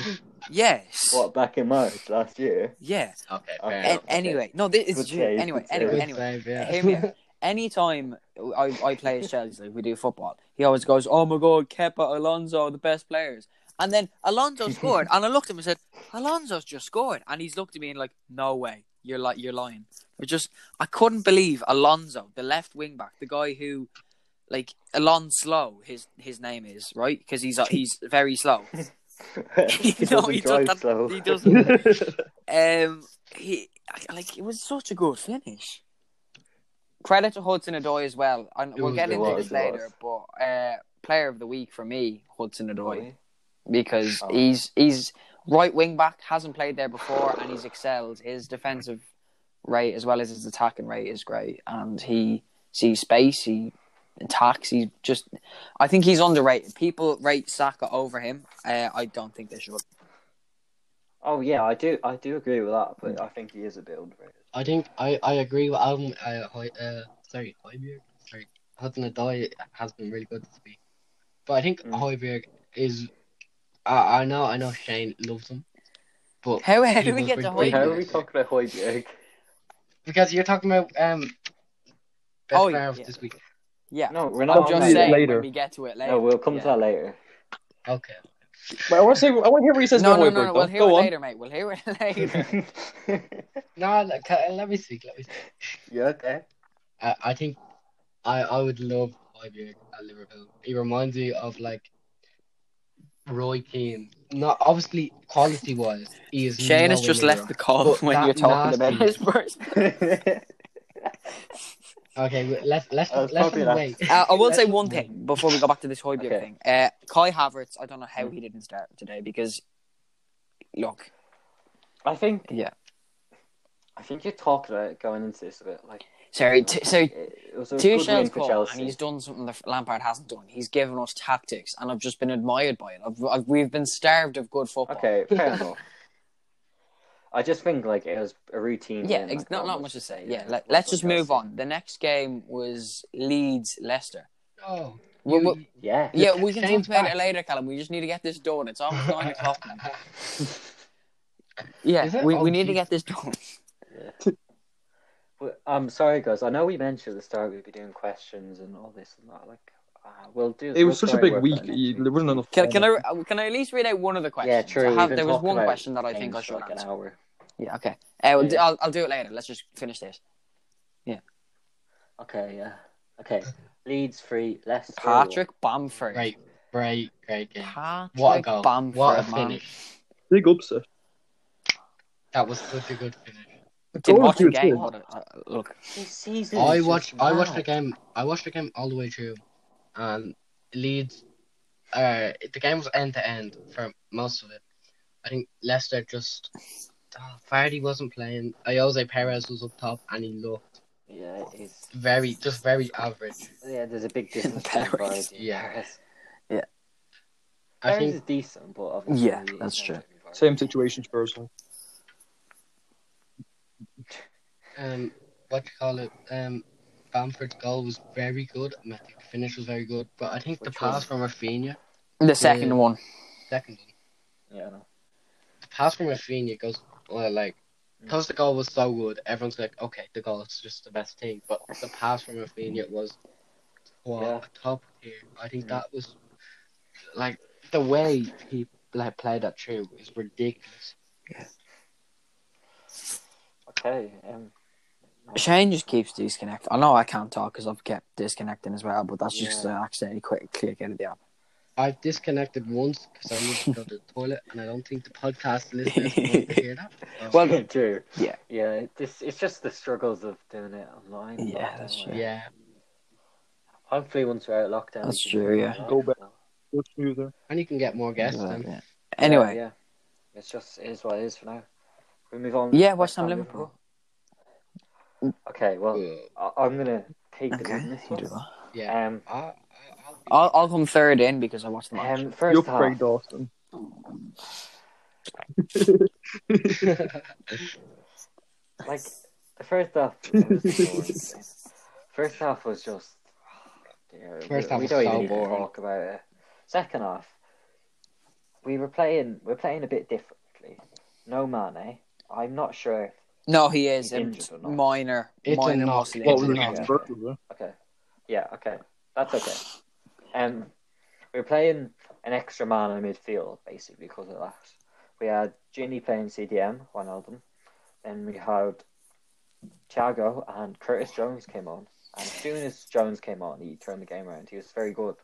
S3: okay,
S2: yes
S1: What back in March last year?
S3: fair
S1: Okay.
S2: An-
S3: enough.
S2: anyway no this is
S1: Good
S2: true
S1: save,
S2: anyway
S1: good
S2: anyway
S1: save.
S3: Good
S2: anyway
S3: save, yeah.
S2: hear me out. Anytime I, I play as Chelsea, like we do football, he always goes, "Oh my God, Kepa, Alonso, are the best players." And then Alonso scored, and I looked at him and said, "Alonso's just scored," and he's looked at me and like, "No way, you're like you're lying." I just I couldn't believe Alonso, the left wing back, the guy who, like Alonso, his his name is right because he's uh, he's very slow.
S1: he
S2: No,
S1: doesn't
S2: he
S1: drive
S2: doesn't-
S1: slow.
S2: he doesn't. Um, he I- like it was such a good finish. Credit to Hudson Odoi as well, and
S3: It
S2: we'll
S3: was,
S2: get
S3: it
S2: into
S1: was,
S2: this
S1: it
S2: later. But uh, player of the week for me, Hudson Odoi, because
S1: Oh.
S2: he's he's right wing back, hasn't played there before, and he's excelled. His defensive rate as well as his attacking rate is great, and he sees space. He attacks. He just, I think he's underrated. People rate Saka over him. Uh, I don't think they should.
S1: oh yeah, I do I do agree with that, but I think he is a bit underrated.
S3: I think I, I agree with Adam. Uh, Hoy- uh, sorry, Hoiberg. Sorry, Hudson Odoi has been really good this week, but I think
S1: Mm.
S3: Hoiberg is. I I know I know Shane loves him, but
S2: How how
S3: He
S2: do we
S3: was
S2: get to
S3: Wait,
S1: Wait,
S3: how
S1: how are
S3: are
S2: Hoiberg?
S3: we
S1: we
S3: talking
S1: talking about Hoiberg?
S3: because you're talking about um best
S2: Oh,
S3: player of
S2: yeah.
S3: this week.
S2: Yeah.
S1: No, we're
S5: I'll
S1: not
S2: I'm
S5: I'll
S1: on
S2: just
S1: that
S5: do it
S2: saying
S1: yet.
S5: later.
S2: when we get to it later.
S1: No, we'll come to
S2: Yeah.
S1: that later.
S3: Okay.
S5: But I want to say, I want to hear what he says
S2: No,
S5: about
S2: no, no, no.
S5: Hoiberg,
S2: We'll
S5: though.
S2: hear it
S5: Go on.
S2: later, mate. We'll hear it later.
S3: No, no, ca- let me speak. Let me speak.
S1: you okay?
S3: I, I think I, I would love Hoiberg at Liverpool. He reminds me of like Roy Keane. Not obviously quality wise, he is
S2: Shane has
S3: nowhere
S2: just
S3: near
S2: left
S3: him.
S2: the call
S3: But
S2: when
S3: that
S2: you're talking about
S3: nasty.
S2: his first.
S3: Okay, w- let's let's
S1: I was
S3: let's
S1: probably
S3: him
S1: not.
S3: wait.
S2: Uh, I will
S3: Let's
S2: say
S3: him
S2: one
S3: wait.
S2: thing before we go back to this Hoiberg
S1: Okay.
S2: thing. Uh, Kai Havertz, I don't know how
S1: Mm.
S2: he didn't start today because, look,
S1: I think
S2: yeah.
S1: I think you're talking about it going into this a bit. Like,
S2: Sorry, t- so
S1: it, it was a good win
S2: Tuchel's
S1: for
S2: come and
S1: Chelsea.
S2: he's done something that Lampard hasn't done. He's given us tactics, and I've just been admired by it. I've, I've, we've been starved of good football.
S1: Okay, fair enough. I just think like it was a routine.
S2: Yeah,
S1: win,
S2: ex-
S1: like,
S2: not not
S1: almost,
S2: much to say.
S1: yeah,
S2: Yeah, let,
S1: well
S2: let's
S1: done,
S2: just move
S1: Chelsea.
S2: on. The next game was Leeds Leicester.
S3: No.
S2: We-
S3: you-
S2: we-
S1: Yeah.
S2: yeah, we can
S3: Shane's
S2: talk about
S3: back.
S2: it later, Callum. We just need to get this done. It's almost nine o'clock. Now. Yeah,
S3: Is it?
S2: we,
S3: Oh,
S2: we need to
S3: Jesus.
S2: get this done.
S1: Well, I'm sorry, guys. I know we mentioned at the start we'd be doing questions and all this and that. Like, uh, we'll do.
S5: It was
S1: we'll
S5: such
S1: try and
S5: a big
S1: work
S5: week.
S1: on it next
S5: There wasn't enough.
S2: Can,
S5: time.
S2: can I uh, can I at least read out one of the questions?
S1: Yeah, true.
S2: I
S1: We've
S2: have,
S1: been
S2: there was
S1: talking
S2: one
S1: about
S2: question that I think
S1: games
S2: I
S1: for
S2: should
S1: like an
S2: answer.
S1: hour.
S2: Yeah, okay. Uh, we'll do-
S1: Yeah.
S2: I'll I'll do it later. Let's just finish this.
S1: Okay. Yeah. Okay. Leeds three, Leicester. one.
S2: Patrick Bamford.
S3: Great, great, great game.
S2: Patrick
S3: What a goal.
S2: Bamford,
S3: what a
S2: man.
S3: finish.
S5: Big upset.
S3: That was such a good finish.
S2: Didn't
S5: Goal
S2: watch the
S5: cute,
S2: game,
S5: too.
S2: but uh, uh, look,
S1: This season.
S3: I
S1: is
S3: watched
S1: just
S3: I watched
S1: mad.
S3: the game I watched the game all the way through and Leeds uh the game was end to end for most of it. I think Leicester just oh, Vardy wasn't playing. Jose Perez was up top and he looked
S1: Yeah, it's
S3: very just very average.
S1: yeah. There's a big difference.
S2: Paris.
S3: Yeah.
S1: Paris.
S3: I
S1: Paris
S3: think
S1: is decent, but obviously
S2: Yeah,
S1: he's
S2: that's
S1: not
S2: true.
S1: very good.
S5: Same situation Spurs. like.
S3: um what you call it? Um Bamford's goal was very good and I think the finish was very good. But I think the
S1: Which
S3: pass
S1: was-
S3: from Rafinha
S2: the second
S3: Yeah.
S2: one.
S3: second one.
S1: Yeah, no.
S3: The pass from Rafinha goes well, like
S1: Mm.
S3: because the goal was so good, everyone's like, okay, the goal is just the best thing. But the pass from Rafinha was wow,
S1: Yeah.
S3: top tier. I think
S1: Mm.
S3: that was like the way he like played that through is ridiculous.
S1: Okay. Um,
S2: Shane just keeps disconnecting. I know I can't talk because I've kept disconnecting as well, but that's just
S1: Yeah.
S2: an accidentally quick click out of the app.
S3: I've disconnected once because I needed to go to the toilet, and I don't think the podcast listeners want to hear that. So,
S1: well, true.
S2: yeah.
S1: Yeah. This it's just the struggles of doing it online.
S2: Yeah,
S1: lockdown,
S2: that's
S1: like-
S2: true.
S3: yeah,
S1: Hopefully, once we're out of lockdown, we
S2: That's
S1: can
S2: true,
S1: do
S2: yeah.
S1: it live,
S5: Go back.
S1: though.
S5: Much smoother.
S3: and you can get more guests.
S2: Exactly.
S3: Then.
S2: Anyway,
S1: Yeah, yeah. It's just it is what it is for now. We move on.
S2: Yeah,
S1: to
S2: West Ham, Liverpool.
S1: Okay, well,
S3: Uh,
S1: I- I'm gonna take the lead
S2: okay,
S1: in this
S2: you do
S1: one.
S2: that.
S3: yeah,
S1: Um,
S3: I, I, I'll be,
S2: I'll, I'll come third in because I watched the match.
S1: um, first
S5: You're
S1: half,
S5: Craig Dawson.
S1: like the first half, was boring. first half was just. dear, we-
S3: First half
S1: we
S3: was
S1: don't
S3: so
S1: even need to
S3: boring.
S1: talk about it. Second half, we were playing. We're playing a bit differently. No Mane. I'm not sure. if-
S2: No, he is
S1: He's
S2: um,
S1: injured or not?
S2: minor,
S3: It's a
S2: minor
S3: knock.
S2: muscle
S5: What
S2: injury.
S5: was it against
S1: yeah.
S5: Spurs? was
S1: Okay. Yeah. Okay. That's okay. Um, we were playing an extra man in midfield basically because of that. We had Ginny playing CDM, one of them. Then we had Thiago and Curtis Jones came on. And as soon as Jones came on, he turned the game around. He was very good.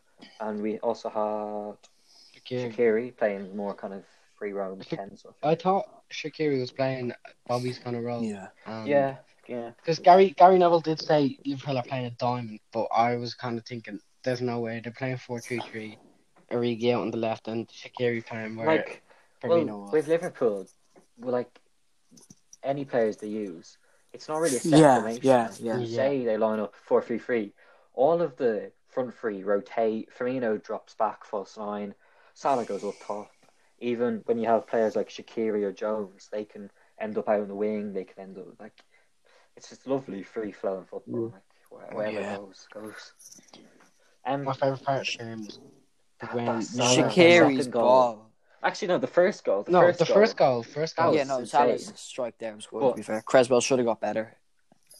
S1: And we also had
S3: Shakiri.
S1: Shakiri playing more kind of free roam ten stuff.
S3: I thought Shakiri was playing Bobby's kind of role.
S2: Yeah.
S3: Um,
S1: Yeah, yeah.
S3: Because Gary Gary Neville did say Liverpool are playing a diamond, but I was kind of thinking there's no way they're playing four three three, Origi out on the left and Shakiri playing where
S1: Like
S3: Firmino
S1: well,
S3: was.
S1: with Liverpool, well, like any players they use, it's not really a set
S2: Yeah,
S1: formation.
S2: yeah,
S1: Like,
S2: yeah.
S1: you
S3: Yeah.
S1: Say they line up four three three. All of the front three rotate. Firmino drops back, false nine. Salah goes up top. Even when you have players like Shakiri or Jones, they can end up out on the wing. They can end up like it's just lovely free flowing football. Like where- wherever
S2: Mm. Yeah.
S1: it goes, goes. Um,
S3: My favorite part of the game was
S1: that-
S3: when
S1: that Salah- that
S2: Shakiri's
S1: second
S2: ball.
S1: Actually, no, the first goal. The
S3: no
S1: first
S3: the
S1: goal, Oh,
S3: first goal, first
S1: That
S3: goal.
S2: yeah,
S1: was
S2: no,
S1: insane.
S2: Salah's strike there was good.
S1: But-
S2: to be fair, Creswell should have got better.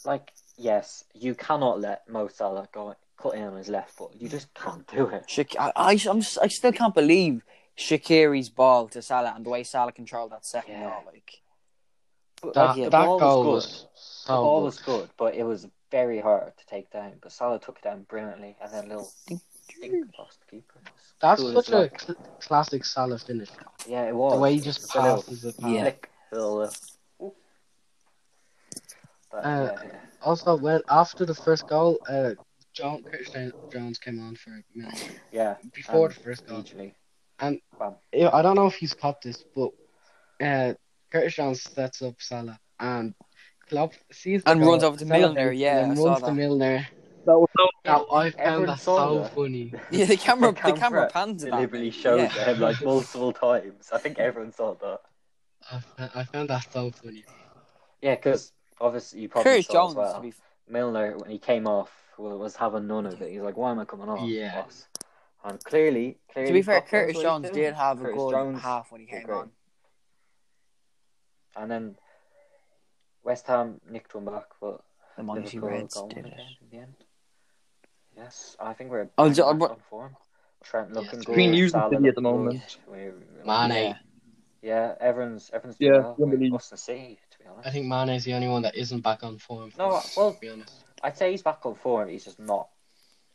S1: Like, yes, you cannot let Mo Salah go cut in on his left foot. You just can't do it.
S2: Shak- I, I, I'm, si still can't believe Shakiri's ball to Salah and the way Salah controlled that second
S1: Yeah.
S2: goal. Like,
S1: But,
S3: that
S1: like, oh, the
S3: that
S1: ball
S3: goal
S1: was good.
S3: was,
S1: The ball
S3: so
S1: was good, but it was very hard to take down. But Salah took it down brilliantly, and then little dink past the keeper.
S3: that's
S1: Cool as
S3: such a
S1: that.
S3: cl- classic Salah finish.
S1: yeah, it was
S3: The way he just
S1: The little
S3: passes it.
S2: Yeah.
S1: flick, the little, uh, oop. But,
S3: Uh,
S1: yeah, yeah.
S3: Also, when after the first goal, uh, John Christian Jones came on for a minute
S1: yeah,
S3: before
S1: Um,
S3: the first goal.
S1: immediately.
S3: Yeah, I don't know if he's caught this, but uh, Curtis Jones sets up Salah and Klopp sees the
S2: and
S3: goal,
S2: runs over to Milner.
S3: celebrates,
S2: Yeah,
S3: and
S2: I
S3: then
S2: saw
S3: runs to
S2: that.
S3: Milner.
S5: That was
S3: Now I found
S1: Everyone
S3: that
S1: saw
S3: so
S1: that.
S3: funny.
S2: Yeah, the camera,
S1: the
S2: the camera pans at that.
S1: deliberately showed
S2: Yeah.
S1: him like multiple times. I think everyone saw that.
S3: I found, I found that so funny.
S1: Yeah, because obviously you probably
S2: Curtis
S1: saw
S2: Jones.
S1: as
S2: To
S1: well.
S2: be
S1: Milner when he came off wa- was having none of it. He's like, "Why am I coming off?"
S3: Yeah.
S1: boss?" And clearly, clearly,
S2: to be fair,
S1: Klopp knows
S2: Curtis
S1: what he's
S2: Jones
S1: doing.
S2: did have a
S1: Curtis
S2: good
S1: Jones
S2: half when he
S1: did
S2: came
S1: great.
S2: on.
S1: And then West Ham nicked one back, but
S2: The Mighty
S1: Liverpool
S2: Reds
S1: got one
S2: did it.
S1: again in the end. Yes, I think we're
S2: I'll
S1: bang
S2: ju- I'll
S1: back
S2: br-
S1: on form. Trent looking
S3: it's
S1: good.
S5: between you and
S1: Salah
S5: City at the
S1: looking
S5: moment.
S1: good. We're-
S3: Mane,
S2: Yeah.
S1: Yeah, everyone's everyone's doing
S5: Yeah,
S1: well.
S5: don't
S1: We're
S5: believe-
S1: us and City, to be honest.
S3: I think Mane is the only one that isn't back on form.
S1: No,
S3: us,
S1: well-
S3: to be honest,
S1: I'd say he's back on form. He's just not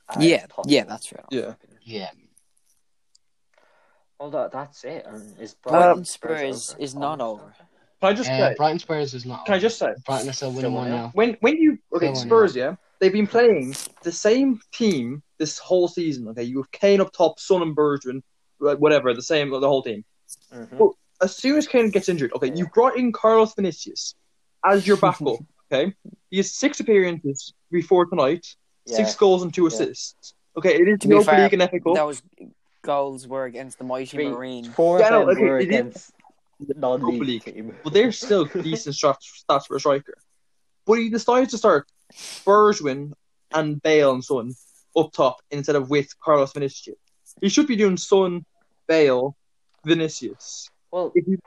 S1: as
S2: yeah,
S1: possible.
S2: yeah, that's right.
S5: Yeah.
S3: Yeah.
S1: Although that's it. And is
S2: Brighton
S1: Brighton
S2: Spurs
S1: Spurs
S2: is not
S1: almost
S2: over.
S5: Can I just
S3: Uh,
S5: say?
S3: Brighton Spurs is not.
S5: Can I
S3: on.
S5: just say?
S3: Brighton are still winning
S1: Still
S3: one
S1: on.
S3: 0
S5: When when you okay
S3: Go on,
S5: Spurs yeah they've been playing the same team this whole season okay you have Kane up top Son and Bergman wh- whatever the same the whole team
S1: Mhm.
S5: Well, as soon as Kane gets injured okay you
S1: Yeah.
S5: brought in Carlos Vinicius as your backup okay he has six appearances before tonight
S1: Yeah.
S5: six goals and two
S1: Yeah.
S5: assists okay it is
S2: To
S5: the
S2: be
S5: Europa
S2: fair,
S5: League and FA Cup
S2: Those goals were against the mighty
S1: Three-
S2: Marine.
S1: Four
S5: Yeah,
S1: of
S5: no,
S1: them
S5: okay,
S1: were
S5: it is-
S1: against non-league
S5: league.
S1: team.
S5: but they're still decent stats, stats for a striker. But he decides to start Bergwijn and Bale and Son up top instead of with Carlos Vinicius. He should be doing Son, Bale, Vinicius.
S1: well,
S5: If he,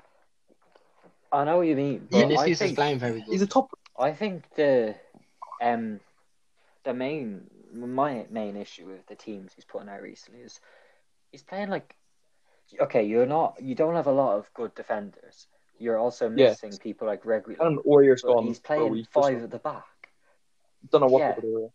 S1: I know what you mean, but I
S3: Vinicius is
S1: think
S3: playing very good.
S5: he's a top.
S1: I think the um the main my main issue with the teams he's putting out recently is he's playing like okay, you're not you don't have a lot of good defenders. You're also
S5: Yeah.
S1: missing people like regularly.
S5: I don't know where you're
S1: But
S5: gone
S1: he's
S5: for a
S1: playing
S5: week. or
S1: five
S5: something.
S1: at the back.
S5: Don't know what
S1: yeah.
S5: people do.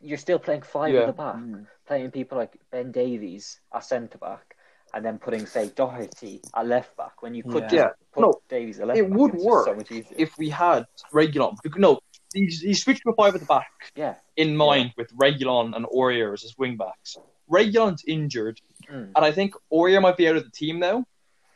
S1: You're still playing five
S5: Yeah.
S1: at the back,
S2: Mm.
S1: playing people like Ben Davies at centre back, and then putting say Doherty at left back when you could
S2: Yeah.
S1: just
S5: Yeah.
S1: put
S5: No,
S1: Davies at left
S5: It
S1: back. it's
S5: would
S1: just so
S5: work
S1: much easier.
S5: if we had Regulon. bec- No, he, he switched to a five at the back.
S1: yeah,
S5: in mind with Regulon and Aurier as his wing backs. Regulon's injured,
S1: Mm.
S5: and I think Aurier might be out of the team now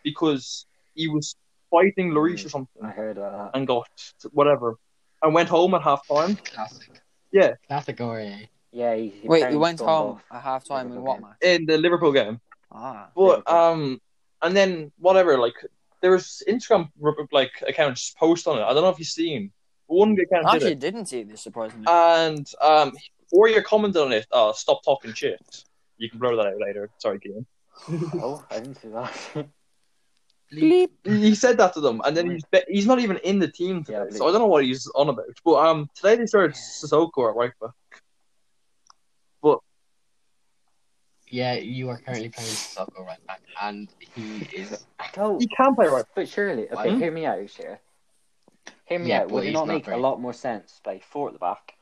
S5: because he was fighting Lloris
S1: Mm.
S5: or something
S1: I heard about that.
S5: and got whatever and went home at half time.
S3: Classic.
S5: Yeah.
S3: Classic Aurier.
S1: Yeah, he, he
S2: Wait, you
S1: apparently
S2: went
S1: stormed
S2: home
S1: off.
S2: at half time in
S1: Liverpool
S2: what
S1: game.
S2: match?
S5: in the Liverpool game.
S2: Ah,
S5: But
S1: Liverpool.
S5: um, and then whatever, like there was Instagram r- like accounts post on it. I don't know if you've seen. but One account did
S2: actually,
S5: it,
S2: didn't see this surprisingly.
S3: Uh,
S5: and um, Aurier commented on it. Uh, stop talking shit. You can blur that out later. Sorry, Keane.
S1: Oh, I didn't see that.
S2: Bleep.
S5: he said that to them, and then
S1: Weird.
S5: he's be- he's not even in the team today,
S1: Yeah,
S5: so I don't know what he's on about. But um, today they started Sissoko at right back.
S3: Yeah, you are currently playing Sissoko right back, and he is.
S1: no,
S5: He can play right.
S1: but surely, okay,
S5: Hmm?
S1: hear me out here. Hear me
S3: Yeah,
S1: out.
S3: but
S1: Would it
S3: he's
S1: not
S3: not
S1: make a
S3: very-
S1: lot more sense to play four at the back,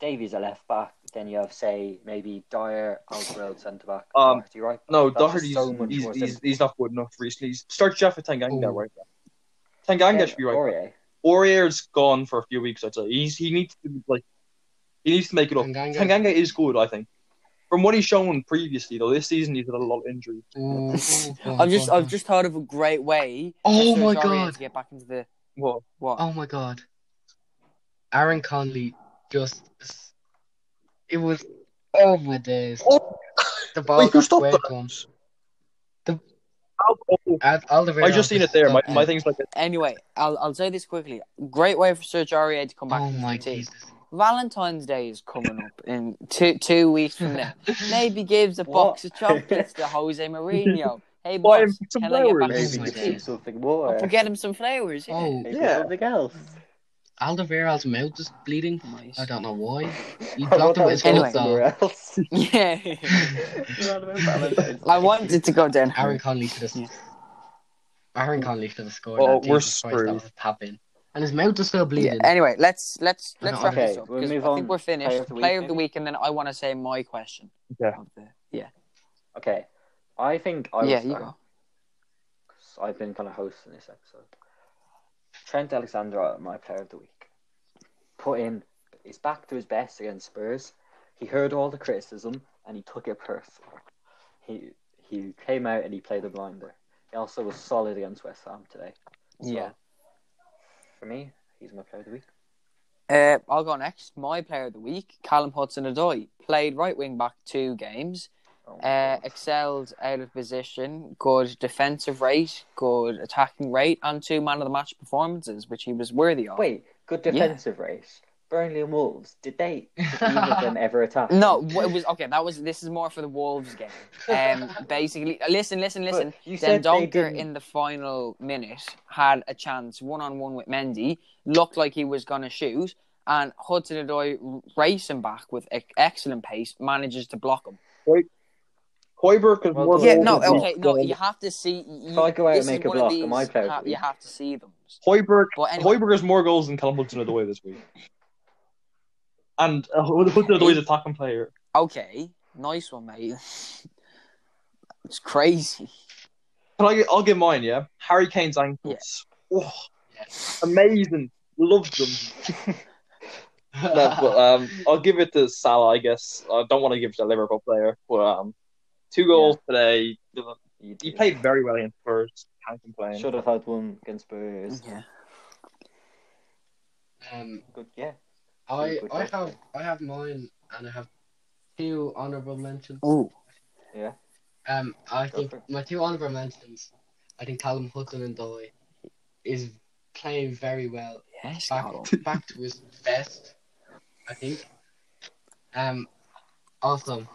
S1: Davies at left back, then you have say maybe Dyer, Alderweireld centre back,
S5: Um,
S1: Doherty right back.
S5: No,
S1: That's just
S5: Doherty's
S1: so much Oh.
S5: he's,
S1: more
S5: he's
S1: simple.
S5: he's not good enough recently. He's starts Jaffa Tanganga
S3: Ooh.
S5: right back. Tanganga
S1: Him,
S5: should be right back.
S1: Aurier.
S5: Aurier's gone for a few weeks. I'd say he's he needs to like he needs to make it up.
S3: Tanganga-
S5: Tanganga is good, I think. From what he's shown previously, though, this season he's had a lot of injuries.
S3: Ooh. ooh, go on,
S2: I've just
S3: go on,
S2: I've
S3: go on.
S2: just thought of a great way.
S3: Oh
S2: for
S3: my
S2: Serge Aurier
S3: god.
S2: To get back into the
S5: Well,
S2: what?
S3: Oh my god. Aaron Conley just. It was. Oh my days.
S5: oh,
S3: The ball
S5: wait, who
S3: got
S5: stopped
S3: way
S5: that?
S3: to him.
S5: Oh, oh,
S3: And Alderweireld
S5: I just seen it there. My,
S3: got
S5: my
S3: out.
S5: thing's like
S2: Anyway, I'll I'll say this quickly. Great way for Serge Aurier to come back
S3: Oh
S2: into
S3: my
S2: the team.
S3: Jesus.
S2: Valentine's Day is coming up in two two weeks from now. Maybe gives a box of
S1: What?
S2: chocolates to Jose Mourinho. Hey
S5: buy
S2: boss,
S5: him some
S2: can I get back
S1: Maybe
S2: into
S3: Oh
S5: flowers.
S3: my
S2: the
S1: give
S2: team?
S1: him
S3: days.
S1: something
S2: Up
S1: more.
S2: and get him some flowers. Yeah.
S3: Oh,
S1: Maybe
S5: Yeah.
S1: something else.
S3: Alderweireld's mouth is bleeding. I
S2: Nice.
S3: don't know why. He
S1: I thought
S3: blocked
S1: that
S3: him with his
S1: was
S2: Anyway.
S1: going
S3: gloves
S1: somewhere
S3: off.
S1: else.
S2: Yeah.
S1: Not about Valentine's
S2: I
S1: Day.
S2: wanted to go down.
S3: Aaron Conley should have.
S2: Yeah.
S3: Aaron Conley should have scored
S5: Oh,
S3: that.
S5: we're
S3: Jesus Christ, that
S5: screwed.
S3: was a tap in. And his mouth is still
S2: Yeah.
S3: bleeding.
S2: Anyway, let's let's
S3: I
S2: let's
S3: don't
S2: wrap this
S1: Okay,
S3: understand.
S2: up
S1: we'll
S2: because
S1: move
S2: I think
S1: on. Player
S2: we're finished.
S1: of the week,
S2: Player of the
S1: maybe.
S2: week, and then I want to say my question.
S5: Yeah.
S2: Of the, yeah.
S1: Okay, I think I will
S2: Yeah. You
S1: start.
S2: go.
S1: 'cause I've been kind of hosting this episode. Trent Alexander, uh, my player of the week, put in is back to his best against Spurs. He heard all the criticism and he took it personal. He he came out and he played a blinder. He also was solid against West Ham today. So,
S2: Yeah.
S1: For me, he's my player of the week.
S2: Uh, I'll go next. My player of the week, Callum Hudson-Odoi, played right wing back two games.
S1: Oh my
S2: Uh,
S1: God.
S2: excelled out of position, good defensive rate, good attacking rate, and two man of the match performances, which he was worthy of.
S1: Wait, good
S2: Yeah.
S1: defensive race. Burnley and Wolves. Did they? Did either of them ever attack?
S2: No,
S1: him?
S2: w- it was okay. That was this is more for the Wolves game. Um, basically, listen, listen,
S1: But
S2: listen.
S1: you said
S2: Then
S1: they
S2: Donker
S1: didn't.
S2: in the final minute had a chance one on one with Mendy, looked like he was gonna shoot, and Hudson Odoi racing back with e- excellent pace manages to block him.
S5: Hoiberg is
S1: Well
S5: more
S1: done.
S2: Yeah,
S5: than
S2: no,
S5: overbeat.
S2: okay, no, you have to see. You,
S1: If I go out
S2: this
S1: and
S2: is
S1: make a
S2: one of
S1: block, am I
S2: these.
S1: player of
S2: Ha,
S1: the
S2: you
S1: week?
S2: have to see them.
S5: Hoiberg,
S2: But anyway,
S5: Hoiberg has more goals than Callum Hudson-Odoi this week, and uh, Hudson-Odoi's
S2: he,
S5: attacking player.
S2: Okay, nice one, mate. it's crazy.
S5: Can I? I'll give mine. Yeah, Harry Kane's ankles. Oh, amazing. Love them. no, but um, I'll give it to Salah. I guess I don't want to give it to a Liverpool player, but um, two goals today.
S1: You
S5: He
S1: did.
S5: played very well in Spurs. Can't complain.
S1: Should have had one against Spurs.
S2: Yeah.
S3: um,
S2: Mm-hmm.
S1: Good, yeah.
S3: I
S1: Good
S3: I
S1: job.
S3: have I have mine, and I have two honorable mentions.
S2: Oh,
S3: Um, I
S1: Go
S3: think
S1: for it.
S3: my two honorable mentions. I think Callum Hudson and Doy is playing very well.
S2: yes,
S3: Back
S2: Callum.
S3: back to his best, I think. Um, also,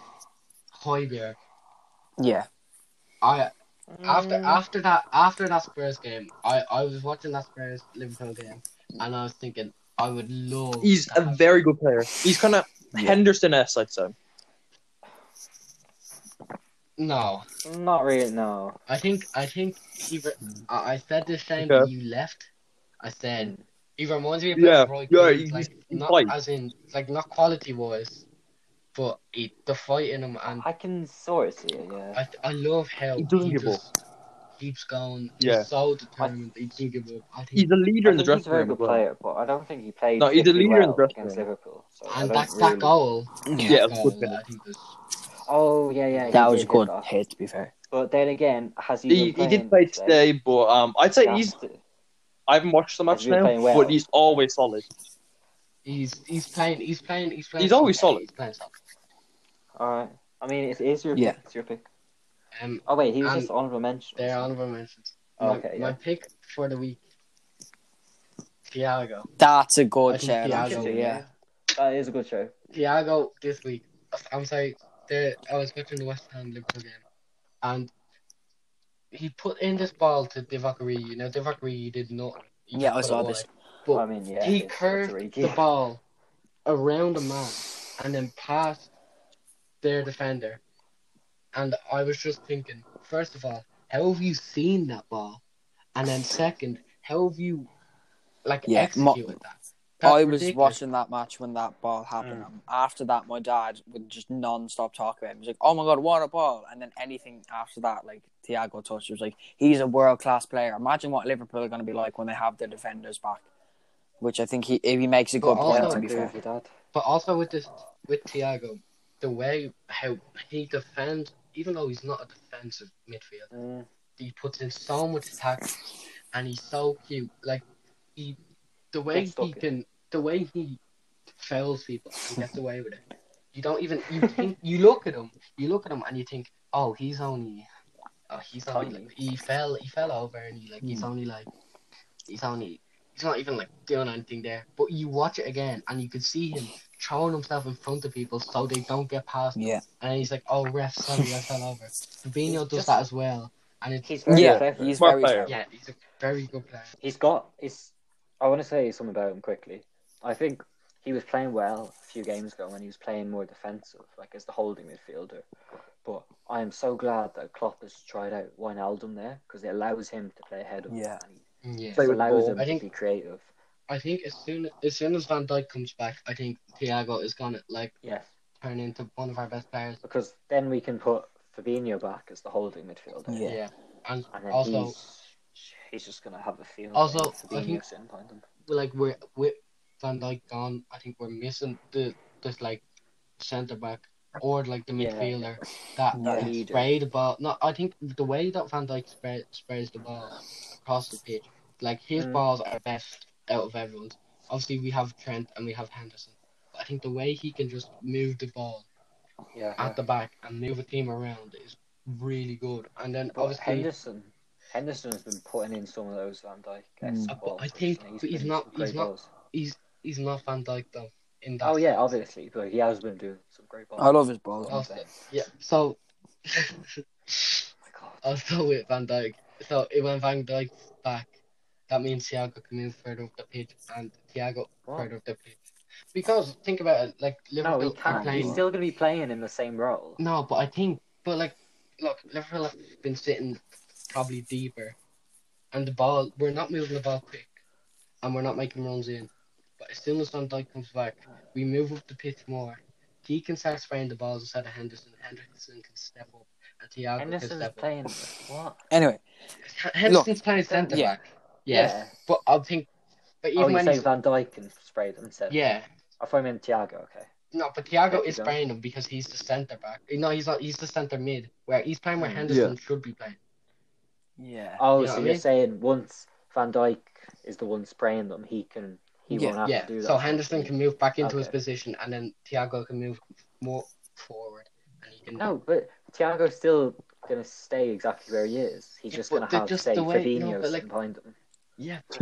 S3: Hoybier.
S2: Yeah.
S3: I
S1: Mm.
S3: after after that after that Spurs game, I I was watching that Spurs Liverpool game, and I was thinking I would love.
S5: He's
S3: to
S5: a
S3: have-
S5: very good player. He's kind of Henderson-esque, I'd say.
S3: no.
S1: Not really, no.
S3: I think I think he. Re- I, I said this time
S5: Okay.
S3: you left. I said
S1: Mm.
S3: he reminds me of
S5: Yeah,
S3: Roy
S5: yeah,
S3: Keane,
S5: he's-
S3: like
S5: he's
S3: not
S5: fine.
S3: as in like not quality wise, but he, the fight in him and
S1: I can sort of see it, yeah.
S3: I th- I love how
S5: He doesn't give
S3: just keeps going.
S5: Yeah.
S3: He's so determined. He doesn't give up. I
S5: He's
S3: think,
S5: a leader
S1: I
S5: in the
S1: think he's a
S5: dressing
S1: very
S5: room as
S1: good
S5: well.
S1: player, but I don't think he played
S5: No, he's a
S1: particularly
S5: leader in
S1: well
S5: the dressing
S1: against
S5: room.
S1: Liverpool. So I
S3: and
S1: don't
S3: that
S1: really...
S3: that goal,
S5: Yeah, it
S3: that
S5: was a
S3: goal,
S5: good finish.
S3: I think was
S1: Oh, yeah, yeah.
S2: That
S1: he
S2: was
S1: did
S2: a
S1: hit
S2: good
S1: that.
S2: hit, to be fair.
S1: But then again, has he,
S5: He,
S1: been
S5: he
S1: playing
S5: did play today, but um, I'd say
S1: That's
S5: he's.
S1: the-
S5: I haven't watched the match
S1: He's been
S5: now,
S1: playing well.
S5: but he's always solid.
S3: he's he's playing he's playing he's playing.
S5: He's always
S3: solid.
S5: solid.
S3: He's playing solid.
S1: All right. I mean, it is your
S2: Yeah.
S1: pick. It's your pick.
S3: Um,
S1: Oh wait, he was
S3: And-
S1: just honorable mention.
S3: they're honorable mentions. My,
S1: Okay,
S3: my
S1: yeah.
S3: pick for the week, Thiago.
S2: That's a
S3: I
S2: good
S3: think
S2: shout,
S3: Thiago
S2: actually.
S1: Interesting,
S2: Yeah.
S1: That is a good show.
S3: Thiago this week. I'm sorry. The, I was watching the West Ham Liverpool game, and he put in this ball to Divock You know, Divock Origi did nothing. He
S2: Yeah, I
S3: just put
S2: saw
S3: it
S2: this.
S3: wide. But
S1: I mean, yeah.
S3: he
S1: it's,
S3: curved
S1: it's
S3: the ball around a man and then past their defender. And I was just thinking, first of all, how have you seen that ball? And then second, how have you like
S2: Yeah, mo-
S3: executed that?
S2: I was
S3: That's ridiculous.
S2: watching that match when that ball happened. and after that, my dad would just non-stop talk about him. He was like, "Oh my god, what a ball!" And then anything after that, like Thiago touched, it was like he's a world-class player. Imagine what Liverpool are going to be like when they have their defenders back. Which I think he he makes a good
S3: Well, also-
S1: Yeah,
S2: point. To
S1: I
S2: be
S1: agree
S2: fair,
S1: with you, Dad.
S3: But also with this, with Thiago, the way how he defends, even though he's not a defensive midfielder,
S1: Mm,
S3: he puts in so much tact, and he's so cute. Like he, the way
S1: Gets stuck
S3: he
S1: in.
S3: can, the way he fouls people and gets away with it. You don't even you think you look at him, you look at him, and you think, oh, he's only, oh, he's only
S1: Tiny. Hmm.
S3: like he fell, he fell over, and he like he's only like he's only he's not even like doing anything there. But you watch it again and you can see him throwing himself in front of people so they don't get past him.
S2: yeah,
S3: And he's like, Oh ref, sorry, I fell over. Fabinho does
S1: just-
S3: that as well. And it's
S1: He's very
S2: yeah,
S1: clever.
S2: he's
S5: Smart
S2: very
S5: player.
S2: clever.
S3: yeah, he's a very good player.
S1: He's got. He's. I want to say something about him quickly. I think he was playing well a few games ago when he was playing more defensive, like as the holding midfielder. But I am so glad that Klopp has tried out Wijnaldum there because it allows him to play ahead of him
S2: Yeah.
S1: and he
S3: Mm, Yeah.
S5: Play
S1: It
S5: with the
S1: allows
S5: ball.
S1: him
S3: I think-
S1: to be creative.
S3: I think as soon as soon as Van Dijk comes back, I think Thiago is gonna like
S1: Yes,
S3: turn into one of our best players.
S1: because then we can put Fabinho back as the holding midfielder.
S2: Yeah.
S3: And
S1: And then
S3: also
S1: he's he's just gonna have a field.
S3: Also,
S1: day with
S3: I think-
S1: Fabinho sitting behind him.
S3: like we're with Van Dijk gone, I think we're missing the this like centre back or like the
S1: Yeah.
S3: midfielder that
S1: Our
S2: Yeah.
S3: can
S1: leader.
S3: spray the ball. No, I think the way that Van Dijk spray, sprays the ball across the pitch, like his
S1: Mm.
S3: balls are best out of everyone's. Obviously, we have Trent and we have Henderson, but I think the way he can just move the ball
S1: Yeah.
S3: at the back and move a team around is really good. And then
S1: but
S3: obviously,
S1: Henderson, Henderson has been putting in some of those Van Dijk.
S2: Mm.
S3: Uh, but I think he's not- he's not- he's he's not Van Dijk though. In that
S1: Oh yeah, obviously, but he has been doing some great balls.
S2: I love his balls.
S1: Oh,
S3: Also, yeah. So
S1: my God.
S3: I'll go with Van Dijk. So it went Van Dijk back. That means Thiago can move further up the pitch and Thiago
S1: What?
S3: further up the pitch. Because think about it, like
S1: No,
S3: Liverpool
S1: he
S3: are
S1: can't.
S3: playing.
S1: He's still gonna be playing in the same role.
S3: No, but I think, but like, look, Liverpool have been sitting probably deeper, and the ball we're not moving the ball quick, and we're not making runs in. But as soon as Van Dijk comes back, we move up the pitch more. Deacon starts spraying the balls instead of Henderson. Henderson can step up, and Thiago can
S1: Henderson's
S3: step up.
S1: playing. What?
S2: Anyway,
S3: Henderson's playing centre
S2: yeah.
S3: back. Yes, but I think, but even
S1: oh, you
S3: when
S1: say
S3: he's,
S1: Van Dijk can spray them instead.
S3: yeah,
S1: I thought you meant Thiago. Okay.
S3: no, but Thiago
S1: Yeah,
S3: is
S1: he does.
S3: spraying him because he's the centre back. No, he's not. He's the centre mid. Where he's playing where
S1: Mm.
S3: Henderson should be playing.
S2: Yeah.
S1: Oh,
S3: You know
S1: so
S3: what I
S1: you're
S3: mean?
S1: saying once Van Dijk is the one spraying them, he can he
S2: Yeah.
S1: won't have
S3: Yeah,
S1: to do that.
S3: so Henderson can move back into his
S1: Okay.
S3: position, and then Thiago can move more forward, and he can.
S2: Oh.
S1: No, but Thiago's still gonna stay exactly where he is. He's
S3: Yeah,
S1: just
S3: but
S1: gonna
S3: they're
S1: have
S3: just
S1: say
S3: the way-
S1: Fabinho
S3: no, but, like-
S1: sitting behind him.
S3: Yeah, but I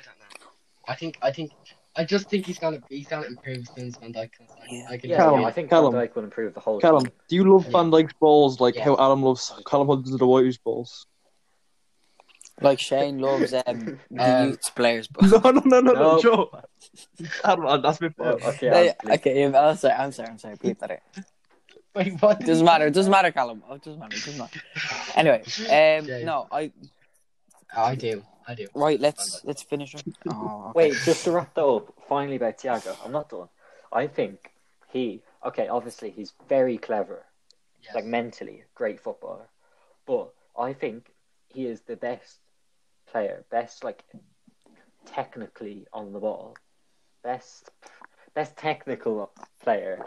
S3: don't know. I think I think I just think he's gonna he's gonna improve since Van Dijk comes back.
S2: Yeah.
S3: I can
S1: Yeah,
S5: Callum,
S1: yeah, I
S3: feel
S1: think
S5: Callum.
S1: Van Dijk will improve the whole
S5: Callum,
S1: team.
S5: do you love
S3: Yeah.
S5: Van Dyke's balls like
S3: Yeah.
S5: how Adam loves Callum Hudson Odoi balls?
S2: Like Shane loves um, the
S3: Um,
S2: youth players, but
S5: No, no, no, no, no,
S1: No.
S5: Joe. Adam, uh, that's my
S1: No,
S5: fault.
S1: okay,
S2: No,
S1: I'm
S2: yeah,
S1: pleased.
S2: okay, yeah, I'm sorry, I'm sorry, I'm sorry. Peep that out.
S3: it. Wait, what?
S2: It doesn't
S3: did he say?
S2: matter. It doesn't matter, Callum. Oh, It doesn't matter. It doesn't matter. Anyway, um,
S3: Shane.
S2: no, I
S3: Oh, I do. I do.
S2: right. Let's let's finish. Up. Oh, okay.
S1: Wait, just to wrap that up, finally about Thiago, I'm not done. I think he okay, obviously he's very clever,
S3: Yes.
S1: like mentally, great footballer. But I think he is the best player, best like technically on the ball, best best technical player.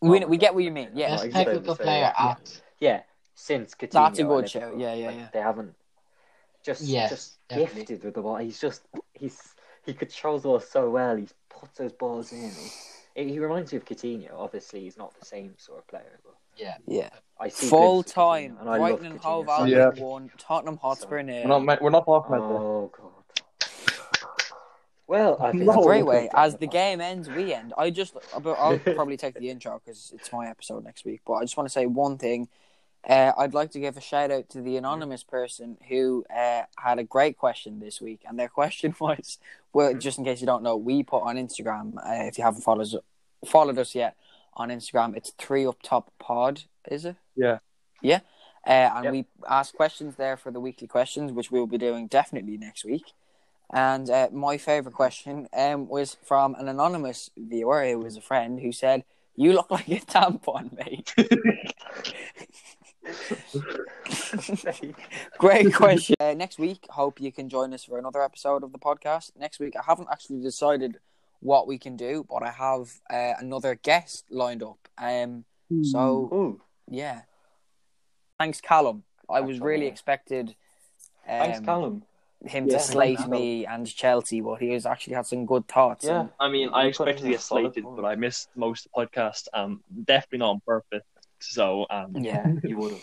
S2: We we get what you mean. Yeah,
S3: Best
S1: like
S3: technical
S1: Stones, so
S3: player
S1: yeah.
S3: at
S1: Yeah, since Coutinho.
S2: That's a
S1: and
S2: good shout,
S1: Liverpool.
S2: yeah, yeah,
S1: Like,
S2: yeah.
S1: They haven't just
S3: Yes,
S1: just
S3: definitely.
S1: gifted with the ball. He's just he's he controls the ball so well. He puts those balls in. He, he reminds me of Coutinho. Obviously, he's not the same sort of player, but
S3: yeah.
S2: yeah.
S1: I see
S2: Full
S1: glimpses of Coutinho,
S2: time.
S1: and I
S2: Brighton
S1: love
S2: and
S1: Coutinho
S2: Hove
S1: so
S5: Yeah.
S2: Albion
S1: much.
S2: won. Tottenham Hotspur
S5: We're not,
S2: nil.
S5: ma- we're not talking about that.
S1: Oh god. Well, I think
S2: In a
S1: that's
S5: No.
S2: great
S1: another
S2: way,
S1: good
S2: as
S1: thing
S2: the
S1: about
S2: game ends, we end. I just, but I'll probably take the intro because it's my episode next week. But I just want to say one thing. Uh, I'd like to give a shout out to the anonymous person who uh, had a great question this week, and their question was, well, just in case you don't know, we put on Instagram. Uh, if you haven't followed us, followed us yet on Instagram, it's three up top pod. Is it?
S5: Yeah.
S2: Yeah. Uh, and
S1: Yep.
S2: we ask questions there for the weekly questions, which we'll be doing definitely next week. And uh, my favorite question um, was from an anonymous viewer who was a friend who said, "You look like a tampon, mate."
S1: it.
S2: Great question. Uh, next week, hope you can join us for another episode of the podcast. Next week, I haven't actually decided what we can do, but I have uh, another guest lined up. Um, so
S1: Ooh,
S2: yeah, thanks, Callum. I was
S1: That's all
S2: really
S1: right.
S2: expected. Um,
S1: thanks, Callum.
S2: Him
S5: Yeah,
S2: to
S5: thanks,
S2: slate
S1: Callum.
S2: me and Chelsea, but he has actually had some good thoughts.
S1: Yeah.
S2: and
S5: I mean, I
S1: You
S5: expected
S1: put
S5: to
S1: in a
S5: get
S1: solid
S5: slated,
S1: one.
S5: but I missed most of the podcast. Um, definitely not on purpose. So, um,
S2: yeah.
S1: Yeah, you would have.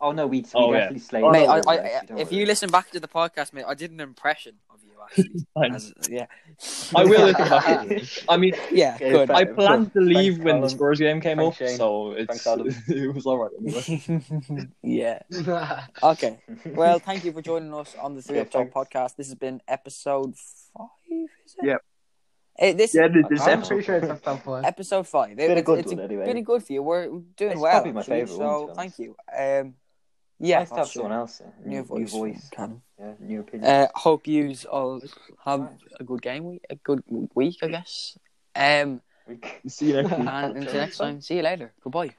S1: Oh no, we, we
S5: Oh, yeah.
S1: definitely slayed.
S5: Oh,
S2: mate,
S5: no,
S2: I,
S5: we're
S2: I,
S1: Chelsea,
S2: I-
S1: don't
S2: if
S1: worry.
S2: you listen back to the podcast, mate, I did an impression of you actually.
S5: thanks.
S2: As, yeah,
S5: I will listen back. I mean,
S2: yeah,
S1: Okay,
S2: good.
S1: thank-
S5: I planned to leave
S1: Thanks,
S5: when the
S1: Callum.
S5: Spurs game came
S1: Thanks,
S5: up,
S1: Shane.
S5: so
S1: Thanks,
S5: it's
S1: Adam.
S5: it was all right anyway.
S2: yeah.
S3: yeah.
S2: Okay. Well, thank you for joining us on the Three
S1: Yeah,
S2: Up Top
S1: thanks.
S2: podcast. This has been episode five, is it?
S5: Yep.
S2: Eh, this
S5: Yeah, this,
S1: I
S5: this
S1: can't
S3: I'm
S5: episode.
S3: pretty sure it's not that one.
S2: episode five. It-
S1: Been a
S2: it's-
S1: good
S2: it's
S1: one, anyway.
S2: Been a good view. We're doing
S1: It's
S2: well.
S1: probably my
S2: actually,
S1: favourite one, to
S2: So
S1: be honest.
S2: thank you. Um, yeah,
S1: nice to have
S2: that's
S1: someone
S2: your
S1: else, in.
S2: new voice,
S1: new
S2: from
S1: voice,
S2: Callum.
S1: yeah, new opinion.
S2: Uh, hope yous all have
S1: Right.
S2: a good game week, a good week, I guess. Um,
S1: We-
S5: See you next week.
S2: and until next time, see you later. Goodbye.